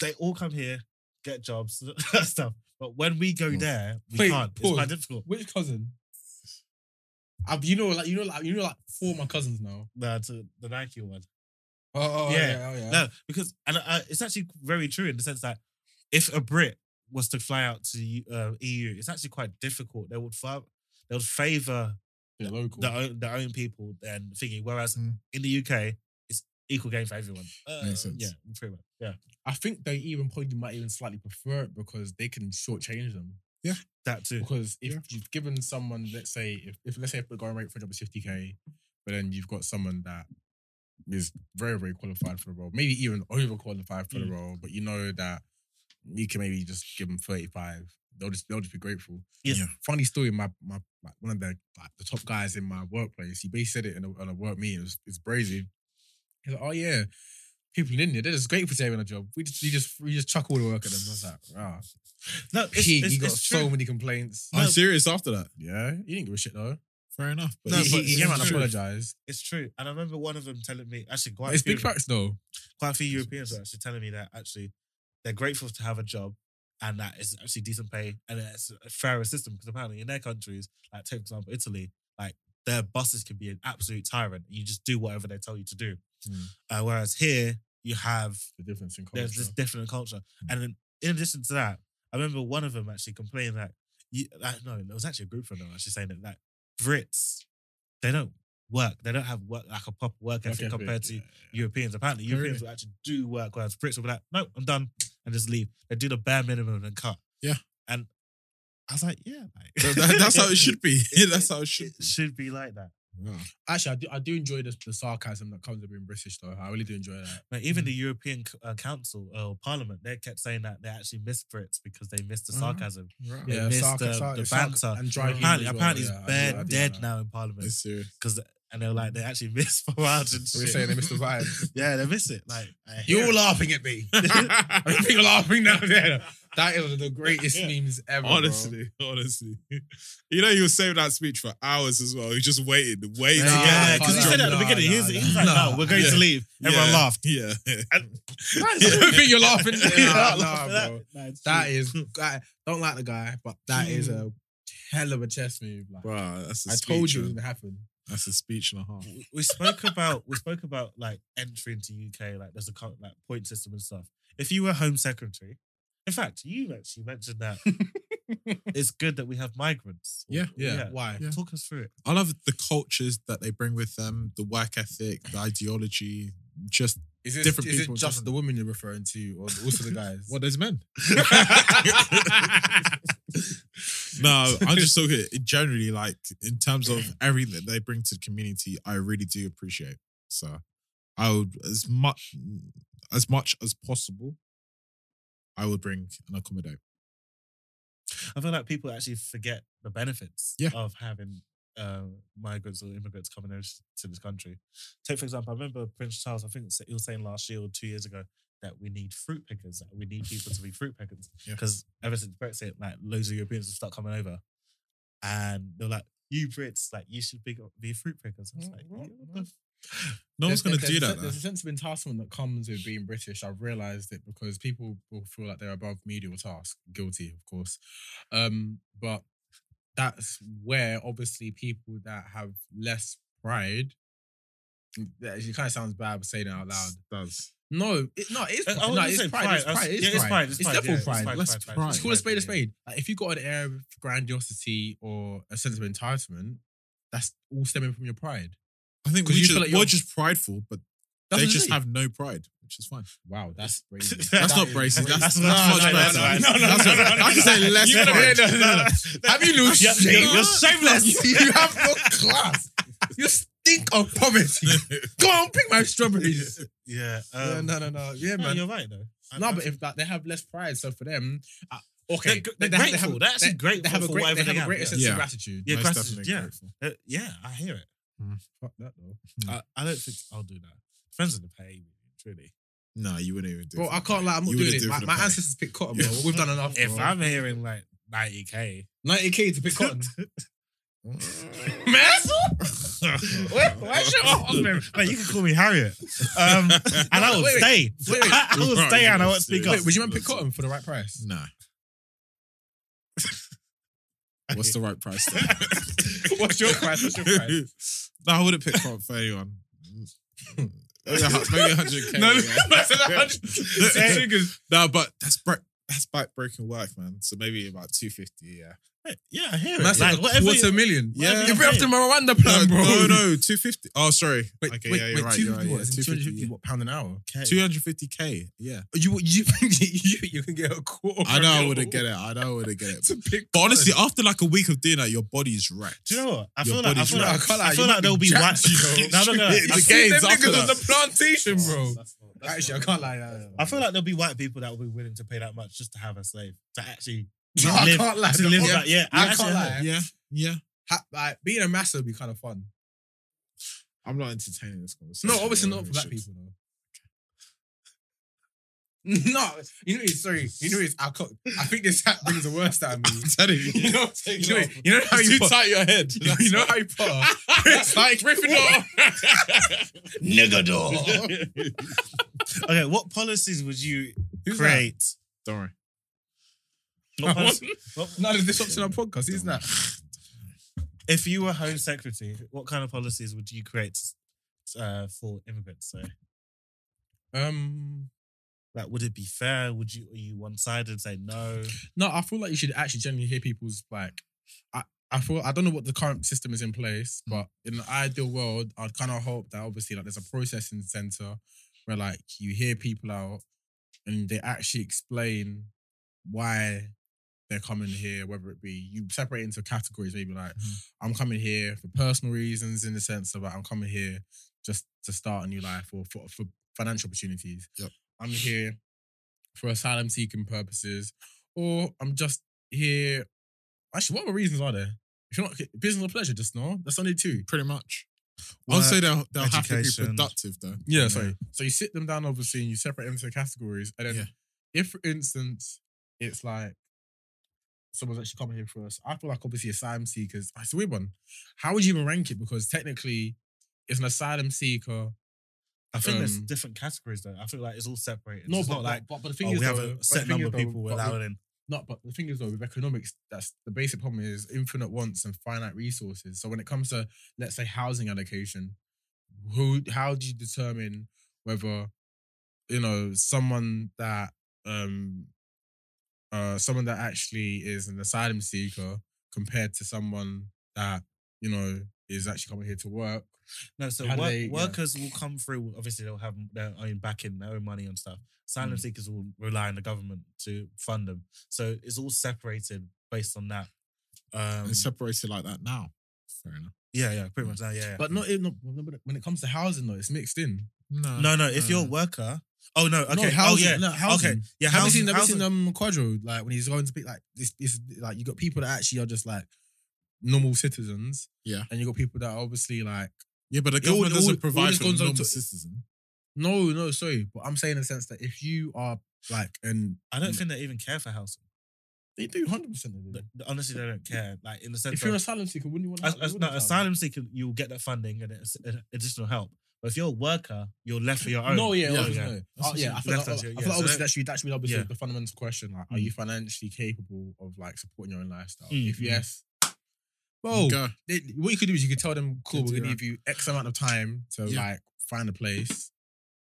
Speaker 2: they all come here, get jobs, stuff. But when we go
Speaker 3: Hmm.
Speaker 2: there, we
Speaker 1: Wait,
Speaker 2: can't. It's
Speaker 1: pause.
Speaker 2: quite difficult.
Speaker 1: Which cousin? I've, you know, like you know, like you know, like four of my cousins now.
Speaker 2: No, to the Nike one.
Speaker 1: Oh, oh
Speaker 2: Yeah.
Speaker 1: oh yeah.
Speaker 2: No, because and uh, it's actually very true in the sense that if a Brit was to fly out to the uh, EU, it's actually quite difficult. They would fa- they would favor
Speaker 1: They're local.
Speaker 2: their own, their own people and thinking. Whereas
Speaker 3: Mm.
Speaker 2: in the UK, it's equal game for everyone. Uh,
Speaker 3: Makes sense.
Speaker 2: Yeah, pretty much. Yeah,
Speaker 1: I think they even probably might even slightly prefer it because they can shortchange them.
Speaker 2: that too.
Speaker 1: Because if you've given someone, let's say, if, if let's say if the going rate for a job is fifty k, but then you've got someone that is very very qualified for the role, maybe even overqualified for the
Speaker 2: Mm.
Speaker 1: role, but you know that you can maybe just give them thirty five. They'll just they'll just be grateful.
Speaker 2: Yes.
Speaker 3: Yeah.
Speaker 1: Funny story, my my like one of the like the top guys in my workplace, he basically said it in a, on a work meeting. It was, it's brazy. He's like, oh yeah. People in India, they're just grateful for having a job. We just, we just, we just chuck all the work at them. I was like, ah,
Speaker 2: No, it's,
Speaker 1: he,
Speaker 2: it's,
Speaker 1: he got
Speaker 2: it's
Speaker 1: so
Speaker 2: true.
Speaker 1: many complaints.
Speaker 3: I'm serious after that.
Speaker 1: Yeah, he didn't give a shit though.
Speaker 3: Fair enough.
Speaker 2: No,
Speaker 1: he,
Speaker 2: but
Speaker 1: he, he
Speaker 2: it's
Speaker 1: came out and
Speaker 2: true.
Speaker 1: apologized.
Speaker 2: It's true. And I remember one of them telling me actually quite.
Speaker 1: It's
Speaker 2: a few
Speaker 1: big
Speaker 2: of them-
Speaker 1: facts though.
Speaker 2: quite a few Europeans are actually telling me that actually they're grateful to have a job and that it's actually decent pay and it's a fairer system because apparently in their countries, like take for example Italy, like their bosses can be an absolute tyrant. You just do whatever they tell you to do.
Speaker 1: Mm.
Speaker 2: Uh, whereas here you have
Speaker 1: The difference in culture. Mm.
Speaker 2: there's this different culture. And then in addition to that, I remember one of them actually complaining that you, I, no, it was actually a group of them actually saying that like Brits, they don't work, they don't have work like a proper work
Speaker 1: Work
Speaker 2: ethic
Speaker 1: ethic,
Speaker 2: compared to
Speaker 1: yeah,
Speaker 2: Europeans. Apparently,
Speaker 3: really?
Speaker 2: Europeans will actually do work, whereas Brits will be like, nope, I'm done, and just leave. They do the bare minimum and cut.
Speaker 3: Yeah.
Speaker 2: and I was like, yeah, mate.
Speaker 3: That- that- that's how it should be. that's how it should
Speaker 2: It should be like that.
Speaker 3: be. Wow.
Speaker 1: Actually, I do, I do enjoy the, the sarcasm that comes with being British though. I really do enjoy that.
Speaker 2: But even the European c- uh, Council uh, or Parliament, they kept saying that they actually miss Brits because they missed the
Speaker 3: Uh-huh.
Speaker 2: sarcasm.
Speaker 3: Right.
Speaker 2: They missed the- the banter.
Speaker 1: and dry humor
Speaker 2: Apparently,
Speaker 1: as well,
Speaker 2: apparently
Speaker 1: yeah, I
Speaker 2: he's
Speaker 1: do- I
Speaker 2: bare
Speaker 1: do
Speaker 2: dead
Speaker 1: like that.
Speaker 2: now in Parliament
Speaker 3: It's serious.
Speaker 2: because and they're like they actually miss Farage and
Speaker 1: We're
Speaker 2: shit.
Speaker 1: saying they missed the vibe.
Speaker 2: yeah, they miss it. Like I hear
Speaker 1: You're
Speaker 2: it.
Speaker 1: laughing at me. People laughing now. Yeah. That is one of the greatest
Speaker 2: Yeah.
Speaker 1: memes ever. bro.
Speaker 3: Honestly, honestly. You know, you were saving that speech for hours as well. You just waited, waited.
Speaker 1: Nah,
Speaker 2: yeah,
Speaker 1: nah,
Speaker 2: because he said that at the
Speaker 1: nah,
Speaker 2: beginning. he, was,
Speaker 1: nah,
Speaker 2: he was like,
Speaker 1: nah.
Speaker 2: "No, we're going
Speaker 3: Yeah.
Speaker 2: to leave." Everyone
Speaker 3: Yeah.
Speaker 2: laughed.
Speaker 3: Yeah.
Speaker 1: I think you're laughing.
Speaker 2: Yeah,
Speaker 1: Yeah, nah,
Speaker 2: laugh at
Speaker 1: bro.
Speaker 2: Nah, it's
Speaker 1: That
Speaker 2: true.
Speaker 1: is, I don't like the guy, but that is a hell of a chess move. Like,
Speaker 3: Bro, that's a
Speaker 1: I
Speaker 3: speech.
Speaker 1: told you it was
Speaker 3: man.
Speaker 1: gonna happen.
Speaker 3: That's a speech and a half.
Speaker 2: we- we spoke about we spoke about like entry into UK, like there's a co- like point system and stuff. If you were Home Secretary, in fact, you actually mentioned that it's good that we have migrants.
Speaker 3: Yeah.
Speaker 1: Yeah,
Speaker 2: Yeah.
Speaker 1: why?
Speaker 3: Yeah.
Speaker 2: Talk us through it.
Speaker 3: I love the cultures that they bring with them, the work ethic, the ideology, just
Speaker 1: Is, this,
Speaker 3: Different
Speaker 1: is it
Speaker 3: people,
Speaker 1: just
Speaker 3: different-
Speaker 1: the women you're referring to, or also the guys?
Speaker 3: what there's men. no, I'm just talking generally, like in terms of everything they bring to the community, I really do appreciate. So I would as much as much as possible, I would bring and accommodate.
Speaker 2: I feel like people actually forget the benefits
Speaker 3: Yeah.
Speaker 2: of having uh, migrants or immigrants coming over to this country. Take for example, I remember Prince Charles. I think he was saying last year or two years ago that we need fruit pickers. That we need people to be fruit pickers
Speaker 3: Yeah.
Speaker 2: because ever since Brexit, like loads of Europeans have started coming over, and they're like, "You Brits, like you should be, be fruit pickers." I was like,
Speaker 1: Mm,
Speaker 2: "You-
Speaker 1: mm,
Speaker 2: what the
Speaker 1: mm."
Speaker 2: f-
Speaker 3: No one's gonna
Speaker 1: There's-
Speaker 3: do
Speaker 1: there's a sen-
Speaker 3: that. though.
Speaker 1: There's a sense of entitlement that comes with being British. I've realised it because people will feel like they're above menial tasks. Guilty, of course, um, but that's where obviously people that have less pride. It actually kind of sounds bad saying it out loud.
Speaker 3: Does
Speaker 1: No, it, no, it is.
Speaker 2: Uh, I-
Speaker 1: pride. No,
Speaker 2: I was gonna
Speaker 1: it's
Speaker 2: say
Speaker 1: pride. It's
Speaker 2: I was-
Speaker 1: pride.
Speaker 2: yeah,
Speaker 1: It's pride. It's
Speaker 2: yeah,
Speaker 1: definitely pride.
Speaker 3: Let's pride.
Speaker 1: It's
Speaker 3: It's
Speaker 1: called a spade a
Speaker 2: yeah, yeah.
Speaker 1: spade. Like if you got an air of grandiousity or a sense of entitlement, that's all stemming from your pride.
Speaker 3: I think
Speaker 1: 'Cause
Speaker 3: we
Speaker 1: you
Speaker 3: just,
Speaker 1: feel like
Speaker 3: we're
Speaker 1: you're-
Speaker 3: just prideful, but
Speaker 1: That's
Speaker 3: they
Speaker 1: what it
Speaker 3: just
Speaker 1: is.
Speaker 3: have no pride, which is fine.
Speaker 1: wow. That's racist.
Speaker 2: That's
Speaker 1: That
Speaker 3: not
Speaker 1: is
Speaker 3: racist. That's-
Speaker 1: racist.
Speaker 3: that's much
Speaker 2: No, no, no,
Speaker 3: better. That's
Speaker 2: no,
Speaker 3: what-
Speaker 2: no, no,
Speaker 3: I can say
Speaker 2: no, no,
Speaker 3: less
Speaker 2: you-
Speaker 3: pride.
Speaker 2: no, no, no, no.
Speaker 1: Have you no
Speaker 2: You're-
Speaker 1: shame?
Speaker 2: you're- you're shameless.
Speaker 1: you have no class. You stink of poverty. Go on, pick my strawberries.
Speaker 2: Yeah.
Speaker 1: Yeah,
Speaker 2: um,
Speaker 1: no, no, no. Yeah,
Speaker 2: no,
Speaker 1: man.
Speaker 2: You're right though. I-
Speaker 1: No,
Speaker 2: I
Speaker 1: but
Speaker 2: think-
Speaker 1: if that they have less pride, so for them, uh,
Speaker 2: They're
Speaker 1: okay,
Speaker 2: gr-
Speaker 1: they-
Speaker 2: they're
Speaker 1: they have- they
Speaker 2: grateful.
Speaker 1: have-
Speaker 2: They're actually grateful
Speaker 1: They have a
Speaker 2: for
Speaker 1: great,
Speaker 2: whatever
Speaker 1: they have
Speaker 2: they
Speaker 1: a
Speaker 2: have,
Speaker 1: greater
Speaker 2: yeah.
Speaker 1: sense
Speaker 3: Yeah.
Speaker 1: of gratitude.
Speaker 2: Yeah,
Speaker 3: Most
Speaker 2: gratitude,
Speaker 3: definitely
Speaker 2: yeah.
Speaker 3: grateful.
Speaker 2: Uh, yeah, I hear it.
Speaker 1: Fuck that though.
Speaker 2: I, I don't think I'll do that. Depends on the pay, really.
Speaker 3: No, you wouldn't even do.
Speaker 1: Bro,
Speaker 3: it for
Speaker 1: I
Speaker 3: the
Speaker 1: can't
Speaker 3: pay.
Speaker 1: lie. I'm not
Speaker 3: You
Speaker 1: doing
Speaker 3: wouldn't
Speaker 1: it.
Speaker 3: do
Speaker 1: My,
Speaker 3: for the
Speaker 1: my
Speaker 3: pay.
Speaker 1: ancestors picked cotton, bro. We've done enough.
Speaker 2: If
Speaker 1: bro.
Speaker 2: I'm hearing like 90k,
Speaker 1: 90k to pick cotton,
Speaker 2: Wait, why is your husband? Oh, Like, you can call me Harriet, um, and I will
Speaker 1: Wait, wait.
Speaker 2: stay.
Speaker 1: Wait, wait.
Speaker 2: I will
Speaker 3: Right,
Speaker 2: stay, and I won't
Speaker 3: that's
Speaker 2: speak up.
Speaker 3: serious.
Speaker 1: Wait, would you mind pick cotton for the right price?
Speaker 3: No. What's the right price? Then?
Speaker 1: What's your price? What's your price?
Speaker 3: no, I wouldn't pick cotton for anyone. Maybe a hu- maybe hundred k.
Speaker 1: No,
Speaker 3: that's
Speaker 1: Six
Speaker 3: hundred. No, but that's bre- that's backbreaking work, man. So maybe about two fifty. Yeah.
Speaker 2: Yeah, I hear it.
Speaker 1: That's like,
Speaker 2: like, whatever.
Speaker 1: quarter
Speaker 2: you-
Speaker 1: million.
Speaker 2: whatever
Speaker 1: you
Speaker 2: you
Speaker 1: bring up
Speaker 2: pay.
Speaker 1: the Rwanda plan, bro.
Speaker 3: no, no, two fifty. Oh, sorry.
Speaker 1: Wait,
Speaker 3: okay,
Speaker 1: wait,
Speaker 3: yeah,
Speaker 1: wait.
Speaker 3: you're right.
Speaker 1: two
Speaker 3: You're
Speaker 1: fifty
Speaker 3: right. Yeah,
Speaker 1: what? Two fifty
Speaker 3: 250.
Speaker 1: what pound an hour?
Speaker 3: Two hundred fifty k. Yeah.
Speaker 1: You you think you, you can get a quarter?
Speaker 3: I know I
Speaker 1: mil
Speaker 3: wouldn't get it. I know I wouldn't get it.
Speaker 1: To pick
Speaker 3: But honestly, after like a week of doing that, your body's wrecked.
Speaker 2: Do you know what? I
Speaker 3: Your
Speaker 2: feel like I
Speaker 3: body's
Speaker 2: feel
Speaker 3: right.
Speaker 2: like,
Speaker 1: I can't lie,
Speaker 2: I feel
Speaker 1: you
Speaker 2: like there'll be
Speaker 1: might
Speaker 2: one.
Speaker 1: be jacked,
Speaker 2: No, no, no.
Speaker 3: It's
Speaker 2: I
Speaker 3: the
Speaker 1: the
Speaker 2: feel-
Speaker 3: game.
Speaker 1: them
Speaker 3: gains after
Speaker 1: niggas on
Speaker 3: that.
Speaker 1: the plantation, bro.
Speaker 2: Actually,
Speaker 1: Actually, I can't lie. yeah, yeah.
Speaker 2: I feel like there'll be white people that will be willing to pay that much just to have a slave to actually
Speaker 1: No, I
Speaker 2: live-
Speaker 1: can't lie.
Speaker 2: to
Speaker 1: The
Speaker 2: live
Speaker 1: more-
Speaker 2: that. Yeah,
Speaker 1: I
Speaker 2: actually
Speaker 1: can't
Speaker 2: heard.
Speaker 1: lie.
Speaker 3: Yeah, yeah.
Speaker 1: Ha- like, being a massa would be kind of fun.
Speaker 3: I'm not entertaining this conversation.
Speaker 1: No, obviously
Speaker 3: I
Speaker 1: not for black
Speaker 3: really should.
Speaker 1: people though. No, you know it's sorry. You know it's I, can't- I think this hat brings the worst out of me.
Speaker 3: I'm telling you.
Speaker 1: You know, you know, you know how
Speaker 3: It's
Speaker 1: you
Speaker 3: too tight your head.
Speaker 1: you know Harry Potter. It's like Gryffindor.
Speaker 2: Nigga door. okay, what policies would you
Speaker 1: Who's that?
Speaker 2: create?
Speaker 3: Don't worry.
Speaker 2: What policy- what-
Speaker 1: No, there's disruption on podcast. Who's that?
Speaker 2: if you were Home Secretary, what kind of policies would you create uh, for immigrants? So,
Speaker 1: Um,
Speaker 2: like, would it be fair? Would you are you one sided? Say no.
Speaker 1: no, I feel like you should actually genuinely hear people's like. I I feel I don't know what the current system is in place, but in an ideal world, I'd kind of hope that obviously like there's a processing center where like you hear people out and they actually explain why they're coming here, whether it be you separate into categories, maybe like I'm coming here for personal reasons in the sense of like, I'm coming here just to start a new life or for, for financial opportunities.
Speaker 3: Yep.
Speaker 1: I'm here for asylum seeking purposes, or I'm just here. Actually, what other reasons are there? If you're not business or pleasure, just no. That's only two.
Speaker 3: Pretty much. I'd say they'll, they'll have to be
Speaker 2: education.
Speaker 3: productive though.
Speaker 1: Yeah, sorry. So you sit them down, obviously, and you separate them into categories. And then,
Speaker 3: Yeah.
Speaker 1: if for instance, it's like someone's actually coming here for us, I feel like obviously asylum seekers, oh, it's a weird one. How would you even rank it? Because technically, it's an asylum seeker.
Speaker 2: I think there's
Speaker 1: Um,
Speaker 2: different categories though. I feel like it's all separated. it's not
Speaker 1: but,
Speaker 2: like
Speaker 1: but, but the
Speaker 2: oh,
Speaker 1: thing
Speaker 2: we
Speaker 1: is,
Speaker 2: have
Speaker 1: though-
Speaker 2: a
Speaker 1: but the
Speaker 2: set
Speaker 1: thing
Speaker 2: number
Speaker 1: is,
Speaker 2: of
Speaker 1: though,
Speaker 2: people
Speaker 1: but
Speaker 2: we're
Speaker 1: with-
Speaker 2: allowed in.
Speaker 1: Not, but the thing is though, with economics, that's the basic problem is infinite wants and finite resources. So when it comes to, let's say, housing allocation, who, how do you determine whether, you know, someone that, um, uh, someone that actually is an asylum seeker compared to someone that you know is actually coming here to work?
Speaker 2: No, so
Speaker 1: How do
Speaker 2: work,
Speaker 1: they- yeah.
Speaker 2: workers will come through. Obviously, they'll have their own backing, their own money and stuff. Asylum
Speaker 1: Mm.
Speaker 2: seekers will rely on the government to fund them. So it's all separated based on that. Um,
Speaker 3: And separated like that now. Fair enough.
Speaker 2: yeah, yeah, pretty much. Yeah, yeah.
Speaker 1: But not, not when it comes to housing though, it's mixed in.
Speaker 3: No,
Speaker 2: no, no. If you're a
Speaker 3: uh,
Speaker 2: worker, oh no, okay,
Speaker 1: No,
Speaker 2: oh
Speaker 1: housing,
Speaker 2: yeah,
Speaker 1: no, housing.
Speaker 2: okay, yeah.
Speaker 1: Have you
Speaker 2: Housing,
Speaker 1: seen, have you seen
Speaker 2: housing-
Speaker 1: um Quadro like when he's going to speak like this? This like you got people that actually are just like normal citizens,
Speaker 3: Yeah.
Speaker 1: and you got people that are obviously like
Speaker 3: yeah, but the
Speaker 1: It all-
Speaker 3: government
Speaker 1: it all-
Speaker 3: doesn't
Speaker 1: all
Speaker 3: provide
Speaker 1: just
Speaker 3: for
Speaker 1: goes on
Speaker 3: normal
Speaker 1: to-
Speaker 3: citizen.
Speaker 1: no, no, sorry, but I'm saying in the sense that if you are like and
Speaker 2: I don't think they even care for housing.
Speaker 1: they do hundred percent of
Speaker 2: Th-
Speaker 1: it.
Speaker 2: Honestly, they don't care. Like in the sense
Speaker 1: If you're an
Speaker 2: of-
Speaker 1: asylum seeker, wouldn't you want?
Speaker 2: As,
Speaker 1: you
Speaker 2: as,
Speaker 1: wouldn't
Speaker 2: no,
Speaker 1: want
Speaker 2: asylum seeker, you'll get that funding and it's, uh, additional help. But if you're a worker, you're left for your own.
Speaker 1: No, yeah,
Speaker 3: Yeah,
Speaker 1: obviously,
Speaker 2: yeah.
Speaker 1: no.
Speaker 3: That's
Speaker 1: Oh, yeah, I
Speaker 2: what
Speaker 1: feel
Speaker 2: she-
Speaker 1: like, I
Speaker 2: that's
Speaker 1: feel
Speaker 2: what she-
Speaker 1: like
Speaker 2: yeah, so
Speaker 1: obviously
Speaker 2: that-
Speaker 1: that should that should be obviously
Speaker 2: yeah.
Speaker 1: the fundamental question. Like, are
Speaker 2: Mm.
Speaker 1: you financially capable of like supporting your own lifestyle?
Speaker 2: Mm,
Speaker 1: If
Speaker 2: mm.
Speaker 1: yes, well,
Speaker 3: Go.
Speaker 1: they, what you could do is you could tell them, cool,
Speaker 3: Could
Speaker 1: we're
Speaker 3: do
Speaker 1: gonna
Speaker 3: that.
Speaker 1: give you X amount of time to
Speaker 3: Yeah.
Speaker 1: like find a place.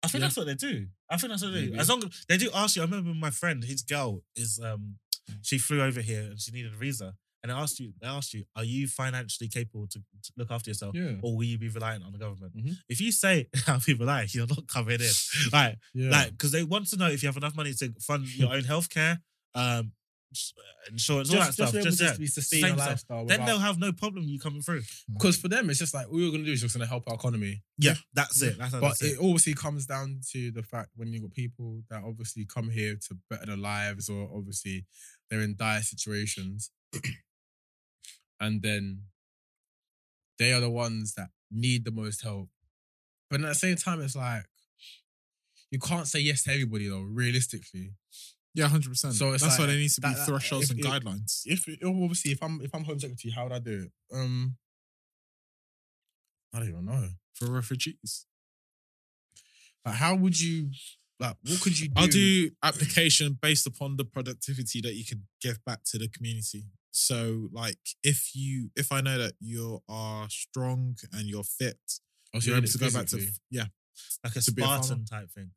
Speaker 2: I think
Speaker 3: Yeah.
Speaker 2: that's what they do. I think that's what they do.
Speaker 1: Maybe.
Speaker 2: As long as they do ask you, I remember my friend, his girl is um, she flew over here and she needed a visa, and they asked you, they asked you, are you financially capable to, to look after yourself,
Speaker 1: Yeah,
Speaker 2: or will you be reliant on the government?
Speaker 1: Mhm.
Speaker 2: If you say I'll be reliant, you're not coming in, right?
Speaker 1: yeah.
Speaker 2: Like, because they want to know if you have enough money to fund your own healthcare, um, s- insurance, all that stuff.
Speaker 1: be able
Speaker 2: Just,
Speaker 1: to
Speaker 2: yeah.
Speaker 1: be sustain a
Speaker 2: Same stuff.
Speaker 1: lifestyle.
Speaker 2: Then they'll have no problem you coming through.
Speaker 1: because for them it's just like all you're gonna do is just gonna help our economy.
Speaker 2: Yeah, that's it. That's, how
Speaker 1: But
Speaker 2: that's
Speaker 1: it
Speaker 2: it.
Speaker 1: obviously comes down to the fact when you've got people that obviously come here to better their lives or obviously they're in dire situations. and then they are the ones that need the most help. But at the same time, it's like you can't say yes to everybody though, realistically.
Speaker 3: Yeah, hundred percent.
Speaker 1: So
Speaker 3: So
Speaker 1: it's
Speaker 3: that's why
Speaker 1: like-
Speaker 3: there needs to be
Speaker 1: that- that-
Speaker 3: thresholds
Speaker 1: if
Speaker 3: and
Speaker 1: it-
Speaker 3: guidelines.
Speaker 1: if it- obviously if I'm if I'm home secretary, how would I do it? Um I don't even know.
Speaker 3: for refugees.
Speaker 1: Like how would you like what could you do?
Speaker 3: I'll do application based upon the productivity that you could give back to the community. So, like, if you if I know that you are strong and you're fit,
Speaker 1: Oh, so
Speaker 3: you're
Speaker 1: you
Speaker 3: able
Speaker 1: need
Speaker 3: to
Speaker 1: it
Speaker 3: go back to
Speaker 1: physically.
Speaker 3: yeah,
Speaker 2: Like a
Speaker 3: to be a farmer.
Speaker 2: Spartan type thing.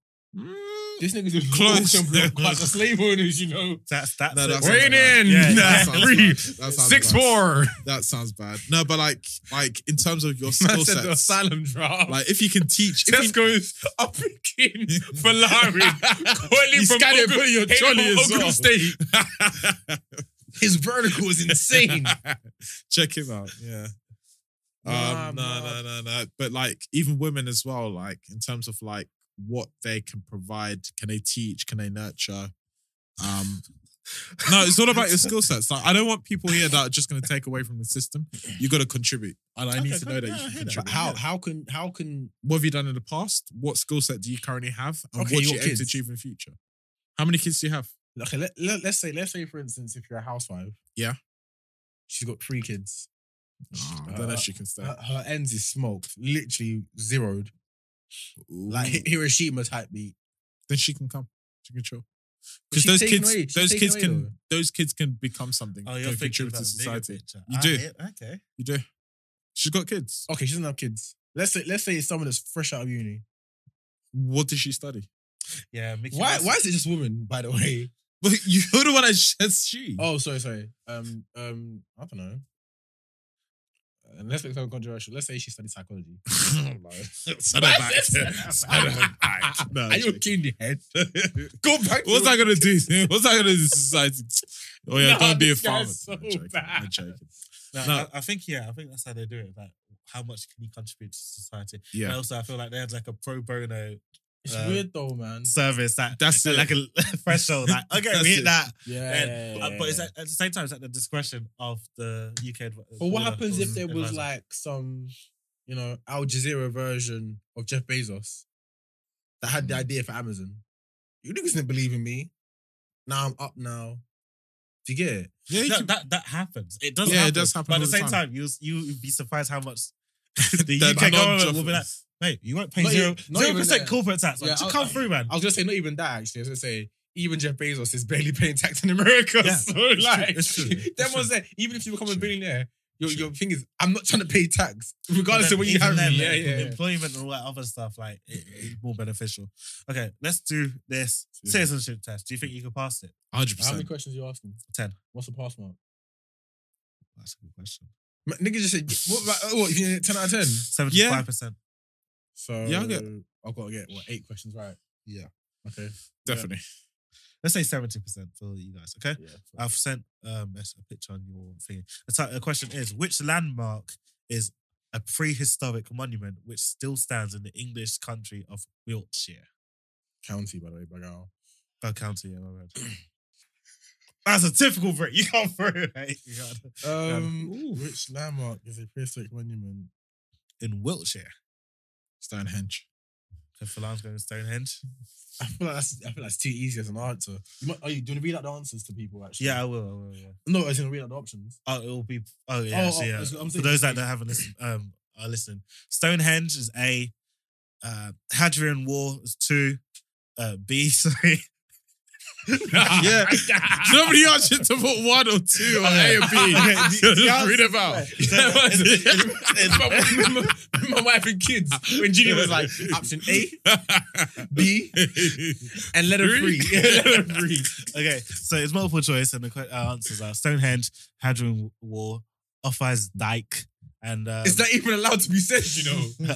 Speaker 1: This nigga's doing
Speaker 3: Close.
Speaker 1: auction block class of slave owners, you know.
Speaker 2: That's that's
Speaker 3: No,
Speaker 2: it.
Speaker 3: that sounds
Speaker 1: Rein
Speaker 3: bad.
Speaker 1: in.
Speaker 2: Yeah,
Speaker 3: That
Speaker 2: yeah.
Speaker 3: sounds
Speaker 1: Three,
Speaker 3: bad. That sounds bad. That sounds bad. No, but like, like in terms of your
Speaker 1: Man
Speaker 3: skill
Speaker 1: said the
Speaker 3: sets,
Speaker 1: asylum draft.
Speaker 3: like if you can teach, if you,
Speaker 1: Tesco's are picking Ferrari.
Speaker 3: You
Speaker 1: Calling from
Speaker 3: scan it,
Speaker 1: Ogre-
Speaker 3: put it in your
Speaker 1: Hail
Speaker 3: trolley
Speaker 1: from
Speaker 3: as
Speaker 1: Ogre
Speaker 3: well.
Speaker 1: State. His vertical is insane.
Speaker 3: check him out. Yeah.
Speaker 1: Nah,
Speaker 3: um, no,
Speaker 1: nah.
Speaker 3: no, no, no. But like, even women as well. Like in terms of like what they can provide, can they teach? Can they nurture? Um, no, it's all about your skill sets. Like, I don't want people here that are just going to take away from the system. You got to contribute, and I need
Speaker 2: Okay,
Speaker 3: to know that
Speaker 2: yeah,
Speaker 3: you
Speaker 2: I
Speaker 3: can
Speaker 2: hear that.
Speaker 3: contribute.
Speaker 1: But how how can how can
Speaker 3: What have you done in the past? What skill set do you currently have, and
Speaker 1: Okay,
Speaker 3: what
Speaker 1: you
Speaker 3: do you
Speaker 1: got
Speaker 3: aim
Speaker 1: kids.
Speaker 3: to achieve in the future? How many kids do you have?
Speaker 1: okay let, let, us say let's say for instance if you're a housewife
Speaker 3: Yeah.
Speaker 1: she's got three kids
Speaker 3: Oh, I don't know
Speaker 2: Uh,
Speaker 3: if she can stay.
Speaker 1: her, her ends is smoked literally zeroed like Hi- Hiroshima type beat
Speaker 3: then she can come. She can chill.
Speaker 1: But
Speaker 3: Because
Speaker 1: she's
Speaker 3: those
Speaker 1: taken
Speaker 3: kids,
Speaker 1: away- she's
Speaker 3: those
Speaker 1: taken
Speaker 3: kids
Speaker 1: away
Speaker 3: can,
Speaker 1: though.
Speaker 3: those kids can become something.
Speaker 2: Oh, you're
Speaker 3: can
Speaker 2: thinking
Speaker 3: contribute
Speaker 2: about
Speaker 3: to society.
Speaker 2: You
Speaker 3: do.
Speaker 2: Ah, Okay.
Speaker 3: You do. She's got kids.
Speaker 1: okay she doesn't have kids let's say let's say it's someone that's fresh out of uni
Speaker 3: What did she study?
Speaker 2: Yeah. Mickey
Speaker 1: why
Speaker 2: Mouse-
Speaker 1: why is it just women by the way
Speaker 3: Well, you're the one that says she.
Speaker 1: oh sorry sorry um um I don't know and let's make something controversial let's say she studied psychology
Speaker 3: Son
Speaker 1: Why
Speaker 3: of
Speaker 1: is
Speaker 3: a back.
Speaker 1: it-
Speaker 3: Son of a back. No,
Speaker 1: are
Speaker 3: I'm
Speaker 1: you
Speaker 3: joking.
Speaker 1: okay in the head go back to your-
Speaker 3: What's that gonna do? What's that gonna do to society? Oh yeah,
Speaker 1: Nah,
Speaker 3: don't be a
Speaker 1: this
Speaker 3: farmer.
Speaker 1: guy's so
Speaker 3: I'm joking. I'm
Speaker 1: bad.
Speaker 3: joking.
Speaker 2: No,
Speaker 3: No.
Speaker 2: I, I think yeah. I think that's how they do it. Like, how much can you contribute to society? And
Speaker 3: Yeah,
Speaker 2: also, I feel like they had like a pro bono
Speaker 1: it's
Speaker 2: Uh,
Speaker 1: weird though man
Speaker 2: service that
Speaker 3: That's it.
Speaker 2: like a threshold. Like, okay,
Speaker 3: That's
Speaker 2: we hit
Speaker 3: it.
Speaker 2: that.
Speaker 1: yeah,
Speaker 2: And-
Speaker 1: yeah,
Speaker 2: but-
Speaker 1: yeah,
Speaker 2: Uh, But it's
Speaker 1: yeah.
Speaker 2: at, at the same time, it's at the discretion of the UK. adv-
Speaker 1: But what
Speaker 2: board of-
Speaker 1: happens if there was
Speaker 2: advisor.
Speaker 1: like some you know, Al Jazeera version of Jeff Bezos that had
Speaker 2: Hmm.
Speaker 1: the idea for Amazon. You niggas didn't believe in me. Now I'm up now. Do you get it?
Speaker 3: Yeah, you
Speaker 2: that,
Speaker 3: can-
Speaker 2: that that happens. It does.
Speaker 3: Yeah, it
Speaker 2: happen.
Speaker 3: does happen
Speaker 2: But at
Speaker 3: all
Speaker 2: the
Speaker 3: the
Speaker 2: same
Speaker 3: time.
Speaker 2: time, you you'd be surprised how much the
Speaker 3: that-
Speaker 2: UK
Speaker 3: that
Speaker 2: government will be like,
Speaker 3: non-jobs-
Speaker 2: "Mate, you won't pay
Speaker 1: Not
Speaker 2: zero
Speaker 1: even- not
Speaker 2: zero
Speaker 1: even
Speaker 2: percent
Speaker 1: that.
Speaker 2: corporate tax. man.
Speaker 1: Yeah,
Speaker 2: Just
Speaker 1: I-
Speaker 2: come through, man."
Speaker 1: I was gonna say not even that actually. I was gonna say even Jeff Bezos is barely paying tax in America.
Speaker 2: Yeah,
Speaker 1: so
Speaker 2: it's true,
Speaker 1: like,
Speaker 2: it's true, it's
Speaker 1: that was
Speaker 2: true.
Speaker 1: it. Even if you become
Speaker 2: It's
Speaker 1: a
Speaker 2: true.
Speaker 1: billionaire, your,
Speaker 2: It's
Speaker 1: your thing is I'm not trying to pay tax regardless of
Speaker 2: But
Speaker 1: what
Speaker 2: then
Speaker 1: you have.
Speaker 2: even then,
Speaker 1: me. Yeah,
Speaker 2: like,
Speaker 1: yeah. yeah.
Speaker 2: Employment and all that other stuff, like it, it's more beneficial. Okay, let's do this
Speaker 3: Yeah.
Speaker 2: citizenship test. Do you think you could pass it? Um,
Speaker 3: 100%.
Speaker 1: How many questions are you asking?
Speaker 2: 10.
Speaker 1: What's the pass mark?
Speaker 2: That's a good question.
Speaker 1: Ma- Nigga just said what? About, oh, what? You need ten out of ten.
Speaker 2: Seventy-five percent.
Speaker 1: So
Speaker 3: Yeah, I get-
Speaker 1: I've got to get what eight questions right.
Speaker 2: Yeah.
Speaker 1: Okay.
Speaker 3: Definitely.
Speaker 2: Let's say seventy percent for you guys. Okay.
Speaker 1: Yeah.
Speaker 2: I've sent um, a a picture on your thing. The, ti- the question is which landmark is a prehistoric monument which still stands in the English country of Wiltshire?
Speaker 1: County, by the way, Bagao.
Speaker 2: Oh, county, yeah, my bad. That's a typical Brit. You come through, mate. You can't-
Speaker 1: Um, which landmark is a prehistoric monument?
Speaker 2: In Wiltshire.
Speaker 3: Stonehenge.
Speaker 2: So Fallon's going to Stonehenge?
Speaker 1: I feel like that's I feel that's too easy as an answer. You might, are you doing to read out the answers to people? Actually,
Speaker 2: Yeah, I will. I will yeah.
Speaker 1: No, as in read out the options.
Speaker 2: Oh, it'll be. Oh,
Speaker 1: Oh,
Speaker 2: yeah. actually,
Speaker 1: oh,
Speaker 2: yeah.
Speaker 1: that's what I'm
Speaker 2: For
Speaker 1: saying.
Speaker 2: those that don't haven't listened, um, are listening. Stonehenge is A. Uh, Hadrian Wall is two. Uh, B, sorry.
Speaker 3: yeah. Nobody asked you to put one or two or
Speaker 2: Okay.
Speaker 3: A and B.
Speaker 2: Okay, the- the
Speaker 3: Just read
Speaker 2: answer-
Speaker 3: about.
Speaker 1: my, my wife and kids. When Junior was like option A, B, and letter
Speaker 3: Three.
Speaker 1: three. letter three.
Speaker 2: Okay, so it's multiple choice, and the que- uh, answers are Stonehenge, Hadrian Wall, Offa's Dyke, and um,
Speaker 1: Is that even allowed to be said? You know,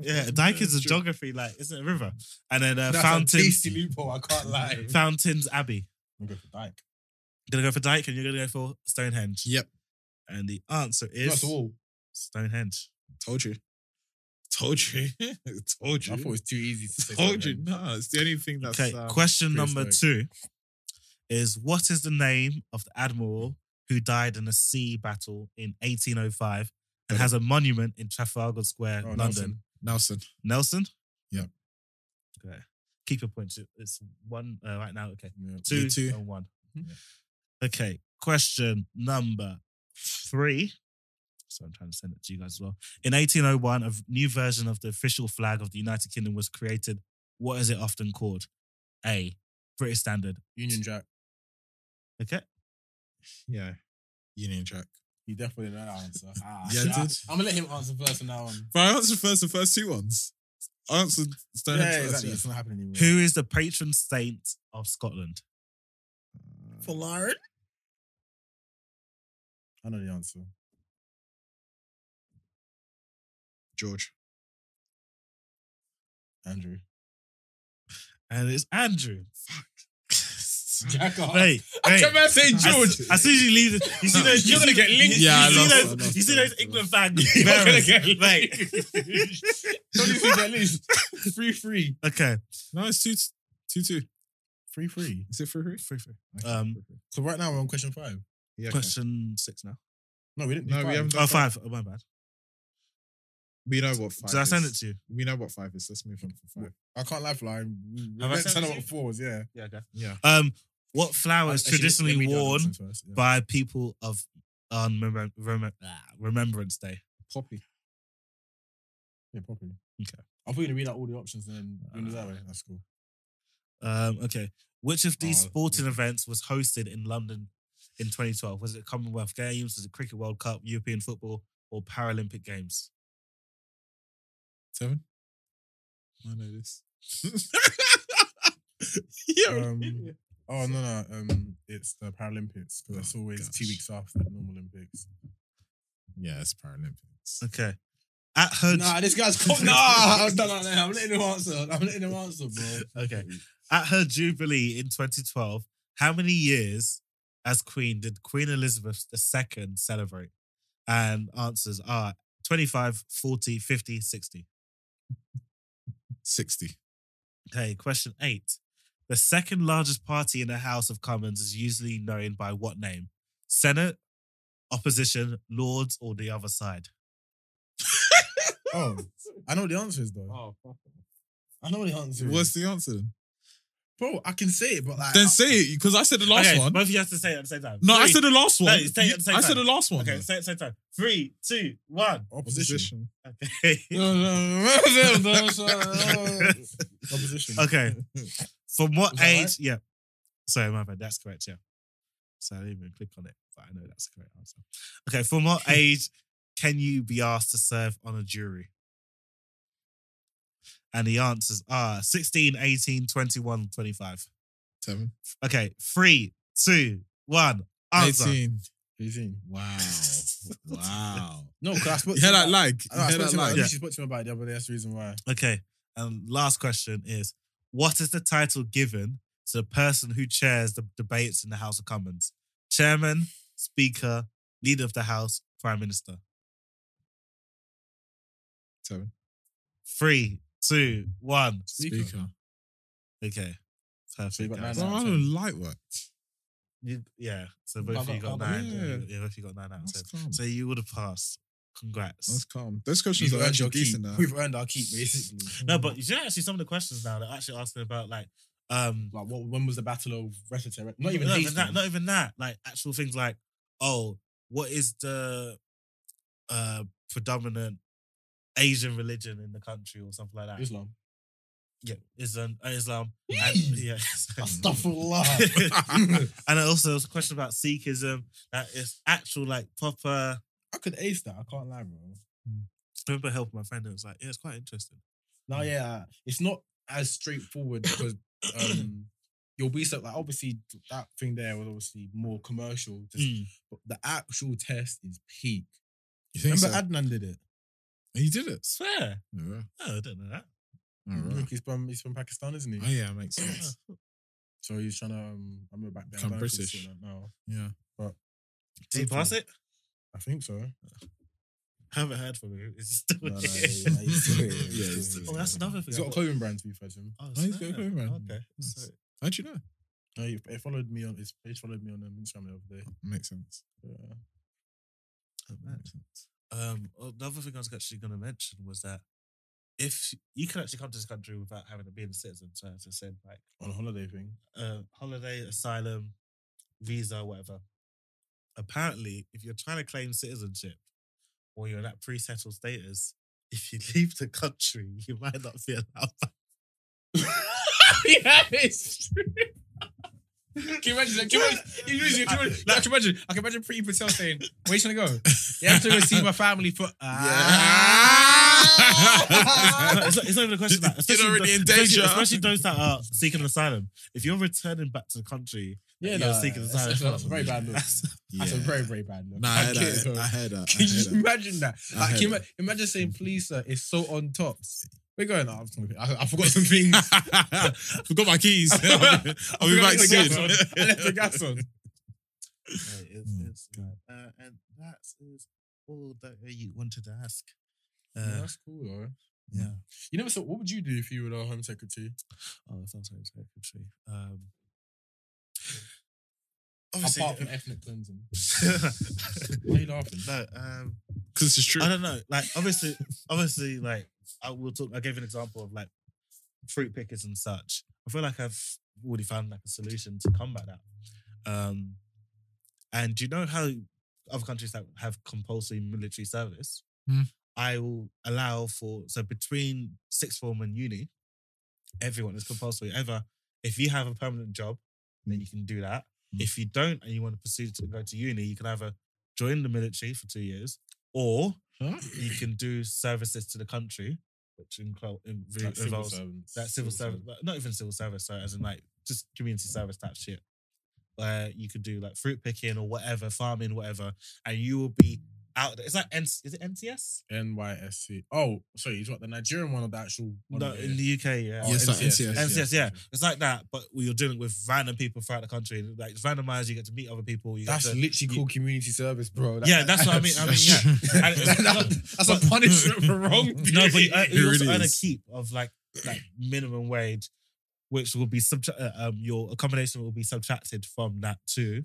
Speaker 2: yeah, Dyke is a geography, like it's a river, and then uh,
Speaker 1: that's a
Speaker 2: Fountains,
Speaker 1: tasty loophole. I can't lie.
Speaker 2: Fountains Abbey.
Speaker 1: I'm going for Dyke.
Speaker 2: You're gonna go for Dyke, and you're gonna go for Stonehenge.
Speaker 3: Yep.
Speaker 2: And the answer
Speaker 1: No,
Speaker 2: is
Speaker 1: it's a wall.
Speaker 2: Stonehenge.
Speaker 3: Told you. Told you. Told you.
Speaker 1: I thought it was too easy to say.
Speaker 3: Told you.
Speaker 1: something.
Speaker 3: No, it's the only thing that's.
Speaker 2: Okay,
Speaker 3: um,
Speaker 2: question
Speaker 3: pretty
Speaker 2: number two
Speaker 3: slick.
Speaker 2: is what is the name of the admiral who died in a sea battle in 1805 and has a monument in Trafalgar Square,
Speaker 1: Oh,
Speaker 2: London?
Speaker 1: Nelson.
Speaker 3: Nelson.
Speaker 2: Nelson.
Speaker 3: Yeah.
Speaker 2: Okay. Keep your points. It- It's one uh, right now. Okay.
Speaker 1: Yeah.
Speaker 2: Two,
Speaker 3: Yeah, two.
Speaker 2: and one.
Speaker 1: Mhm.
Speaker 2: Okay. Question number three. So I'm trying to send it to you guys as well. In 1801, a v- new version of the official flag of the United Kingdom was created. What is it often called? A. British Standard.
Speaker 1: Union Jack.
Speaker 2: Okay.
Speaker 3: Yeah. Union Jack.
Speaker 1: He definitely didn't know that answer. Ah,
Speaker 3: Yeah,
Speaker 1: shit. I,
Speaker 3: dude.
Speaker 1: am gonna let him answer first and now on.
Speaker 3: But I answered first the first two ones. I answered Stonehenge.
Speaker 1: Yeah,
Speaker 3: first,
Speaker 1: exactly.
Speaker 3: yeah.
Speaker 1: It's not happening anymore.
Speaker 2: Who is the patron saint of Scotland?
Speaker 1: for Lauren? I know the answer.
Speaker 3: George.
Speaker 1: Andrew.
Speaker 2: And it's Andrew.
Speaker 1: Jack off.
Speaker 2: Hey, hey.
Speaker 1: about saying
Speaker 2: As, as soon as you leave, the- you see those.
Speaker 1: You're
Speaker 2: you
Speaker 1: gonna
Speaker 2: see-
Speaker 1: get linked.
Speaker 2: You,
Speaker 3: Yeah, I
Speaker 2: you
Speaker 3: lost
Speaker 2: see
Speaker 3: it, I
Speaker 2: those.
Speaker 3: lost
Speaker 2: you see
Speaker 3: it,
Speaker 2: those
Speaker 3: I
Speaker 2: England
Speaker 3: lost
Speaker 2: fans.
Speaker 1: You're gonna
Speaker 2: bearers.
Speaker 1: get
Speaker 2: Mate.
Speaker 1: Don't you think at least free free.
Speaker 2: Okay.
Speaker 3: No, it's two, two, two.
Speaker 1: Free free.
Speaker 3: Is it free, free, free, free? Okay,
Speaker 2: Um,
Speaker 3: free, free.
Speaker 1: So right now we're on question five.
Speaker 3: yeah, okay.
Speaker 2: Question six now.
Speaker 1: No, we didn't. do
Speaker 3: No, we
Speaker 1: five.
Speaker 3: haven't. Done
Speaker 2: Oh, five. Oh, my bad.
Speaker 3: We know what five.
Speaker 2: Did I send
Speaker 3: is.
Speaker 2: it to you?
Speaker 3: We know what five is. Let's move on from five.
Speaker 1: I can't lie, flying. We
Speaker 2: Have I
Speaker 1: meant to
Speaker 2: sent it
Speaker 1: know
Speaker 2: to
Speaker 1: what
Speaker 2: you?
Speaker 1: four was, yeah.
Speaker 2: Yeah. Okay.
Speaker 3: Yeah.
Speaker 2: Um, what flower is
Speaker 1: Actually, let-
Speaker 2: traditionally
Speaker 1: let me do the
Speaker 2: worn
Speaker 1: answers first, yeah.
Speaker 2: by people of on remem- remem- ah, Remembrance Day?
Speaker 3: Poppy.
Speaker 1: Yeah, probably.
Speaker 2: Okay.
Speaker 1: I'm going to read out all the options and then do it that way. That's cool.
Speaker 2: Um, okay. Which of these
Speaker 1: Oh,
Speaker 2: sporting events was hosted in London in 2012? Was it Commonwealth Games? Was it Cricket World Cup, European football, or Paralympic Games?
Speaker 3: Seven. I know this. yeah.
Speaker 1: Um, Oh no no, um, it's the Paralympics because it's
Speaker 3: Oh,
Speaker 1: always two
Speaker 3: gosh.
Speaker 1: weeks after the normal Olympics.
Speaker 3: yeah, it's Paralympics.
Speaker 2: Okay. At her.
Speaker 1: Nah, this guy's cool. Nah, I was done like that. I'm letting him answer. I'm letting him answer, bro.
Speaker 2: Okay. At her jubilee in 2012, how many years as queen did Queen Elizabeth II celebrate? And answers are 25, 40, 50, 60.
Speaker 3: 60.
Speaker 2: Okay, question eight. The second largest party in the House of Commons is usually known by what name? Senate, opposition, Lords, or the other side?
Speaker 1: Oh, I know what the answer is though.
Speaker 2: Oh, fuck.
Speaker 1: I know what the answer is.
Speaker 3: What's the answer then?
Speaker 1: Bro, I can say it, but like,
Speaker 3: Then
Speaker 1: I-
Speaker 3: say it because I said the last
Speaker 2: okay,
Speaker 3: one.
Speaker 2: Both of you have to say it at the same time.
Speaker 3: No, I
Speaker 2: Three.
Speaker 3: said the last one.
Speaker 2: No, say it at the same
Speaker 3: I said
Speaker 2: time.
Speaker 3: the last one.
Speaker 2: Okay,
Speaker 3: though.
Speaker 2: say it at the same time. Three, two, one.
Speaker 1: opposition.
Speaker 2: Okay.
Speaker 3: uh,
Speaker 1: opposition.
Speaker 2: Okay. From what
Speaker 1: Is that
Speaker 2: age?
Speaker 1: right?
Speaker 2: Yeah. Sorry, my bad. That's correct. Yeah. So I didn't even click on it, but I know that's the correct answer. Okay. From what age can you be asked to serve on a jury? And the answers are 16, 18, 21, 25.
Speaker 3: Seven.
Speaker 2: Okay. Three, two, one. Answer.
Speaker 3: 18.
Speaker 1: What do you think?
Speaker 3: Wow. Wow.
Speaker 1: No, because I spoke to
Speaker 3: You hear
Speaker 1: him
Speaker 3: that
Speaker 1: about-
Speaker 3: like?
Speaker 1: I, know, I spoke to him
Speaker 3: You hear that
Speaker 1: about,
Speaker 3: like?
Speaker 1: yeah. she spoke to him about it the other day. That's the reason why.
Speaker 2: Okay. And last question is what is the title given to the person who chairs the debates in the House of Commons? Chairman, Speaker, Leader of the House, Prime Minister.
Speaker 3: Seven.
Speaker 2: Three, two, one.
Speaker 1: Speaker.
Speaker 2: Okay.
Speaker 1: So you
Speaker 2: Perfect.
Speaker 1: got
Speaker 2: guys.
Speaker 1: nine
Speaker 3: Bro, I don't like work.
Speaker 2: You- yeah. So both of
Speaker 1: Baba-
Speaker 2: you got
Speaker 1: Baba-
Speaker 2: nine.
Speaker 3: yeah.
Speaker 2: Yeah, both of you got nine out of
Speaker 3: That's
Speaker 2: ten.
Speaker 3: calm.
Speaker 2: So you would have passed.
Speaker 3: That's
Speaker 2: Congrats.
Speaker 3: calm. Those questions
Speaker 1: We've
Speaker 3: are
Speaker 1: earned,
Speaker 3: actually
Speaker 1: your keep.
Speaker 3: decent now.
Speaker 1: We've earned our keep, basically.
Speaker 2: No, but you know actually some of the questions now they're actually asking about like um
Speaker 1: like, what, when was the Battle of Recife? Not even
Speaker 2: not
Speaker 1: Hastings.
Speaker 2: even that. Not even that. Like actual things like, oh, what is the uh predominant Asian religion in the country or something like that?
Speaker 1: Islam.
Speaker 2: yeah, Islam. uh, Islam.
Speaker 1: Yee!
Speaker 2: And, yeah.
Speaker 1: Astaghfirullah.
Speaker 2: and also there's a question about Sikhism that is actual like proper.
Speaker 1: I could ace that. I can't lie, bro.
Speaker 2: I remember helping my friend and it was like, yeah, it's quite interesting. Mm.
Speaker 1: No, yeah, it's not as straightforward because um, you'll be so like obviously that thing there was obviously more commercial. Just, but the actual test is peak.
Speaker 3: You think
Speaker 1: Remember
Speaker 3: so?
Speaker 1: Adnan did it.
Speaker 3: He did it.
Speaker 2: Swear.
Speaker 3: Yeah.
Speaker 2: Oh, I don't know that.
Speaker 3: All right.
Speaker 1: Look, he's from he's from Pakistan, isn't he?
Speaker 3: Oh yeah, makes sense.
Speaker 1: So he's trying to. Um, I remember back then. I
Speaker 3: Become
Speaker 1: don't know if he's
Speaker 3: British.
Speaker 1: sorting that now.
Speaker 3: Yeah.
Speaker 2: Did he pass
Speaker 1: Hopefully.
Speaker 2: it?
Speaker 1: I think so.
Speaker 2: haven't heard from him. Is he still
Speaker 1: No, no,
Speaker 2: here?
Speaker 1: yeah, he's still here, he's
Speaker 3: Yeah,
Speaker 1: still
Speaker 3: he's still
Speaker 1: here.
Speaker 2: Oh, that's another thing.
Speaker 1: He's
Speaker 2: I
Speaker 1: got a
Speaker 2: thought-
Speaker 1: clothing brand, to be fair to him.
Speaker 2: Oh,
Speaker 3: Oh, he's
Speaker 2: snap.
Speaker 3: got a clothing brand.
Speaker 2: Okay.
Speaker 3: Nice.
Speaker 2: Sorry.
Speaker 3: How'd you know?
Speaker 1: No, he, he followed me on his page. Followed me on um, Instagram the other day. uh,
Speaker 3: Makes sense.
Speaker 1: Yeah.
Speaker 3: Makes sense.
Speaker 2: Mm. Um, another thing I was actually going to mention was that if you can actually come to this country without having to be a citizen, so as I said, like
Speaker 1: On a holiday thing.
Speaker 2: uh, holiday, asylum, visa, whatever. Apparently, if you're trying to claim citizenship or you're in that pre-settled status, if you leave the country, you might not be allowed back.
Speaker 1: yeah, it's true. Can you imagine? that? Can you imagine? Can you imagine? Can you imagine? I can imagine. I can imagine Pretty Patel saying, "Where you trying to go? You have to go see my family for." uh,
Speaker 3: Ah! Yeah.
Speaker 1: Ah!
Speaker 2: it's, not, it's not even a question that.
Speaker 3: You're
Speaker 2: especially
Speaker 3: already
Speaker 2: tho-
Speaker 3: in
Speaker 2: Especially,
Speaker 3: danger.
Speaker 2: especially those that are seeking asylum. If you're returning back to the country,
Speaker 1: yeah,
Speaker 2: you're
Speaker 1: no,
Speaker 2: seeking
Speaker 1: that's,
Speaker 2: asylum.
Speaker 1: that's, that's a very bad look.
Speaker 2: That's-
Speaker 1: That's a
Speaker 3: Yeah.
Speaker 1: very, very bad look.
Speaker 3: Nah, I
Speaker 1: I
Speaker 3: had
Speaker 1: get it,
Speaker 3: that.
Speaker 1: though.
Speaker 3: I had that. I
Speaker 1: Can
Speaker 3: had
Speaker 1: you
Speaker 3: that.
Speaker 1: imagine that?
Speaker 3: I
Speaker 1: Like,
Speaker 3: heard
Speaker 1: can you ima- imagine saying police sir, is so on top. We're going. Oh, I'm sorry, I, I forgot some things.
Speaker 3: Forgot my keys. I'll be, I'll be
Speaker 1: I
Speaker 3: back
Speaker 1: forgot to
Speaker 3: soon.
Speaker 1: put the gas on. I left the gas on.
Speaker 2: Uh, it's,
Speaker 1: Mm,
Speaker 3: Oh,
Speaker 2: it's, uh, and that is all that you wanted to ask. Uh,
Speaker 1: Yeah, that's cool though.
Speaker 2: Yeah.
Speaker 1: You never thought. What would you do if you were our home secretary?
Speaker 2: Oh, that sounds like it's secretary. Um,
Speaker 1: Apart from ethnic cleansing, why are you laughing?
Speaker 2: uh, no, um,
Speaker 3: Because it's true.
Speaker 2: I don't know. Like, obviously, obviously, like I will talk. I gave an example of like fruit pickers and such. I feel like I've already found like a solution to combat that. Um, and do you know how other countries that have compulsory military service?
Speaker 3: Hmm.
Speaker 2: I will allow for so between sixth form and uni, everyone is compulsory. Ever, if you have a permanent job, then you can do that.
Speaker 3: Hmm.
Speaker 2: If you don't and you want to pursue to go to uni, you can either join the military for two years or
Speaker 3: Huh?
Speaker 2: you can do services to the country, which inclo- in-
Speaker 1: Like civil
Speaker 2: involves
Speaker 1: servants,
Speaker 2: that civil service, but not even civil service, so as in like just community service type shit, where you could do like fruit picking or whatever, farming, whatever, and you will be out. There. It's like N- is it NCS?
Speaker 1: NYSC. Oh, sorry, you got the Nigerian one or the actual one?
Speaker 2: No,
Speaker 1: over
Speaker 2: in
Speaker 1: here?
Speaker 2: the UK, yeah.
Speaker 1: Oh,
Speaker 3: Yes, like
Speaker 1: NCS,
Speaker 3: NCS,
Speaker 2: NCS, yeah. It's like that, but you're dealing with random people throughout the country. Like it's randomized, you get to meet other people. You
Speaker 1: That's
Speaker 2: get to,
Speaker 1: literally called community service, bro.
Speaker 2: Yeah, that's what I mean. I mean, yeah. And it's-
Speaker 1: that's a punishment for wrong.
Speaker 2: No, but you, earn-
Speaker 3: It
Speaker 2: you also
Speaker 3: really
Speaker 2: earn a
Speaker 3: is.
Speaker 2: keep of like like minimum wage, which will be subtra- uh, um your accommodation will be subtracted from that too,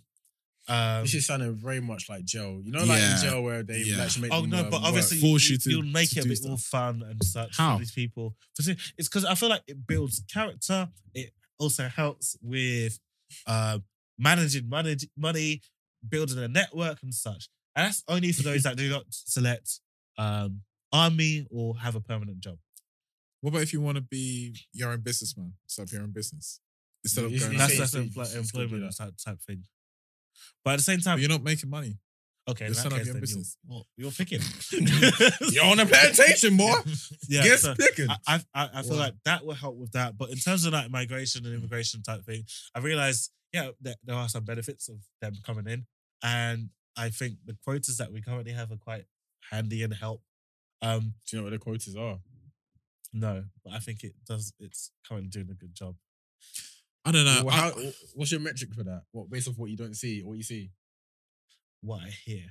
Speaker 2: Um,
Speaker 1: This is sounding very much like jail. You know, like
Speaker 3: Yeah.
Speaker 1: in jail where they
Speaker 3: Yeah.
Speaker 1: actually make.
Speaker 2: oh
Speaker 1: them,
Speaker 2: no,
Speaker 1: um,
Speaker 2: but obviously
Speaker 1: work.
Speaker 2: you,
Speaker 3: Force you to-
Speaker 2: will make
Speaker 3: to
Speaker 2: it a
Speaker 3: do
Speaker 2: bit more fun and such
Speaker 3: How?
Speaker 2: for these people. For see- It's because I feel like it builds character. It also helps with uh, managing money, money, building a network and such. And that's only for those that do not select um, army or have a permanent job.
Speaker 3: What about if you want to be your own businessman? Start your own business instead of
Speaker 1: You- you
Speaker 3: going.
Speaker 1: say
Speaker 2: That's
Speaker 1: it's-
Speaker 2: that's
Speaker 1: it's-
Speaker 2: empl-
Speaker 1: it's good to do
Speaker 2: employment
Speaker 1: that.
Speaker 2: type, type thing. But at the same
Speaker 3: But
Speaker 2: time,
Speaker 3: you're not making money.
Speaker 2: okay, in
Speaker 3: you're
Speaker 2: that
Speaker 3: setting up
Speaker 2: case,
Speaker 3: your
Speaker 2: then you're,
Speaker 3: business.
Speaker 2: well, you're picking.
Speaker 1: You're on a plantation, boy.
Speaker 2: yeah,
Speaker 1: Get
Speaker 2: so-
Speaker 1: picking.
Speaker 2: I, I, I I feel
Speaker 3: Wow.
Speaker 2: like that will help with that. But in terms of like migration and immigration type thing, I realized, yeah, that there are some benefits of them coming in. And I think the quotas that we currently have are quite handy and help. Um,
Speaker 1: Do you know what the Oh. quotas are?
Speaker 2: no, but I think it does, it's currently doing a good job.
Speaker 3: I don't know.
Speaker 1: Well,
Speaker 3: I-
Speaker 1: how, what's your metric for that? What based off what you don't see, what you see?
Speaker 2: What I hear.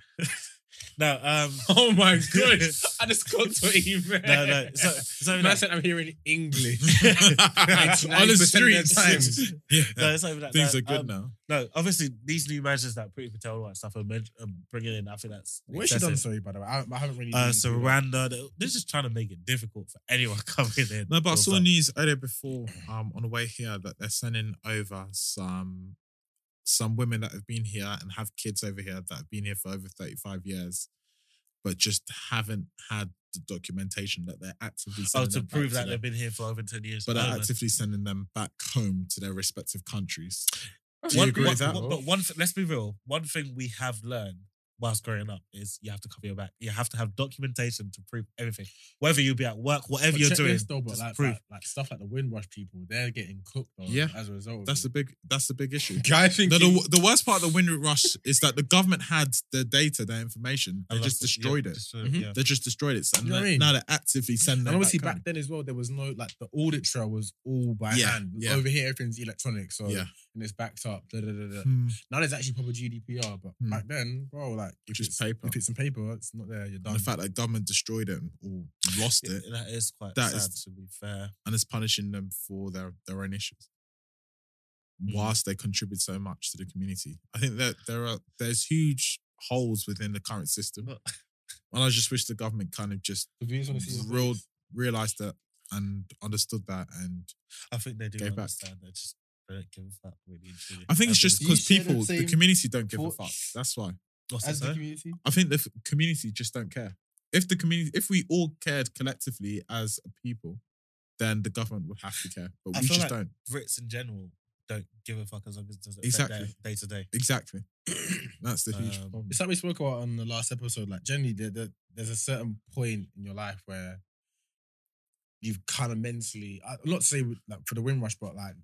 Speaker 2: no, um,
Speaker 1: Oh my
Speaker 2: goodness.
Speaker 1: I just got to email.
Speaker 2: no, no. So, so
Speaker 1: Man
Speaker 2: like,
Speaker 1: said I'm hearing English.
Speaker 3: on
Speaker 1: 99%
Speaker 3: the
Speaker 1: of the
Speaker 3: streets.
Speaker 1: time.
Speaker 3: Yeah.
Speaker 2: no, it's not even that.
Speaker 3: Things
Speaker 2: No,
Speaker 3: are good
Speaker 2: um,
Speaker 3: now.
Speaker 2: No, obviously these new measures that Pretty Patel and all that stuff are, men- are bringing in. I think that's
Speaker 1: What she done?
Speaker 2: excessive.
Speaker 1: Sorry, by the way, I, I haven't really.
Speaker 2: uh,
Speaker 1: been through that.
Speaker 2: Saranda. They- They're just trying to make it difficult for anyone coming in.
Speaker 3: No, but I
Speaker 2: Or
Speaker 3: saw
Speaker 2: something.
Speaker 3: news earlier before um, on the way here that they're sending over some some women that have been here and have kids over here that have been here for over 35 years, but just haven't had the documentation that they're actively
Speaker 2: Oh,
Speaker 3: sending
Speaker 2: to
Speaker 3: them back
Speaker 2: prove that
Speaker 3: them.
Speaker 2: they've been here for over ten years.
Speaker 3: But they're
Speaker 2: Oh,
Speaker 3: actively sending them back home to their respective countries.
Speaker 2: that's-
Speaker 3: Do you
Speaker 2: one-
Speaker 3: agree
Speaker 2: one-
Speaker 3: with that?
Speaker 2: one- But one, th- let's be real. One thing we have learned whilst growing up is you have to cover your back. You have to have documentation to prove everything, whether you be at work, whatever
Speaker 1: But
Speaker 2: you're
Speaker 1: check
Speaker 2: doing.
Speaker 1: this though, but
Speaker 2: just
Speaker 1: like,
Speaker 2: prove.
Speaker 1: like, like stuff like the Windrush people, they're getting cooked though,
Speaker 3: Yeah.
Speaker 1: as a result. of
Speaker 3: That's
Speaker 1: it.
Speaker 3: the big. That's the big issue.
Speaker 1: guy thinking.
Speaker 3: No, the, the worst part of the Windrush is that the government had their data, their information. They
Speaker 2: And
Speaker 3: just
Speaker 2: Oh, that's- yeah,
Speaker 3: destroyed it.
Speaker 2: destroyed
Speaker 1: Mhm.
Speaker 2: yeah.
Speaker 3: They just destroyed it. And
Speaker 1: You know what I
Speaker 3: they're-
Speaker 1: mean?
Speaker 3: now they're actively sending them
Speaker 1: and obviously back,
Speaker 3: home.
Speaker 1: then as well, there was no like the audit trail was all by
Speaker 3: um, Yeah,
Speaker 1: hand.
Speaker 3: yeah.
Speaker 1: Over here, everything's electronic, so
Speaker 3: Yeah.
Speaker 1: and it's backed up. Da, da, da, da.
Speaker 3: Hmm.
Speaker 1: Now there's actually proper GDPR, but
Speaker 3: Hmm.
Speaker 1: back then, bro, like if
Speaker 3: Just
Speaker 1: it's
Speaker 3: paper.
Speaker 1: if it's in paper, it's not there. You're done.
Speaker 3: And the fact that government destroyed it or lost it
Speaker 2: That is quite
Speaker 3: That
Speaker 2: sad,
Speaker 3: is-
Speaker 2: to be fair.
Speaker 3: and is punishing them for their, their own issues.
Speaker 2: Mm.
Speaker 3: Whilst they contribute so much to the community. I think that there are there's huge holes within the current system.
Speaker 2: But-
Speaker 3: And I just wish the government kind of just
Speaker 1: the viewers want to see your
Speaker 3: real
Speaker 1: face.
Speaker 3: realized that and understood that and
Speaker 2: I think they do
Speaker 3: Go back.
Speaker 2: understand. They just don't give a fuck. Really, and truly.
Speaker 3: I think it's just
Speaker 1: Do you
Speaker 3: because
Speaker 1: share that
Speaker 3: people, the
Speaker 1: same
Speaker 3: community don't give a
Speaker 1: thought?
Speaker 3: fuck. That's why.
Speaker 2: What's
Speaker 1: as
Speaker 2: that,
Speaker 1: the
Speaker 2: sorry?
Speaker 1: community.
Speaker 3: I think the f- community just don't care. If the community, if we all cared collectively as a people, then the government would have to care. But
Speaker 2: I
Speaker 3: we
Speaker 2: feel
Speaker 3: just
Speaker 2: like-
Speaker 3: don't.
Speaker 2: Brits in general don't give a fuck as long as it doesn't
Speaker 3: Exactly.
Speaker 2: day to day.
Speaker 3: Exactly. That's the huge
Speaker 2: Um,
Speaker 3: problem.
Speaker 1: It's like we spoke about on the last episode. Like generally, there, there, there's a certain point in your life where you've kind of mentally, I, not to say with- like for the Windrush, but like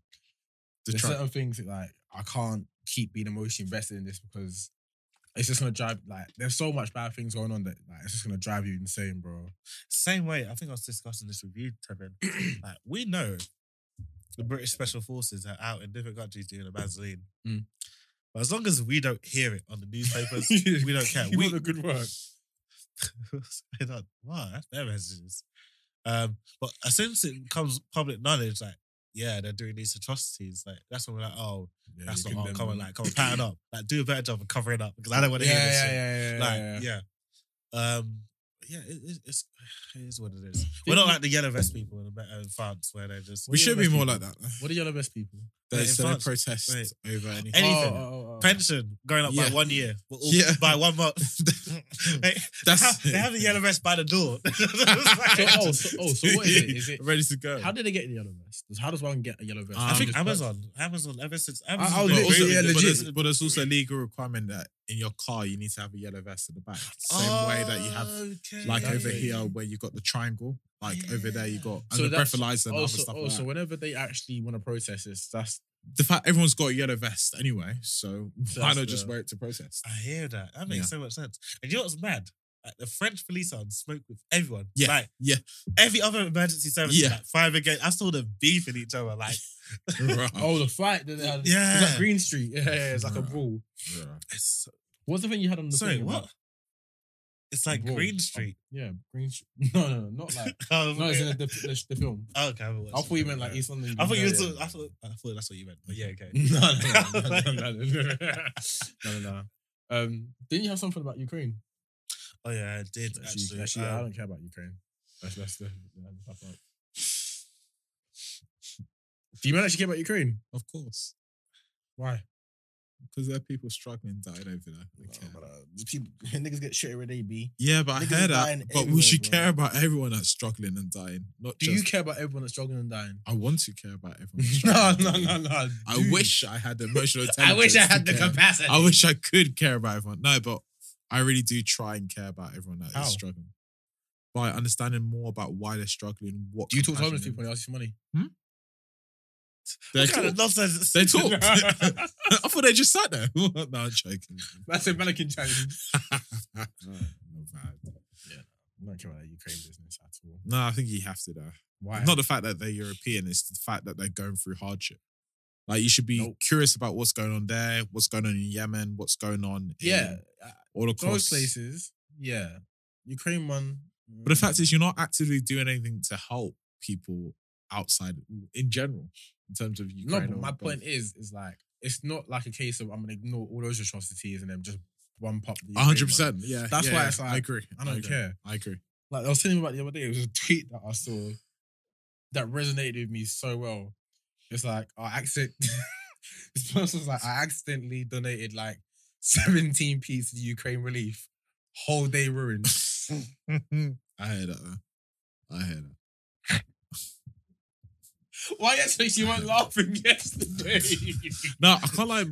Speaker 3: The
Speaker 1: there's
Speaker 3: tra-
Speaker 1: certain things that like I can't keep being emotionally invested in this because it's just gonna drive like there's so much bad things going on that like it's just gonna drive you insane, bro.
Speaker 2: Same way, I think I was discussing this with you, Tevin. like, we know the British Special Forces are out in different countries doing a Vaseline.
Speaker 1: Mm.
Speaker 2: But as long as we don't hear it on the newspapers, we don't care.
Speaker 1: You
Speaker 2: we
Speaker 1: want the good work.
Speaker 2: I thought, wow, that's their messages. Um, but as soon as it becomes public knowledge, like, yeah, they're doing these atrocities, like that's when we're like, oh,
Speaker 1: Yeah,
Speaker 2: that's
Speaker 1: you
Speaker 2: not
Speaker 1: give
Speaker 2: oh, come on,
Speaker 1: them-
Speaker 2: like, come on, pattern up. Like, do a better job of covering up because I don't want
Speaker 1: yeah,
Speaker 2: to hear this shit.
Speaker 1: yeah, yeah, yeah, yeah,
Speaker 2: Like,
Speaker 1: yeah.
Speaker 2: yeah. Um, yeah, it, it, it's it is what it is. We're not like the yellow vest people in, Amer- in France where they're just
Speaker 3: we should be more like that.
Speaker 1: What are your best people?
Speaker 3: They,
Speaker 2: Wait,
Speaker 3: so
Speaker 2: in
Speaker 3: they
Speaker 2: France-
Speaker 3: protest
Speaker 2: wait.
Speaker 3: over anything.
Speaker 2: Anything.
Speaker 1: oh,
Speaker 2: pension going up
Speaker 3: Yeah.
Speaker 2: by one year, but all-
Speaker 3: Yeah.
Speaker 2: by one month. Mate,
Speaker 3: That's
Speaker 2: they have the yellow vest by the door.
Speaker 1: So, oh, so, oh, so what is it? Is it
Speaker 3: ready to go?
Speaker 1: how did they get the yellow vest? How does one get a yellow vest?
Speaker 3: I
Speaker 2: I think
Speaker 1: Just-
Speaker 2: Amazon, Amazon. Ever since Amazon,
Speaker 1: I was
Speaker 3: but,
Speaker 1: literally-
Speaker 3: also,
Speaker 1: yeah,
Speaker 3: but
Speaker 1: legit.
Speaker 3: there's, but there's also a legal requirement that in your car you need to have a yellow vest in the back. Same way that you have
Speaker 2: Oh,
Speaker 3: like over
Speaker 1: Exactly.
Speaker 3: here where you got the triangle, like over there you got and
Speaker 1: So
Speaker 3: the
Speaker 1: that's
Speaker 3: breathalyzer and
Speaker 1: Oh,
Speaker 3: other
Speaker 1: so-
Speaker 3: stuff.
Speaker 1: oh,
Speaker 3: like
Speaker 1: so
Speaker 3: that.
Speaker 1: whenever they actually want to protest this, that's
Speaker 3: the fact everyone's got a yellow vest anyway, so
Speaker 1: So
Speaker 3: why
Speaker 1: that's
Speaker 3: not just
Speaker 1: the-
Speaker 3: wear it to protest?
Speaker 2: I hear that. That makes
Speaker 3: Yeah.
Speaker 2: so much sense. And you know what's mad? Like, the French police are on smoke with everyone.
Speaker 3: Yeah,
Speaker 2: Like,
Speaker 3: yeah.
Speaker 2: Every other emergency service,
Speaker 3: Yeah.
Speaker 2: like fire brigade, I saw them beefing each other. Like,
Speaker 3: Right.
Speaker 1: oh the fight that they had.
Speaker 2: Yeah.
Speaker 1: it's like Green Street. Yeah, yeah, yeah, it's like a
Speaker 3: Right.
Speaker 1: brawl.
Speaker 3: Right.
Speaker 2: it's-
Speaker 1: What's the thing you had on the
Speaker 2: sorry,
Speaker 1: thing
Speaker 2: what?
Speaker 1: about-
Speaker 2: It's like
Speaker 1: Raw.
Speaker 2: Green Street.
Speaker 1: Yeah, Green Street. No, no, no, not like.
Speaker 2: Oh,
Speaker 1: No, it's in the, the, the, the film.
Speaker 2: oh, okay, I, haven't watched
Speaker 1: I
Speaker 2: it.
Speaker 1: thought you meant like East London.
Speaker 2: I thought you were.
Speaker 1: Yeah, yeah.
Speaker 2: talking- I thought. I thought that's what you meant. But yeah, okay.
Speaker 1: No, no, no, no, no, no, no, no, no, no. Um, didn't you have something about Ukraine?
Speaker 2: Oh yeah, I did
Speaker 1: Actually,
Speaker 2: actually.
Speaker 1: actually
Speaker 2: Um,
Speaker 1: I don't care about Ukraine. That's that's the, that's the fuck up. Do you man actually care about Ukraine?
Speaker 3: Of course.
Speaker 1: Why?
Speaker 3: Because there are people struggling died over there. They care.
Speaker 1: people, niggas get shit where they be.
Speaker 3: Yeah, but I
Speaker 1: Niggas
Speaker 3: heard
Speaker 1: dying
Speaker 3: that. But we
Speaker 1: everywhere,
Speaker 3: should
Speaker 1: bro.
Speaker 3: care about everyone that's struggling and dying. Not
Speaker 1: Do
Speaker 3: just,
Speaker 1: you care about everyone that's struggling and dying?
Speaker 3: I want to care about everyone. that's
Speaker 1: no,
Speaker 3: struggling
Speaker 1: no,
Speaker 3: and
Speaker 1: no,
Speaker 3: dying.
Speaker 1: no.
Speaker 3: I
Speaker 1: dude.
Speaker 3: wish I had the emotional
Speaker 1: I
Speaker 3: intelligence.
Speaker 1: wish I
Speaker 3: to
Speaker 1: had the
Speaker 3: care.
Speaker 1: capacity.
Speaker 3: I wish I could care about everyone. No, but I really do try and care about everyone that is
Speaker 2: How?
Speaker 3: struggling by understanding more about why they're struggling. What
Speaker 1: Do you talk to
Speaker 3: compassion
Speaker 1: homeless
Speaker 3: they-
Speaker 1: people and ask for money?
Speaker 3: They
Speaker 2: what kind
Speaker 3: talk.
Speaker 2: of nonsense?
Speaker 3: They talk. I thought they just sat there. no, I'm joking.
Speaker 1: That's a mannequin challenge.
Speaker 3: no, bad.
Speaker 1: I don't care about that Ukraine business at all.
Speaker 3: No, I think you have to though.
Speaker 1: Why?
Speaker 3: It's not the fact that they're European, it's the fact that they're going through hardship. Like you should be
Speaker 1: Nope.
Speaker 3: curious about what's going on there, what's going on in Yemen, what's going on
Speaker 1: yeah,
Speaker 3: in all across
Speaker 1: those places. Yeah, Ukraine one.
Speaker 3: But the fact is you're not actively doing anything to help people outside in general, in terms of
Speaker 1: no.
Speaker 3: Ukraine.
Speaker 1: But
Speaker 3: or
Speaker 1: mm, my
Speaker 3: both.
Speaker 1: point is, is like it's not like a case of I'm gonna ignore all those atrocities and then just bump up. the
Speaker 3: A
Speaker 1: Ukraine
Speaker 3: hundred
Speaker 1: one.
Speaker 3: percent. Yeah.
Speaker 1: That's
Speaker 3: yeah,
Speaker 1: why
Speaker 3: yeah,
Speaker 1: it's
Speaker 3: I
Speaker 1: like,
Speaker 3: agree.
Speaker 1: I don't
Speaker 3: agree.
Speaker 1: care.
Speaker 3: I agree.
Speaker 1: Like I was telling you about the other day, it was a tweet that I saw that resonated with me so well. It's like I accident. this person's like I accidentally donated like 17 pieces to Ukraine relief. Whole day ruined.
Speaker 3: I hear that though. I hear that.
Speaker 1: Why yesterday she weren't laughing yesterday?
Speaker 3: No, I can't like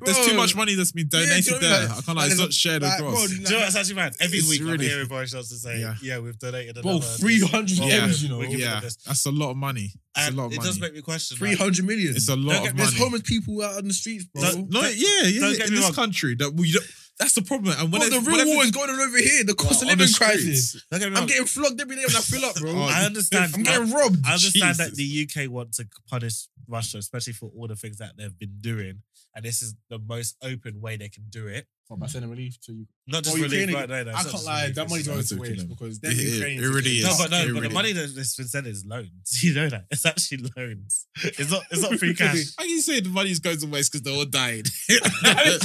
Speaker 3: there's too
Speaker 1: Bro.
Speaker 3: much money that's been
Speaker 1: you know
Speaker 3: donated
Speaker 1: what I mean?
Speaker 3: there.
Speaker 1: Like-
Speaker 3: I can't
Speaker 1: like,
Speaker 3: like it's
Speaker 1: there's a-
Speaker 3: not shared
Speaker 1: like, bro,
Speaker 3: across.
Speaker 1: like-
Speaker 2: Do you know what's actually mad? Every
Speaker 3: It's
Speaker 2: week
Speaker 3: really-
Speaker 2: I'm hearing Boris Johnson say,
Speaker 3: Yeah.
Speaker 2: yeah. we've donated
Speaker 1: Bro,
Speaker 2: another...
Speaker 1: 300
Speaker 3: Well,
Speaker 1: M's, you know.
Speaker 2: we're giving
Speaker 3: yeah,
Speaker 2: it this.
Speaker 3: that's a lot of money. It's
Speaker 2: And
Speaker 3: a lot of
Speaker 2: it
Speaker 3: money.
Speaker 2: does make me question. like,
Speaker 1: 300 million.
Speaker 3: It's a lot
Speaker 2: Don't
Speaker 3: of
Speaker 2: get-
Speaker 3: money.
Speaker 1: There's homeless people out on the streets, bro.
Speaker 2: Don't-
Speaker 3: no,
Speaker 2: don't-
Speaker 3: yeah, yeah.
Speaker 2: don't
Speaker 3: yeah.
Speaker 2: get
Speaker 3: In
Speaker 2: me
Speaker 3: this
Speaker 2: wrong.
Speaker 3: country, that we don't, that's the problem. And when
Speaker 1: Bro, the
Speaker 3: it's-
Speaker 1: real
Speaker 3: whenever-
Speaker 1: war is going on over here. The cost
Speaker 3: on
Speaker 1: of living
Speaker 3: the
Speaker 1: crisis.
Speaker 3: streets.
Speaker 2: don't get me
Speaker 1: I'm
Speaker 2: wrong,
Speaker 1: getting flogged every day when I fill up, bro.
Speaker 3: Oh,
Speaker 2: I understand.
Speaker 1: I'm
Speaker 2: I-
Speaker 1: getting robbed.
Speaker 2: I understand that
Speaker 3: Jesus.
Speaker 2: the UK want to punish Russia, especially for all the things that they've been doing, and this is the most open way they can do it.
Speaker 1: What, by sending relief to you.
Speaker 2: Not just
Speaker 1: Oh,
Speaker 2: relief,
Speaker 1: Ukraine-
Speaker 2: right? No, no,
Speaker 1: I
Speaker 2: it's not
Speaker 1: can't
Speaker 2: just
Speaker 1: lie,
Speaker 2: relief,
Speaker 1: that money's
Speaker 2: it's
Speaker 1: going
Speaker 3: That's
Speaker 1: to
Speaker 3: okay,
Speaker 1: waste
Speaker 3: no.
Speaker 1: because then
Speaker 3: It- it-
Speaker 1: Ukrainians.
Speaker 3: it really
Speaker 2: No,
Speaker 3: is.
Speaker 2: but
Speaker 3: It
Speaker 2: no, but
Speaker 3: really
Speaker 2: the money that that's been sent is loans. You know that it's actually loans. It's not. It's not free cash.
Speaker 3: How can you say the money's going to waste because they all
Speaker 1: I
Speaker 3: died?
Speaker 1: didn't say that, I didn't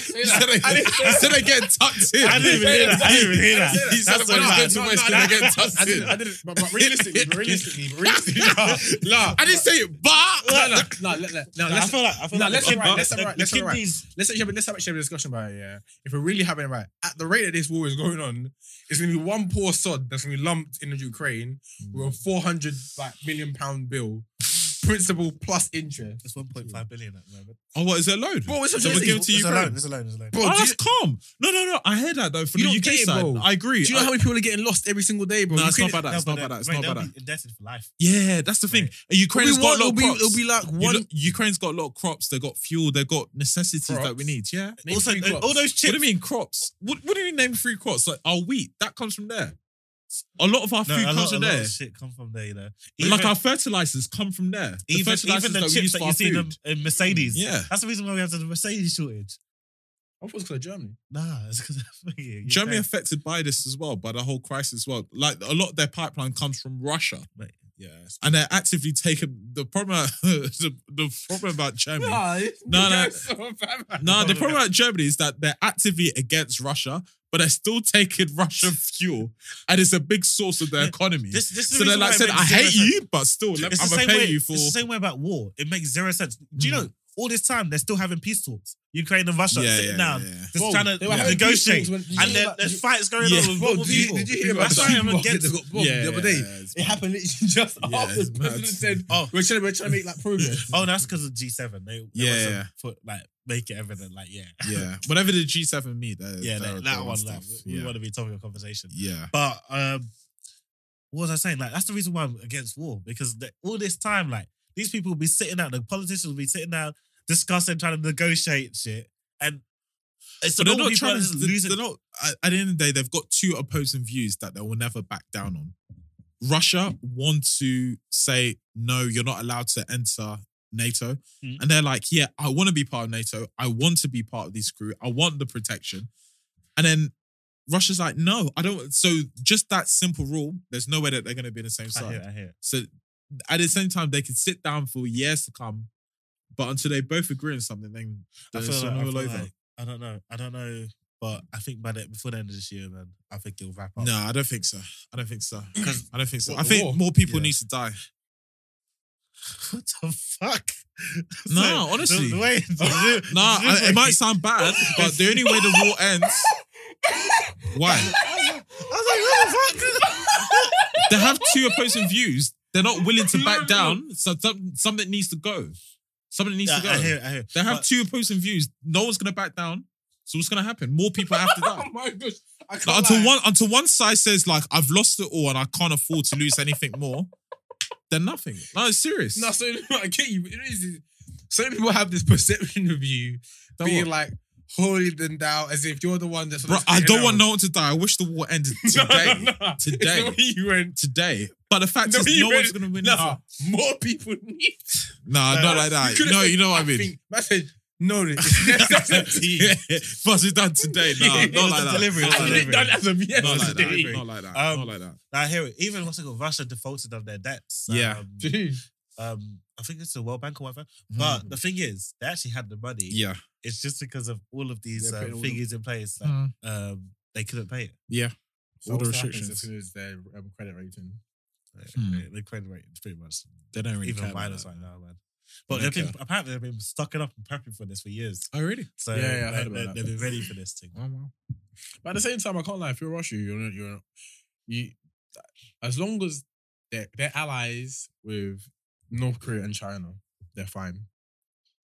Speaker 1: say that, I didn't say that.
Speaker 3: Instead of getting tucked in.
Speaker 2: I didn't even hear that. I didn't even hear that.
Speaker 3: He said
Speaker 2: That's
Speaker 3: the
Speaker 2: a
Speaker 3: money's
Speaker 2: lie.
Speaker 3: going to waste because they're getting
Speaker 1: I
Speaker 3: tucked
Speaker 1: didn't, I
Speaker 3: in.
Speaker 1: didn't, but, but realistically, but realistically, but realistically, nah, nah,
Speaker 3: I didn't say it, but.
Speaker 1: nah, nah, nah, let- let- nah,
Speaker 2: No, I
Speaker 1: let's-
Speaker 2: feel like I feel
Speaker 1: No,
Speaker 2: like
Speaker 1: let's
Speaker 2: the-
Speaker 1: alright,
Speaker 2: the-
Speaker 1: let's
Speaker 2: the-
Speaker 1: alright,
Speaker 2: the
Speaker 1: let's alright.
Speaker 2: kidneys-
Speaker 1: Let's actually have, a- let's have actually have a discussion about it. Yeah, if we're really having it right at the rate that this war is going on, it's gonna be one poor sod that's gonna be lumped into Ukraine with a four hundred like million pound bill, principal plus interest.
Speaker 2: It's 1.5 billion at the moment.
Speaker 3: Oh, what is it a loan?
Speaker 1: Bro, it's a
Speaker 3: So we're
Speaker 1: It's
Speaker 3: giving to
Speaker 2: It's a loan.
Speaker 3: Ukraine.
Speaker 2: It's a loan. It's a loan.
Speaker 1: Bro,
Speaker 3: Oh,
Speaker 1: do,
Speaker 3: that's
Speaker 1: you,
Speaker 3: calm. No, no, no. I heard that though from
Speaker 1: You
Speaker 3: the
Speaker 1: don't
Speaker 3: UK
Speaker 1: get it,
Speaker 3: side.
Speaker 1: bro.
Speaker 3: I agree.
Speaker 1: do you know
Speaker 3: I-
Speaker 1: how many people are getting lost every single day, bro?
Speaker 3: No, it's not
Speaker 1: Ukraine-
Speaker 3: about that. It's
Speaker 2: No,
Speaker 3: not
Speaker 2: but
Speaker 3: about that.
Speaker 2: they-
Speaker 3: It's
Speaker 2: mate,
Speaker 3: not about
Speaker 2: they'll
Speaker 3: that.
Speaker 2: be Indebted for life.
Speaker 3: Yeah, that's the thing. Uh,
Speaker 2: Right.
Speaker 3: Ukraine's
Speaker 1: It'll be, one,
Speaker 3: got a lot
Speaker 1: it'll,
Speaker 3: of
Speaker 1: be,
Speaker 3: crops.
Speaker 1: it'll be like
Speaker 3: You
Speaker 1: one.
Speaker 3: look- Ukraine's got a lot of crops. They got fuel. They got necessities that we
Speaker 1: Crops?
Speaker 3: need. Yeah.
Speaker 1: Name
Speaker 2: also,
Speaker 1: three
Speaker 2: uh, all
Speaker 1: crops.
Speaker 2: those
Speaker 3: What
Speaker 2: chips.
Speaker 3: do you mean crops? What, what do you mean name three crops? Like our wheat that comes from there. A lot of our
Speaker 2: No,
Speaker 3: food
Speaker 2: a
Speaker 3: comes
Speaker 2: lot, a
Speaker 3: from
Speaker 2: lot
Speaker 3: there.
Speaker 2: of shit come from there, you know.
Speaker 3: like our fertilizers come from there. The
Speaker 2: even,
Speaker 3: fertilizers
Speaker 2: even the
Speaker 3: that we
Speaker 2: chips
Speaker 3: use
Speaker 2: that
Speaker 3: for
Speaker 2: you
Speaker 3: our
Speaker 2: see them
Speaker 3: food.
Speaker 2: in Mercedes.
Speaker 3: Yeah.
Speaker 2: That's the reason why we have the Mercedes shortage.
Speaker 1: I thought it was because of Germany.
Speaker 2: Nah, it's because of you.
Speaker 3: Germany affected by this as well, by the whole crisis as well. Like a lot of their pipeline comes from Russia,
Speaker 2: Yeah. it's-
Speaker 3: and they're actively taking the problem. the, the problem about Germany. No, no. No, the problem about Germany is that they're actively against Russia, but they're still taking Russian fuel, and it's a big source of their economy.
Speaker 2: This, this is the
Speaker 3: so they're
Speaker 2: reason
Speaker 3: like
Speaker 2: why it
Speaker 3: saying,
Speaker 2: makes
Speaker 3: "I
Speaker 2: zero
Speaker 3: hate
Speaker 2: sense.
Speaker 3: you, but still, I'm
Speaker 2: It's the
Speaker 3: gonna
Speaker 2: same
Speaker 3: pay
Speaker 2: way.
Speaker 3: you for."
Speaker 2: It's the same way about war. It makes zero sense. Do you
Speaker 3: Mm.
Speaker 2: know? All this time, they're still having peace talks. Ukraine and Russia
Speaker 3: yeah,
Speaker 2: sitting
Speaker 3: yeah,
Speaker 2: down,
Speaker 3: yeah, yeah.
Speaker 2: just trying to negotiate. And there, there's fights going
Speaker 3: Yeah.
Speaker 2: on with
Speaker 1: Bro,
Speaker 2: normal
Speaker 1: did you,
Speaker 2: people.
Speaker 1: did you hear about
Speaker 2: That's
Speaker 1: the
Speaker 2: why I'm
Speaker 1: supermarket
Speaker 2: against.
Speaker 1: that got bombed the other day?
Speaker 3: it's
Speaker 1: It
Speaker 3: mad.
Speaker 1: happened literally just
Speaker 3: Yeah,
Speaker 1: after
Speaker 3: it's
Speaker 1: the
Speaker 3: mad.
Speaker 1: president said,
Speaker 2: Oh.
Speaker 1: we're trying, we're trying to make like progress.
Speaker 2: Oh, that's because of G7. They, they
Speaker 3: Yeah,
Speaker 2: want to
Speaker 3: yeah.
Speaker 2: put like make it evident. Like yeah,
Speaker 3: Yeah, whatever the G7 meet,
Speaker 2: yeah, that, that one. Like,
Speaker 3: stuff.
Speaker 2: we
Speaker 3: yeah.
Speaker 2: want to be topic of conversation.
Speaker 3: yeah,
Speaker 2: But um, what was I saying? Like that's the reason why I'm against war because the, all this time, like these people will be sitting down, the politicians will be sitting down discussing, trying to negotiate shit, and it's the
Speaker 3: but they're
Speaker 2: normal
Speaker 3: not
Speaker 2: people
Speaker 3: trying
Speaker 2: that just
Speaker 3: to.
Speaker 2: lose
Speaker 3: They're not. At at the end of the day, they've got two opposing views that they will never back down on. Russia want to say no, you're not allowed to enter NATO,
Speaker 2: Mm.
Speaker 3: and they're like, yeah, I want to be part of NATO. I want to be part of this crew. I want the protection, and then Russia's like, no, I don't. So just that simple rule, there's no way that they're going to be in the same
Speaker 2: I
Speaker 3: side.
Speaker 2: hear, it, I hear. it.
Speaker 3: So at the same time, they could sit down for years to come, but until they both agree on something, then,
Speaker 2: I
Speaker 3: then
Speaker 2: feel,
Speaker 3: it's
Speaker 2: like, I,
Speaker 3: all
Speaker 2: feel
Speaker 3: over.
Speaker 2: like- I don't know. I don't know. But I think by the before the end of this year, man, I think it'll wrap up.
Speaker 3: no, I don't think so. I don't think so.
Speaker 2: 'Cause-
Speaker 3: I don't think so.
Speaker 1: What,
Speaker 3: I
Speaker 1: the
Speaker 3: think
Speaker 1: war?
Speaker 3: more people
Speaker 2: Yeah.
Speaker 3: need to die.
Speaker 2: What the fuck?
Speaker 3: No,
Speaker 2: Sorry. The-
Speaker 3: honestly.
Speaker 2: the way- the- the-
Speaker 3: No, I, it might sound bad, but the only way the war ends. Why?
Speaker 2: I was like, what the fuck?
Speaker 3: They have two opposing views. They're not willing to back down. So some, something needs to go. Something needs to
Speaker 2: Yeah,
Speaker 3: go.
Speaker 2: I hear, it, I hear. it.
Speaker 3: They have
Speaker 2: But-
Speaker 3: two opposing views. No one's gonna back down. So what's gonna happen? More people have to die.
Speaker 1: Oh my gosh. I can't
Speaker 3: Like, until
Speaker 1: lie.
Speaker 3: one until one side says like I've lost it all and I can't afford to lose anything more, then nothing. No, it's serious.
Speaker 1: No, so I get you. but It is. So many people have this perception of you
Speaker 3: Then
Speaker 1: being
Speaker 3: what?
Speaker 1: like holier than thou, as if you're the one that's.
Speaker 3: Bro, I don't want no one to die. I wish the war ended
Speaker 1: No,
Speaker 3: today.
Speaker 1: no, no. It's the
Speaker 3: Today.
Speaker 1: way you went.
Speaker 3: Today. But the fact
Speaker 1: No,
Speaker 3: is,
Speaker 1: you
Speaker 3: no one's
Speaker 1: really-
Speaker 3: gonna win.
Speaker 1: Nah, more people need.
Speaker 3: Nah,
Speaker 2: No,
Speaker 3: not like that.
Speaker 1: could've
Speaker 3: no,
Speaker 1: said,
Speaker 3: you know what I mean.
Speaker 1: think- I said no. It's
Speaker 3: First it's done today. Nah,
Speaker 1: Yeah, it
Speaker 3: not
Speaker 2: was
Speaker 3: like
Speaker 2: the
Speaker 3: that.
Speaker 2: delivery, it was
Speaker 3: Not
Speaker 2: the
Speaker 3: like
Speaker 2: delivery.
Speaker 3: that.
Speaker 1: done as of
Speaker 3: Not like
Speaker 1: yesterday.
Speaker 3: that. Not like that.
Speaker 2: Um,
Speaker 3: Not like that.
Speaker 2: I hear it. Even what's it called? Russia defaulted on their debts.
Speaker 3: Yeah.
Speaker 2: Um,
Speaker 1: Dude,
Speaker 2: um, I think it's the World Bank or whatever. But the thing is, they actually had the money.
Speaker 3: Hmm. Mm. yeah.
Speaker 2: It's just because of all of these
Speaker 1: They're
Speaker 2: uh,
Speaker 1: putting all the-
Speaker 2: figures in place that
Speaker 3: Mm.
Speaker 2: um, they couldn't pay it.
Speaker 3: Yeah.
Speaker 1: So
Speaker 3: All the
Speaker 1: what's happened
Speaker 3: restrictions.
Speaker 1: as soon as their um, credit rating.
Speaker 3: Hmm.
Speaker 2: They- They credit rate is pretty much
Speaker 3: They don't really
Speaker 2: even
Speaker 3: care about
Speaker 2: minus
Speaker 3: that.
Speaker 2: right now, man. But
Speaker 3: They
Speaker 2: they've
Speaker 3: don't
Speaker 2: been, apparently they've been stocking up and prepping for this for years.
Speaker 3: Oh really?
Speaker 2: So
Speaker 1: Yeah, yeah, I heard
Speaker 2: they,
Speaker 1: about that.
Speaker 2: have been ready for this thing.
Speaker 3: Oh wow.
Speaker 1: But at the same time, I can't lie. If you're Russia, you're not, you're not, you. As long as they're, they're allies with North Korea and China, they're fine.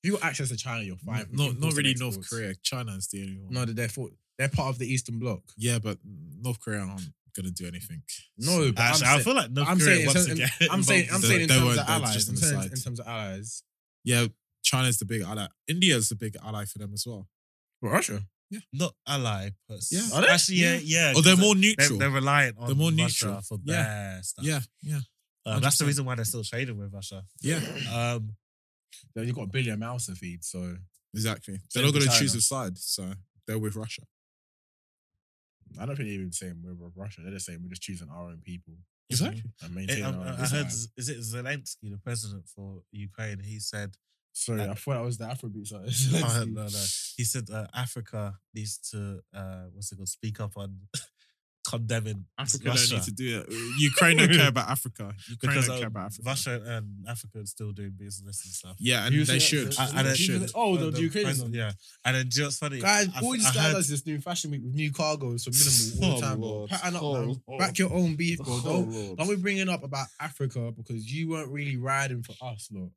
Speaker 1: If you got access to China, you're fine. You can
Speaker 3: Not not
Speaker 1: force them
Speaker 3: really
Speaker 1: to
Speaker 3: North
Speaker 1: exports.
Speaker 3: Korea. China is the only one.
Speaker 1: No, they're for, they're part of the Eastern Bloc.
Speaker 3: Yeah, but North Korea aren't gonna do anything.
Speaker 1: No, but
Speaker 2: Actually,
Speaker 1: I'm
Speaker 2: I
Speaker 1: saying,
Speaker 2: feel like North
Speaker 1: I'm
Speaker 2: Korea
Speaker 1: saying, in
Speaker 2: once
Speaker 1: terms-
Speaker 2: again.
Speaker 1: I'm saying, I'm
Speaker 3: They-
Speaker 1: saying in
Speaker 3: they
Speaker 1: terms
Speaker 3: weren't-
Speaker 1: of
Speaker 3: they were
Speaker 1: allies.
Speaker 3: just on
Speaker 1: I'm
Speaker 3: the
Speaker 1: saying
Speaker 3: side.
Speaker 1: in terms of allies.
Speaker 3: Yeah, China's the big ally. India's the big ally for them as well.
Speaker 1: But Russia,
Speaker 2: not ally, but
Speaker 3: Yeah.
Speaker 1: Are they?
Speaker 2: actually, yeah, yeah.
Speaker 3: Or Oh, they're
Speaker 2: 'cause
Speaker 3: more
Speaker 2: They're,
Speaker 3: neutral.
Speaker 2: they're reliant on
Speaker 3: They're more
Speaker 2: Russia
Speaker 3: neutral.
Speaker 2: for
Speaker 3: Yeah.
Speaker 2: their stuff.
Speaker 3: yeah, yeah,
Speaker 2: Um, that's the
Speaker 3: 100%.
Speaker 2: reason why they're still trading with Russia.
Speaker 3: yeah.
Speaker 2: Um,
Speaker 1: they've got a billion mouths to feed. So
Speaker 3: Exactly. They're
Speaker 1: Same
Speaker 3: not
Speaker 1: with
Speaker 3: gonna
Speaker 1: China.
Speaker 3: choose a side, so they're with Russia.
Speaker 1: I don't think they're even saying we're with Russia. They're just saying we're just choosing our own people
Speaker 3: Exactly.
Speaker 1: and
Speaker 2: it-
Speaker 1: maintaining
Speaker 2: um,
Speaker 1: our own.
Speaker 2: I heard,
Speaker 1: desire.
Speaker 2: is it Zelensky, the president for Ukraine? He said,
Speaker 1: Sorry, I thought that was the Afrobeat song. It's
Speaker 2: Oh,
Speaker 1: like-
Speaker 2: no, no. He said uh, Africa needs to uh, what's it called? Speak up on condemning
Speaker 3: Africa
Speaker 2: Russia
Speaker 3: don't need to do it. Ukraine don't care about Africa. Ukraine
Speaker 2: because
Speaker 3: don't care
Speaker 2: um,
Speaker 3: about Africa.
Speaker 2: Russia and Africa are still doing business and stuff.
Speaker 3: Yeah, and
Speaker 1: You say-
Speaker 3: they should.
Speaker 1: I-
Speaker 2: And
Speaker 1: I
Speaker 3: they
Speaker 2: then-
Speaker 1: don't-
Speaker 3: should.
Speaker 1: Oh, the, the Ukrainian
Speaker 2: president-
Speaker 1: one.
Speaker 2: yeah. And then do you know what's funny?
Speaker 1: Guys, all
Speaker 2: I
Speaker 1: these
Speaker 2: heard-
Speaker 1: guys that's just doing fashion week with new cargo is minimal all the
Speaker 3: Oh,
Speaker 1: time. bro.
Speaker 3: Lord.
Speaker 1: Pattern up,
Speaker 3: Oh,
Speaker 1: man.
Speaker 3: Lord. Oh,
Speaker 1: Back your own beef, bro. Don't,
Speaker 3: Lord.
Speaker 1: don't be bringing up about Africa because you weren't really riding for us, Lord.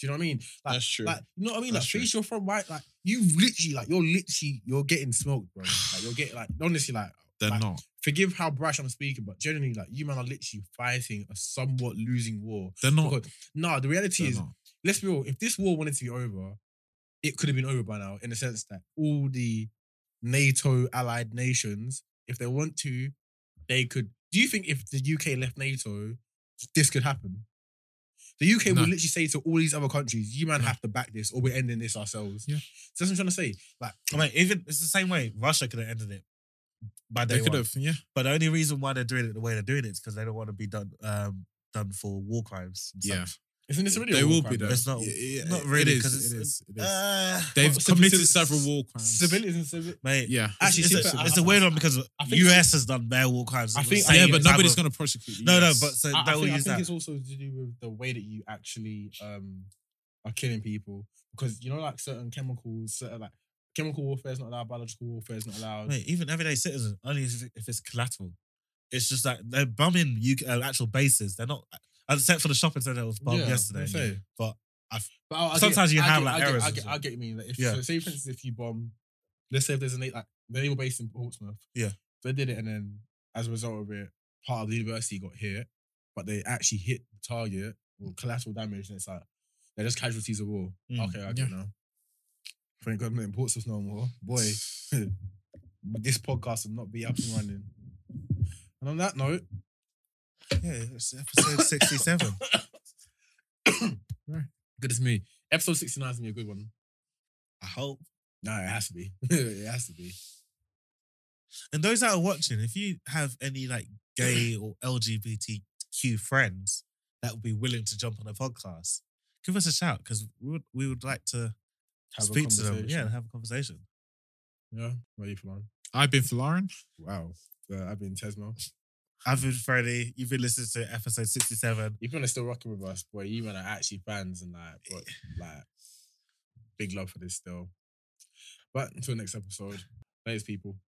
Speaker 1: Do you know what I mean? Like,
Speaker 3: That's true.
Speaker 1: Like, you know what I mean?
Speaker 3: That's
Speaker 1: like,
Speaker 3: true.
Speaker 1: face you're from, right? Like, you literally, like, you're literally, you're getting smoked, bro. Like, you're getting, like, honestly, like,
Speaker 3: They're
Speaker 1: like,
Speaker 3: not.
Speaker 1: forgive how brash I'm speaking, but generally, like, you man are literally fighting a somewhat losing war.
Speaker 3: They're not.
Speaker 1: Because, nah, the reality
Speaker 3: They're
Speaker 1: is,
Speaker 3: not.
Speaker 1: let's be real, if this war wanted to be over, it could have been over by now, in the sense that all the NATO allied nations, if they want to, they could. Do you think if the UK left NATO, this could happen? The UK
Speaker 3: No.
Speaker 1: will literally say to all these other countries, you man
Speaker 3: No.
Speaker 1: have to back this or we're ending this ourselves.
Speaker 3: Yeah.
Speaker 1: So that's what I'm trying to say. Like,
Speaker 2: I mean, even it's the same way Russia could have ended it by day
Speaker 3: They could
Speaker 2: one.
Speaker 3: have. Yeah.
Speaker 2: But the only reason why they're doing it the way they're doing it is because they don't want to be done um, done for war crimes. and
Speaker 3: Yeah.
Speaker 2: stuff.
Speaker 1: isn't this really a
Speaker 3: They
Speaker 1: war
Speaker 3: will
Speaker 1: crime?
Speaker 3: be though.
Speaker 2: It's not-
Speaker 3: Yeah, yeah,
Speaker 2: not
Speaker 3: it-
Speaker 2: really,
Speaker 3: It
Speaker 2: 'cause
Speaker 3: is. It
Speaker 2: it's-
Speaker 3: is. It is.
Speaker 2: Uh,
Speaker 3: They've
Speaker 1: Well, so
Speaker 3: committed
Speaker 1: because-
Speaker 3: several war crimes.
Speaker 1: Civilians and civil.
Speaker 2: mate,
Speaker 3: Yeah.
Speaker 1: Actually,
Speaker 2: it's,
Speaker 1: see,
Speaker 2: it's,
Speaker 1: but
Speaker 2: a,
Speaker 1: I-
Speaker 2: it's a weird one because
Speaker 1: I think
Speaker 2: US has done their war crimes.
Speaker 1: I
Speaker 2: It's
Speaker 1: think-
Speaker 2: the
Speaker 3: Yeah,
Speaker 2: same
Speaker 3: but
Speaker 2: type
Speaker 3: nobody's
Speaker 2: of-
Speaker 3: going to prosecute you.
Speaker 2: No, no, but so
Speaker 1: I, I
Speaker 2: they will
Speaker 1: think, I think
Speaker 2: use that.
Speaker 1: it's also to do with the way that you actually um are killing people because you know like certain chemicals, certain like chemical warfare is not allowed, biological warfare is not allowed.
Speaker 2: Mate, even everyday citizens, only if, if it's collateral. It's just like they're bombing UK, uh, actual bases. They're not, uh, except for the shopping centre that was bombed yesterday.
Speaker 1: that's it.
Speaker 2: But I-
Speaker 1: But I- I get-
Speaker 2: sometimes you
Speaker 1: I
Speaker 2: have,
Speaker 1: get-
Speaker 2: like,
Speaker 1: I get,
Speaker 2: errors
Speaker 1: I
Speaker 2: and
Speaker 1: get,
Speaker 2: stuff.
Speaker 1: I get what you mean. Like, if,
Speaker 2: Yeah.
Speaker 1: so say for instance, if you bomb, let's say if there's a na- like the naval base in Portsmouth.
Speaker 2: Yeah.
Speaker 1: they did it, and then as a result of it, part of the university got hit, but they actually hit the target or collateral damage, and it's like they're just casualties of war.
Speaker 2: Mm,
Speaker 1: okay, I get now. Thank God I'm not in Portsmouth no more, boy. this podcast will not be up and running. And on that note,
Speaker 2: yeah, it's episode 67.
Speaker 1: good as me. Episode 69 is gonna be a good one.
Speaker 2: I hope.
Speaker 1: No, it has to be. it has to be.
Speaker 2: And those that are watching, if you have any like gay or LGBTQ friends that would be willing to jump on a podcast, give us a shout because we would, we would like to
Speaker 1: Have a
Speaker 2: speak to them. Yeah,
Speaker 1: conversation.
Speaker 2: and have a conversation.
Speaker 1: Yeah. Where are you from?
Speaker 3: I've been for Lauren.
Speaker 1: Wow. Uh, I've been Tesmo.
Speaker 2: I've been Freddie. You've been listening to episode 67.
Speaker 1: You people are still rocking with us, boy. You and I are actually fans and like, but, like, big love for this still. But until next episode, thanks, people.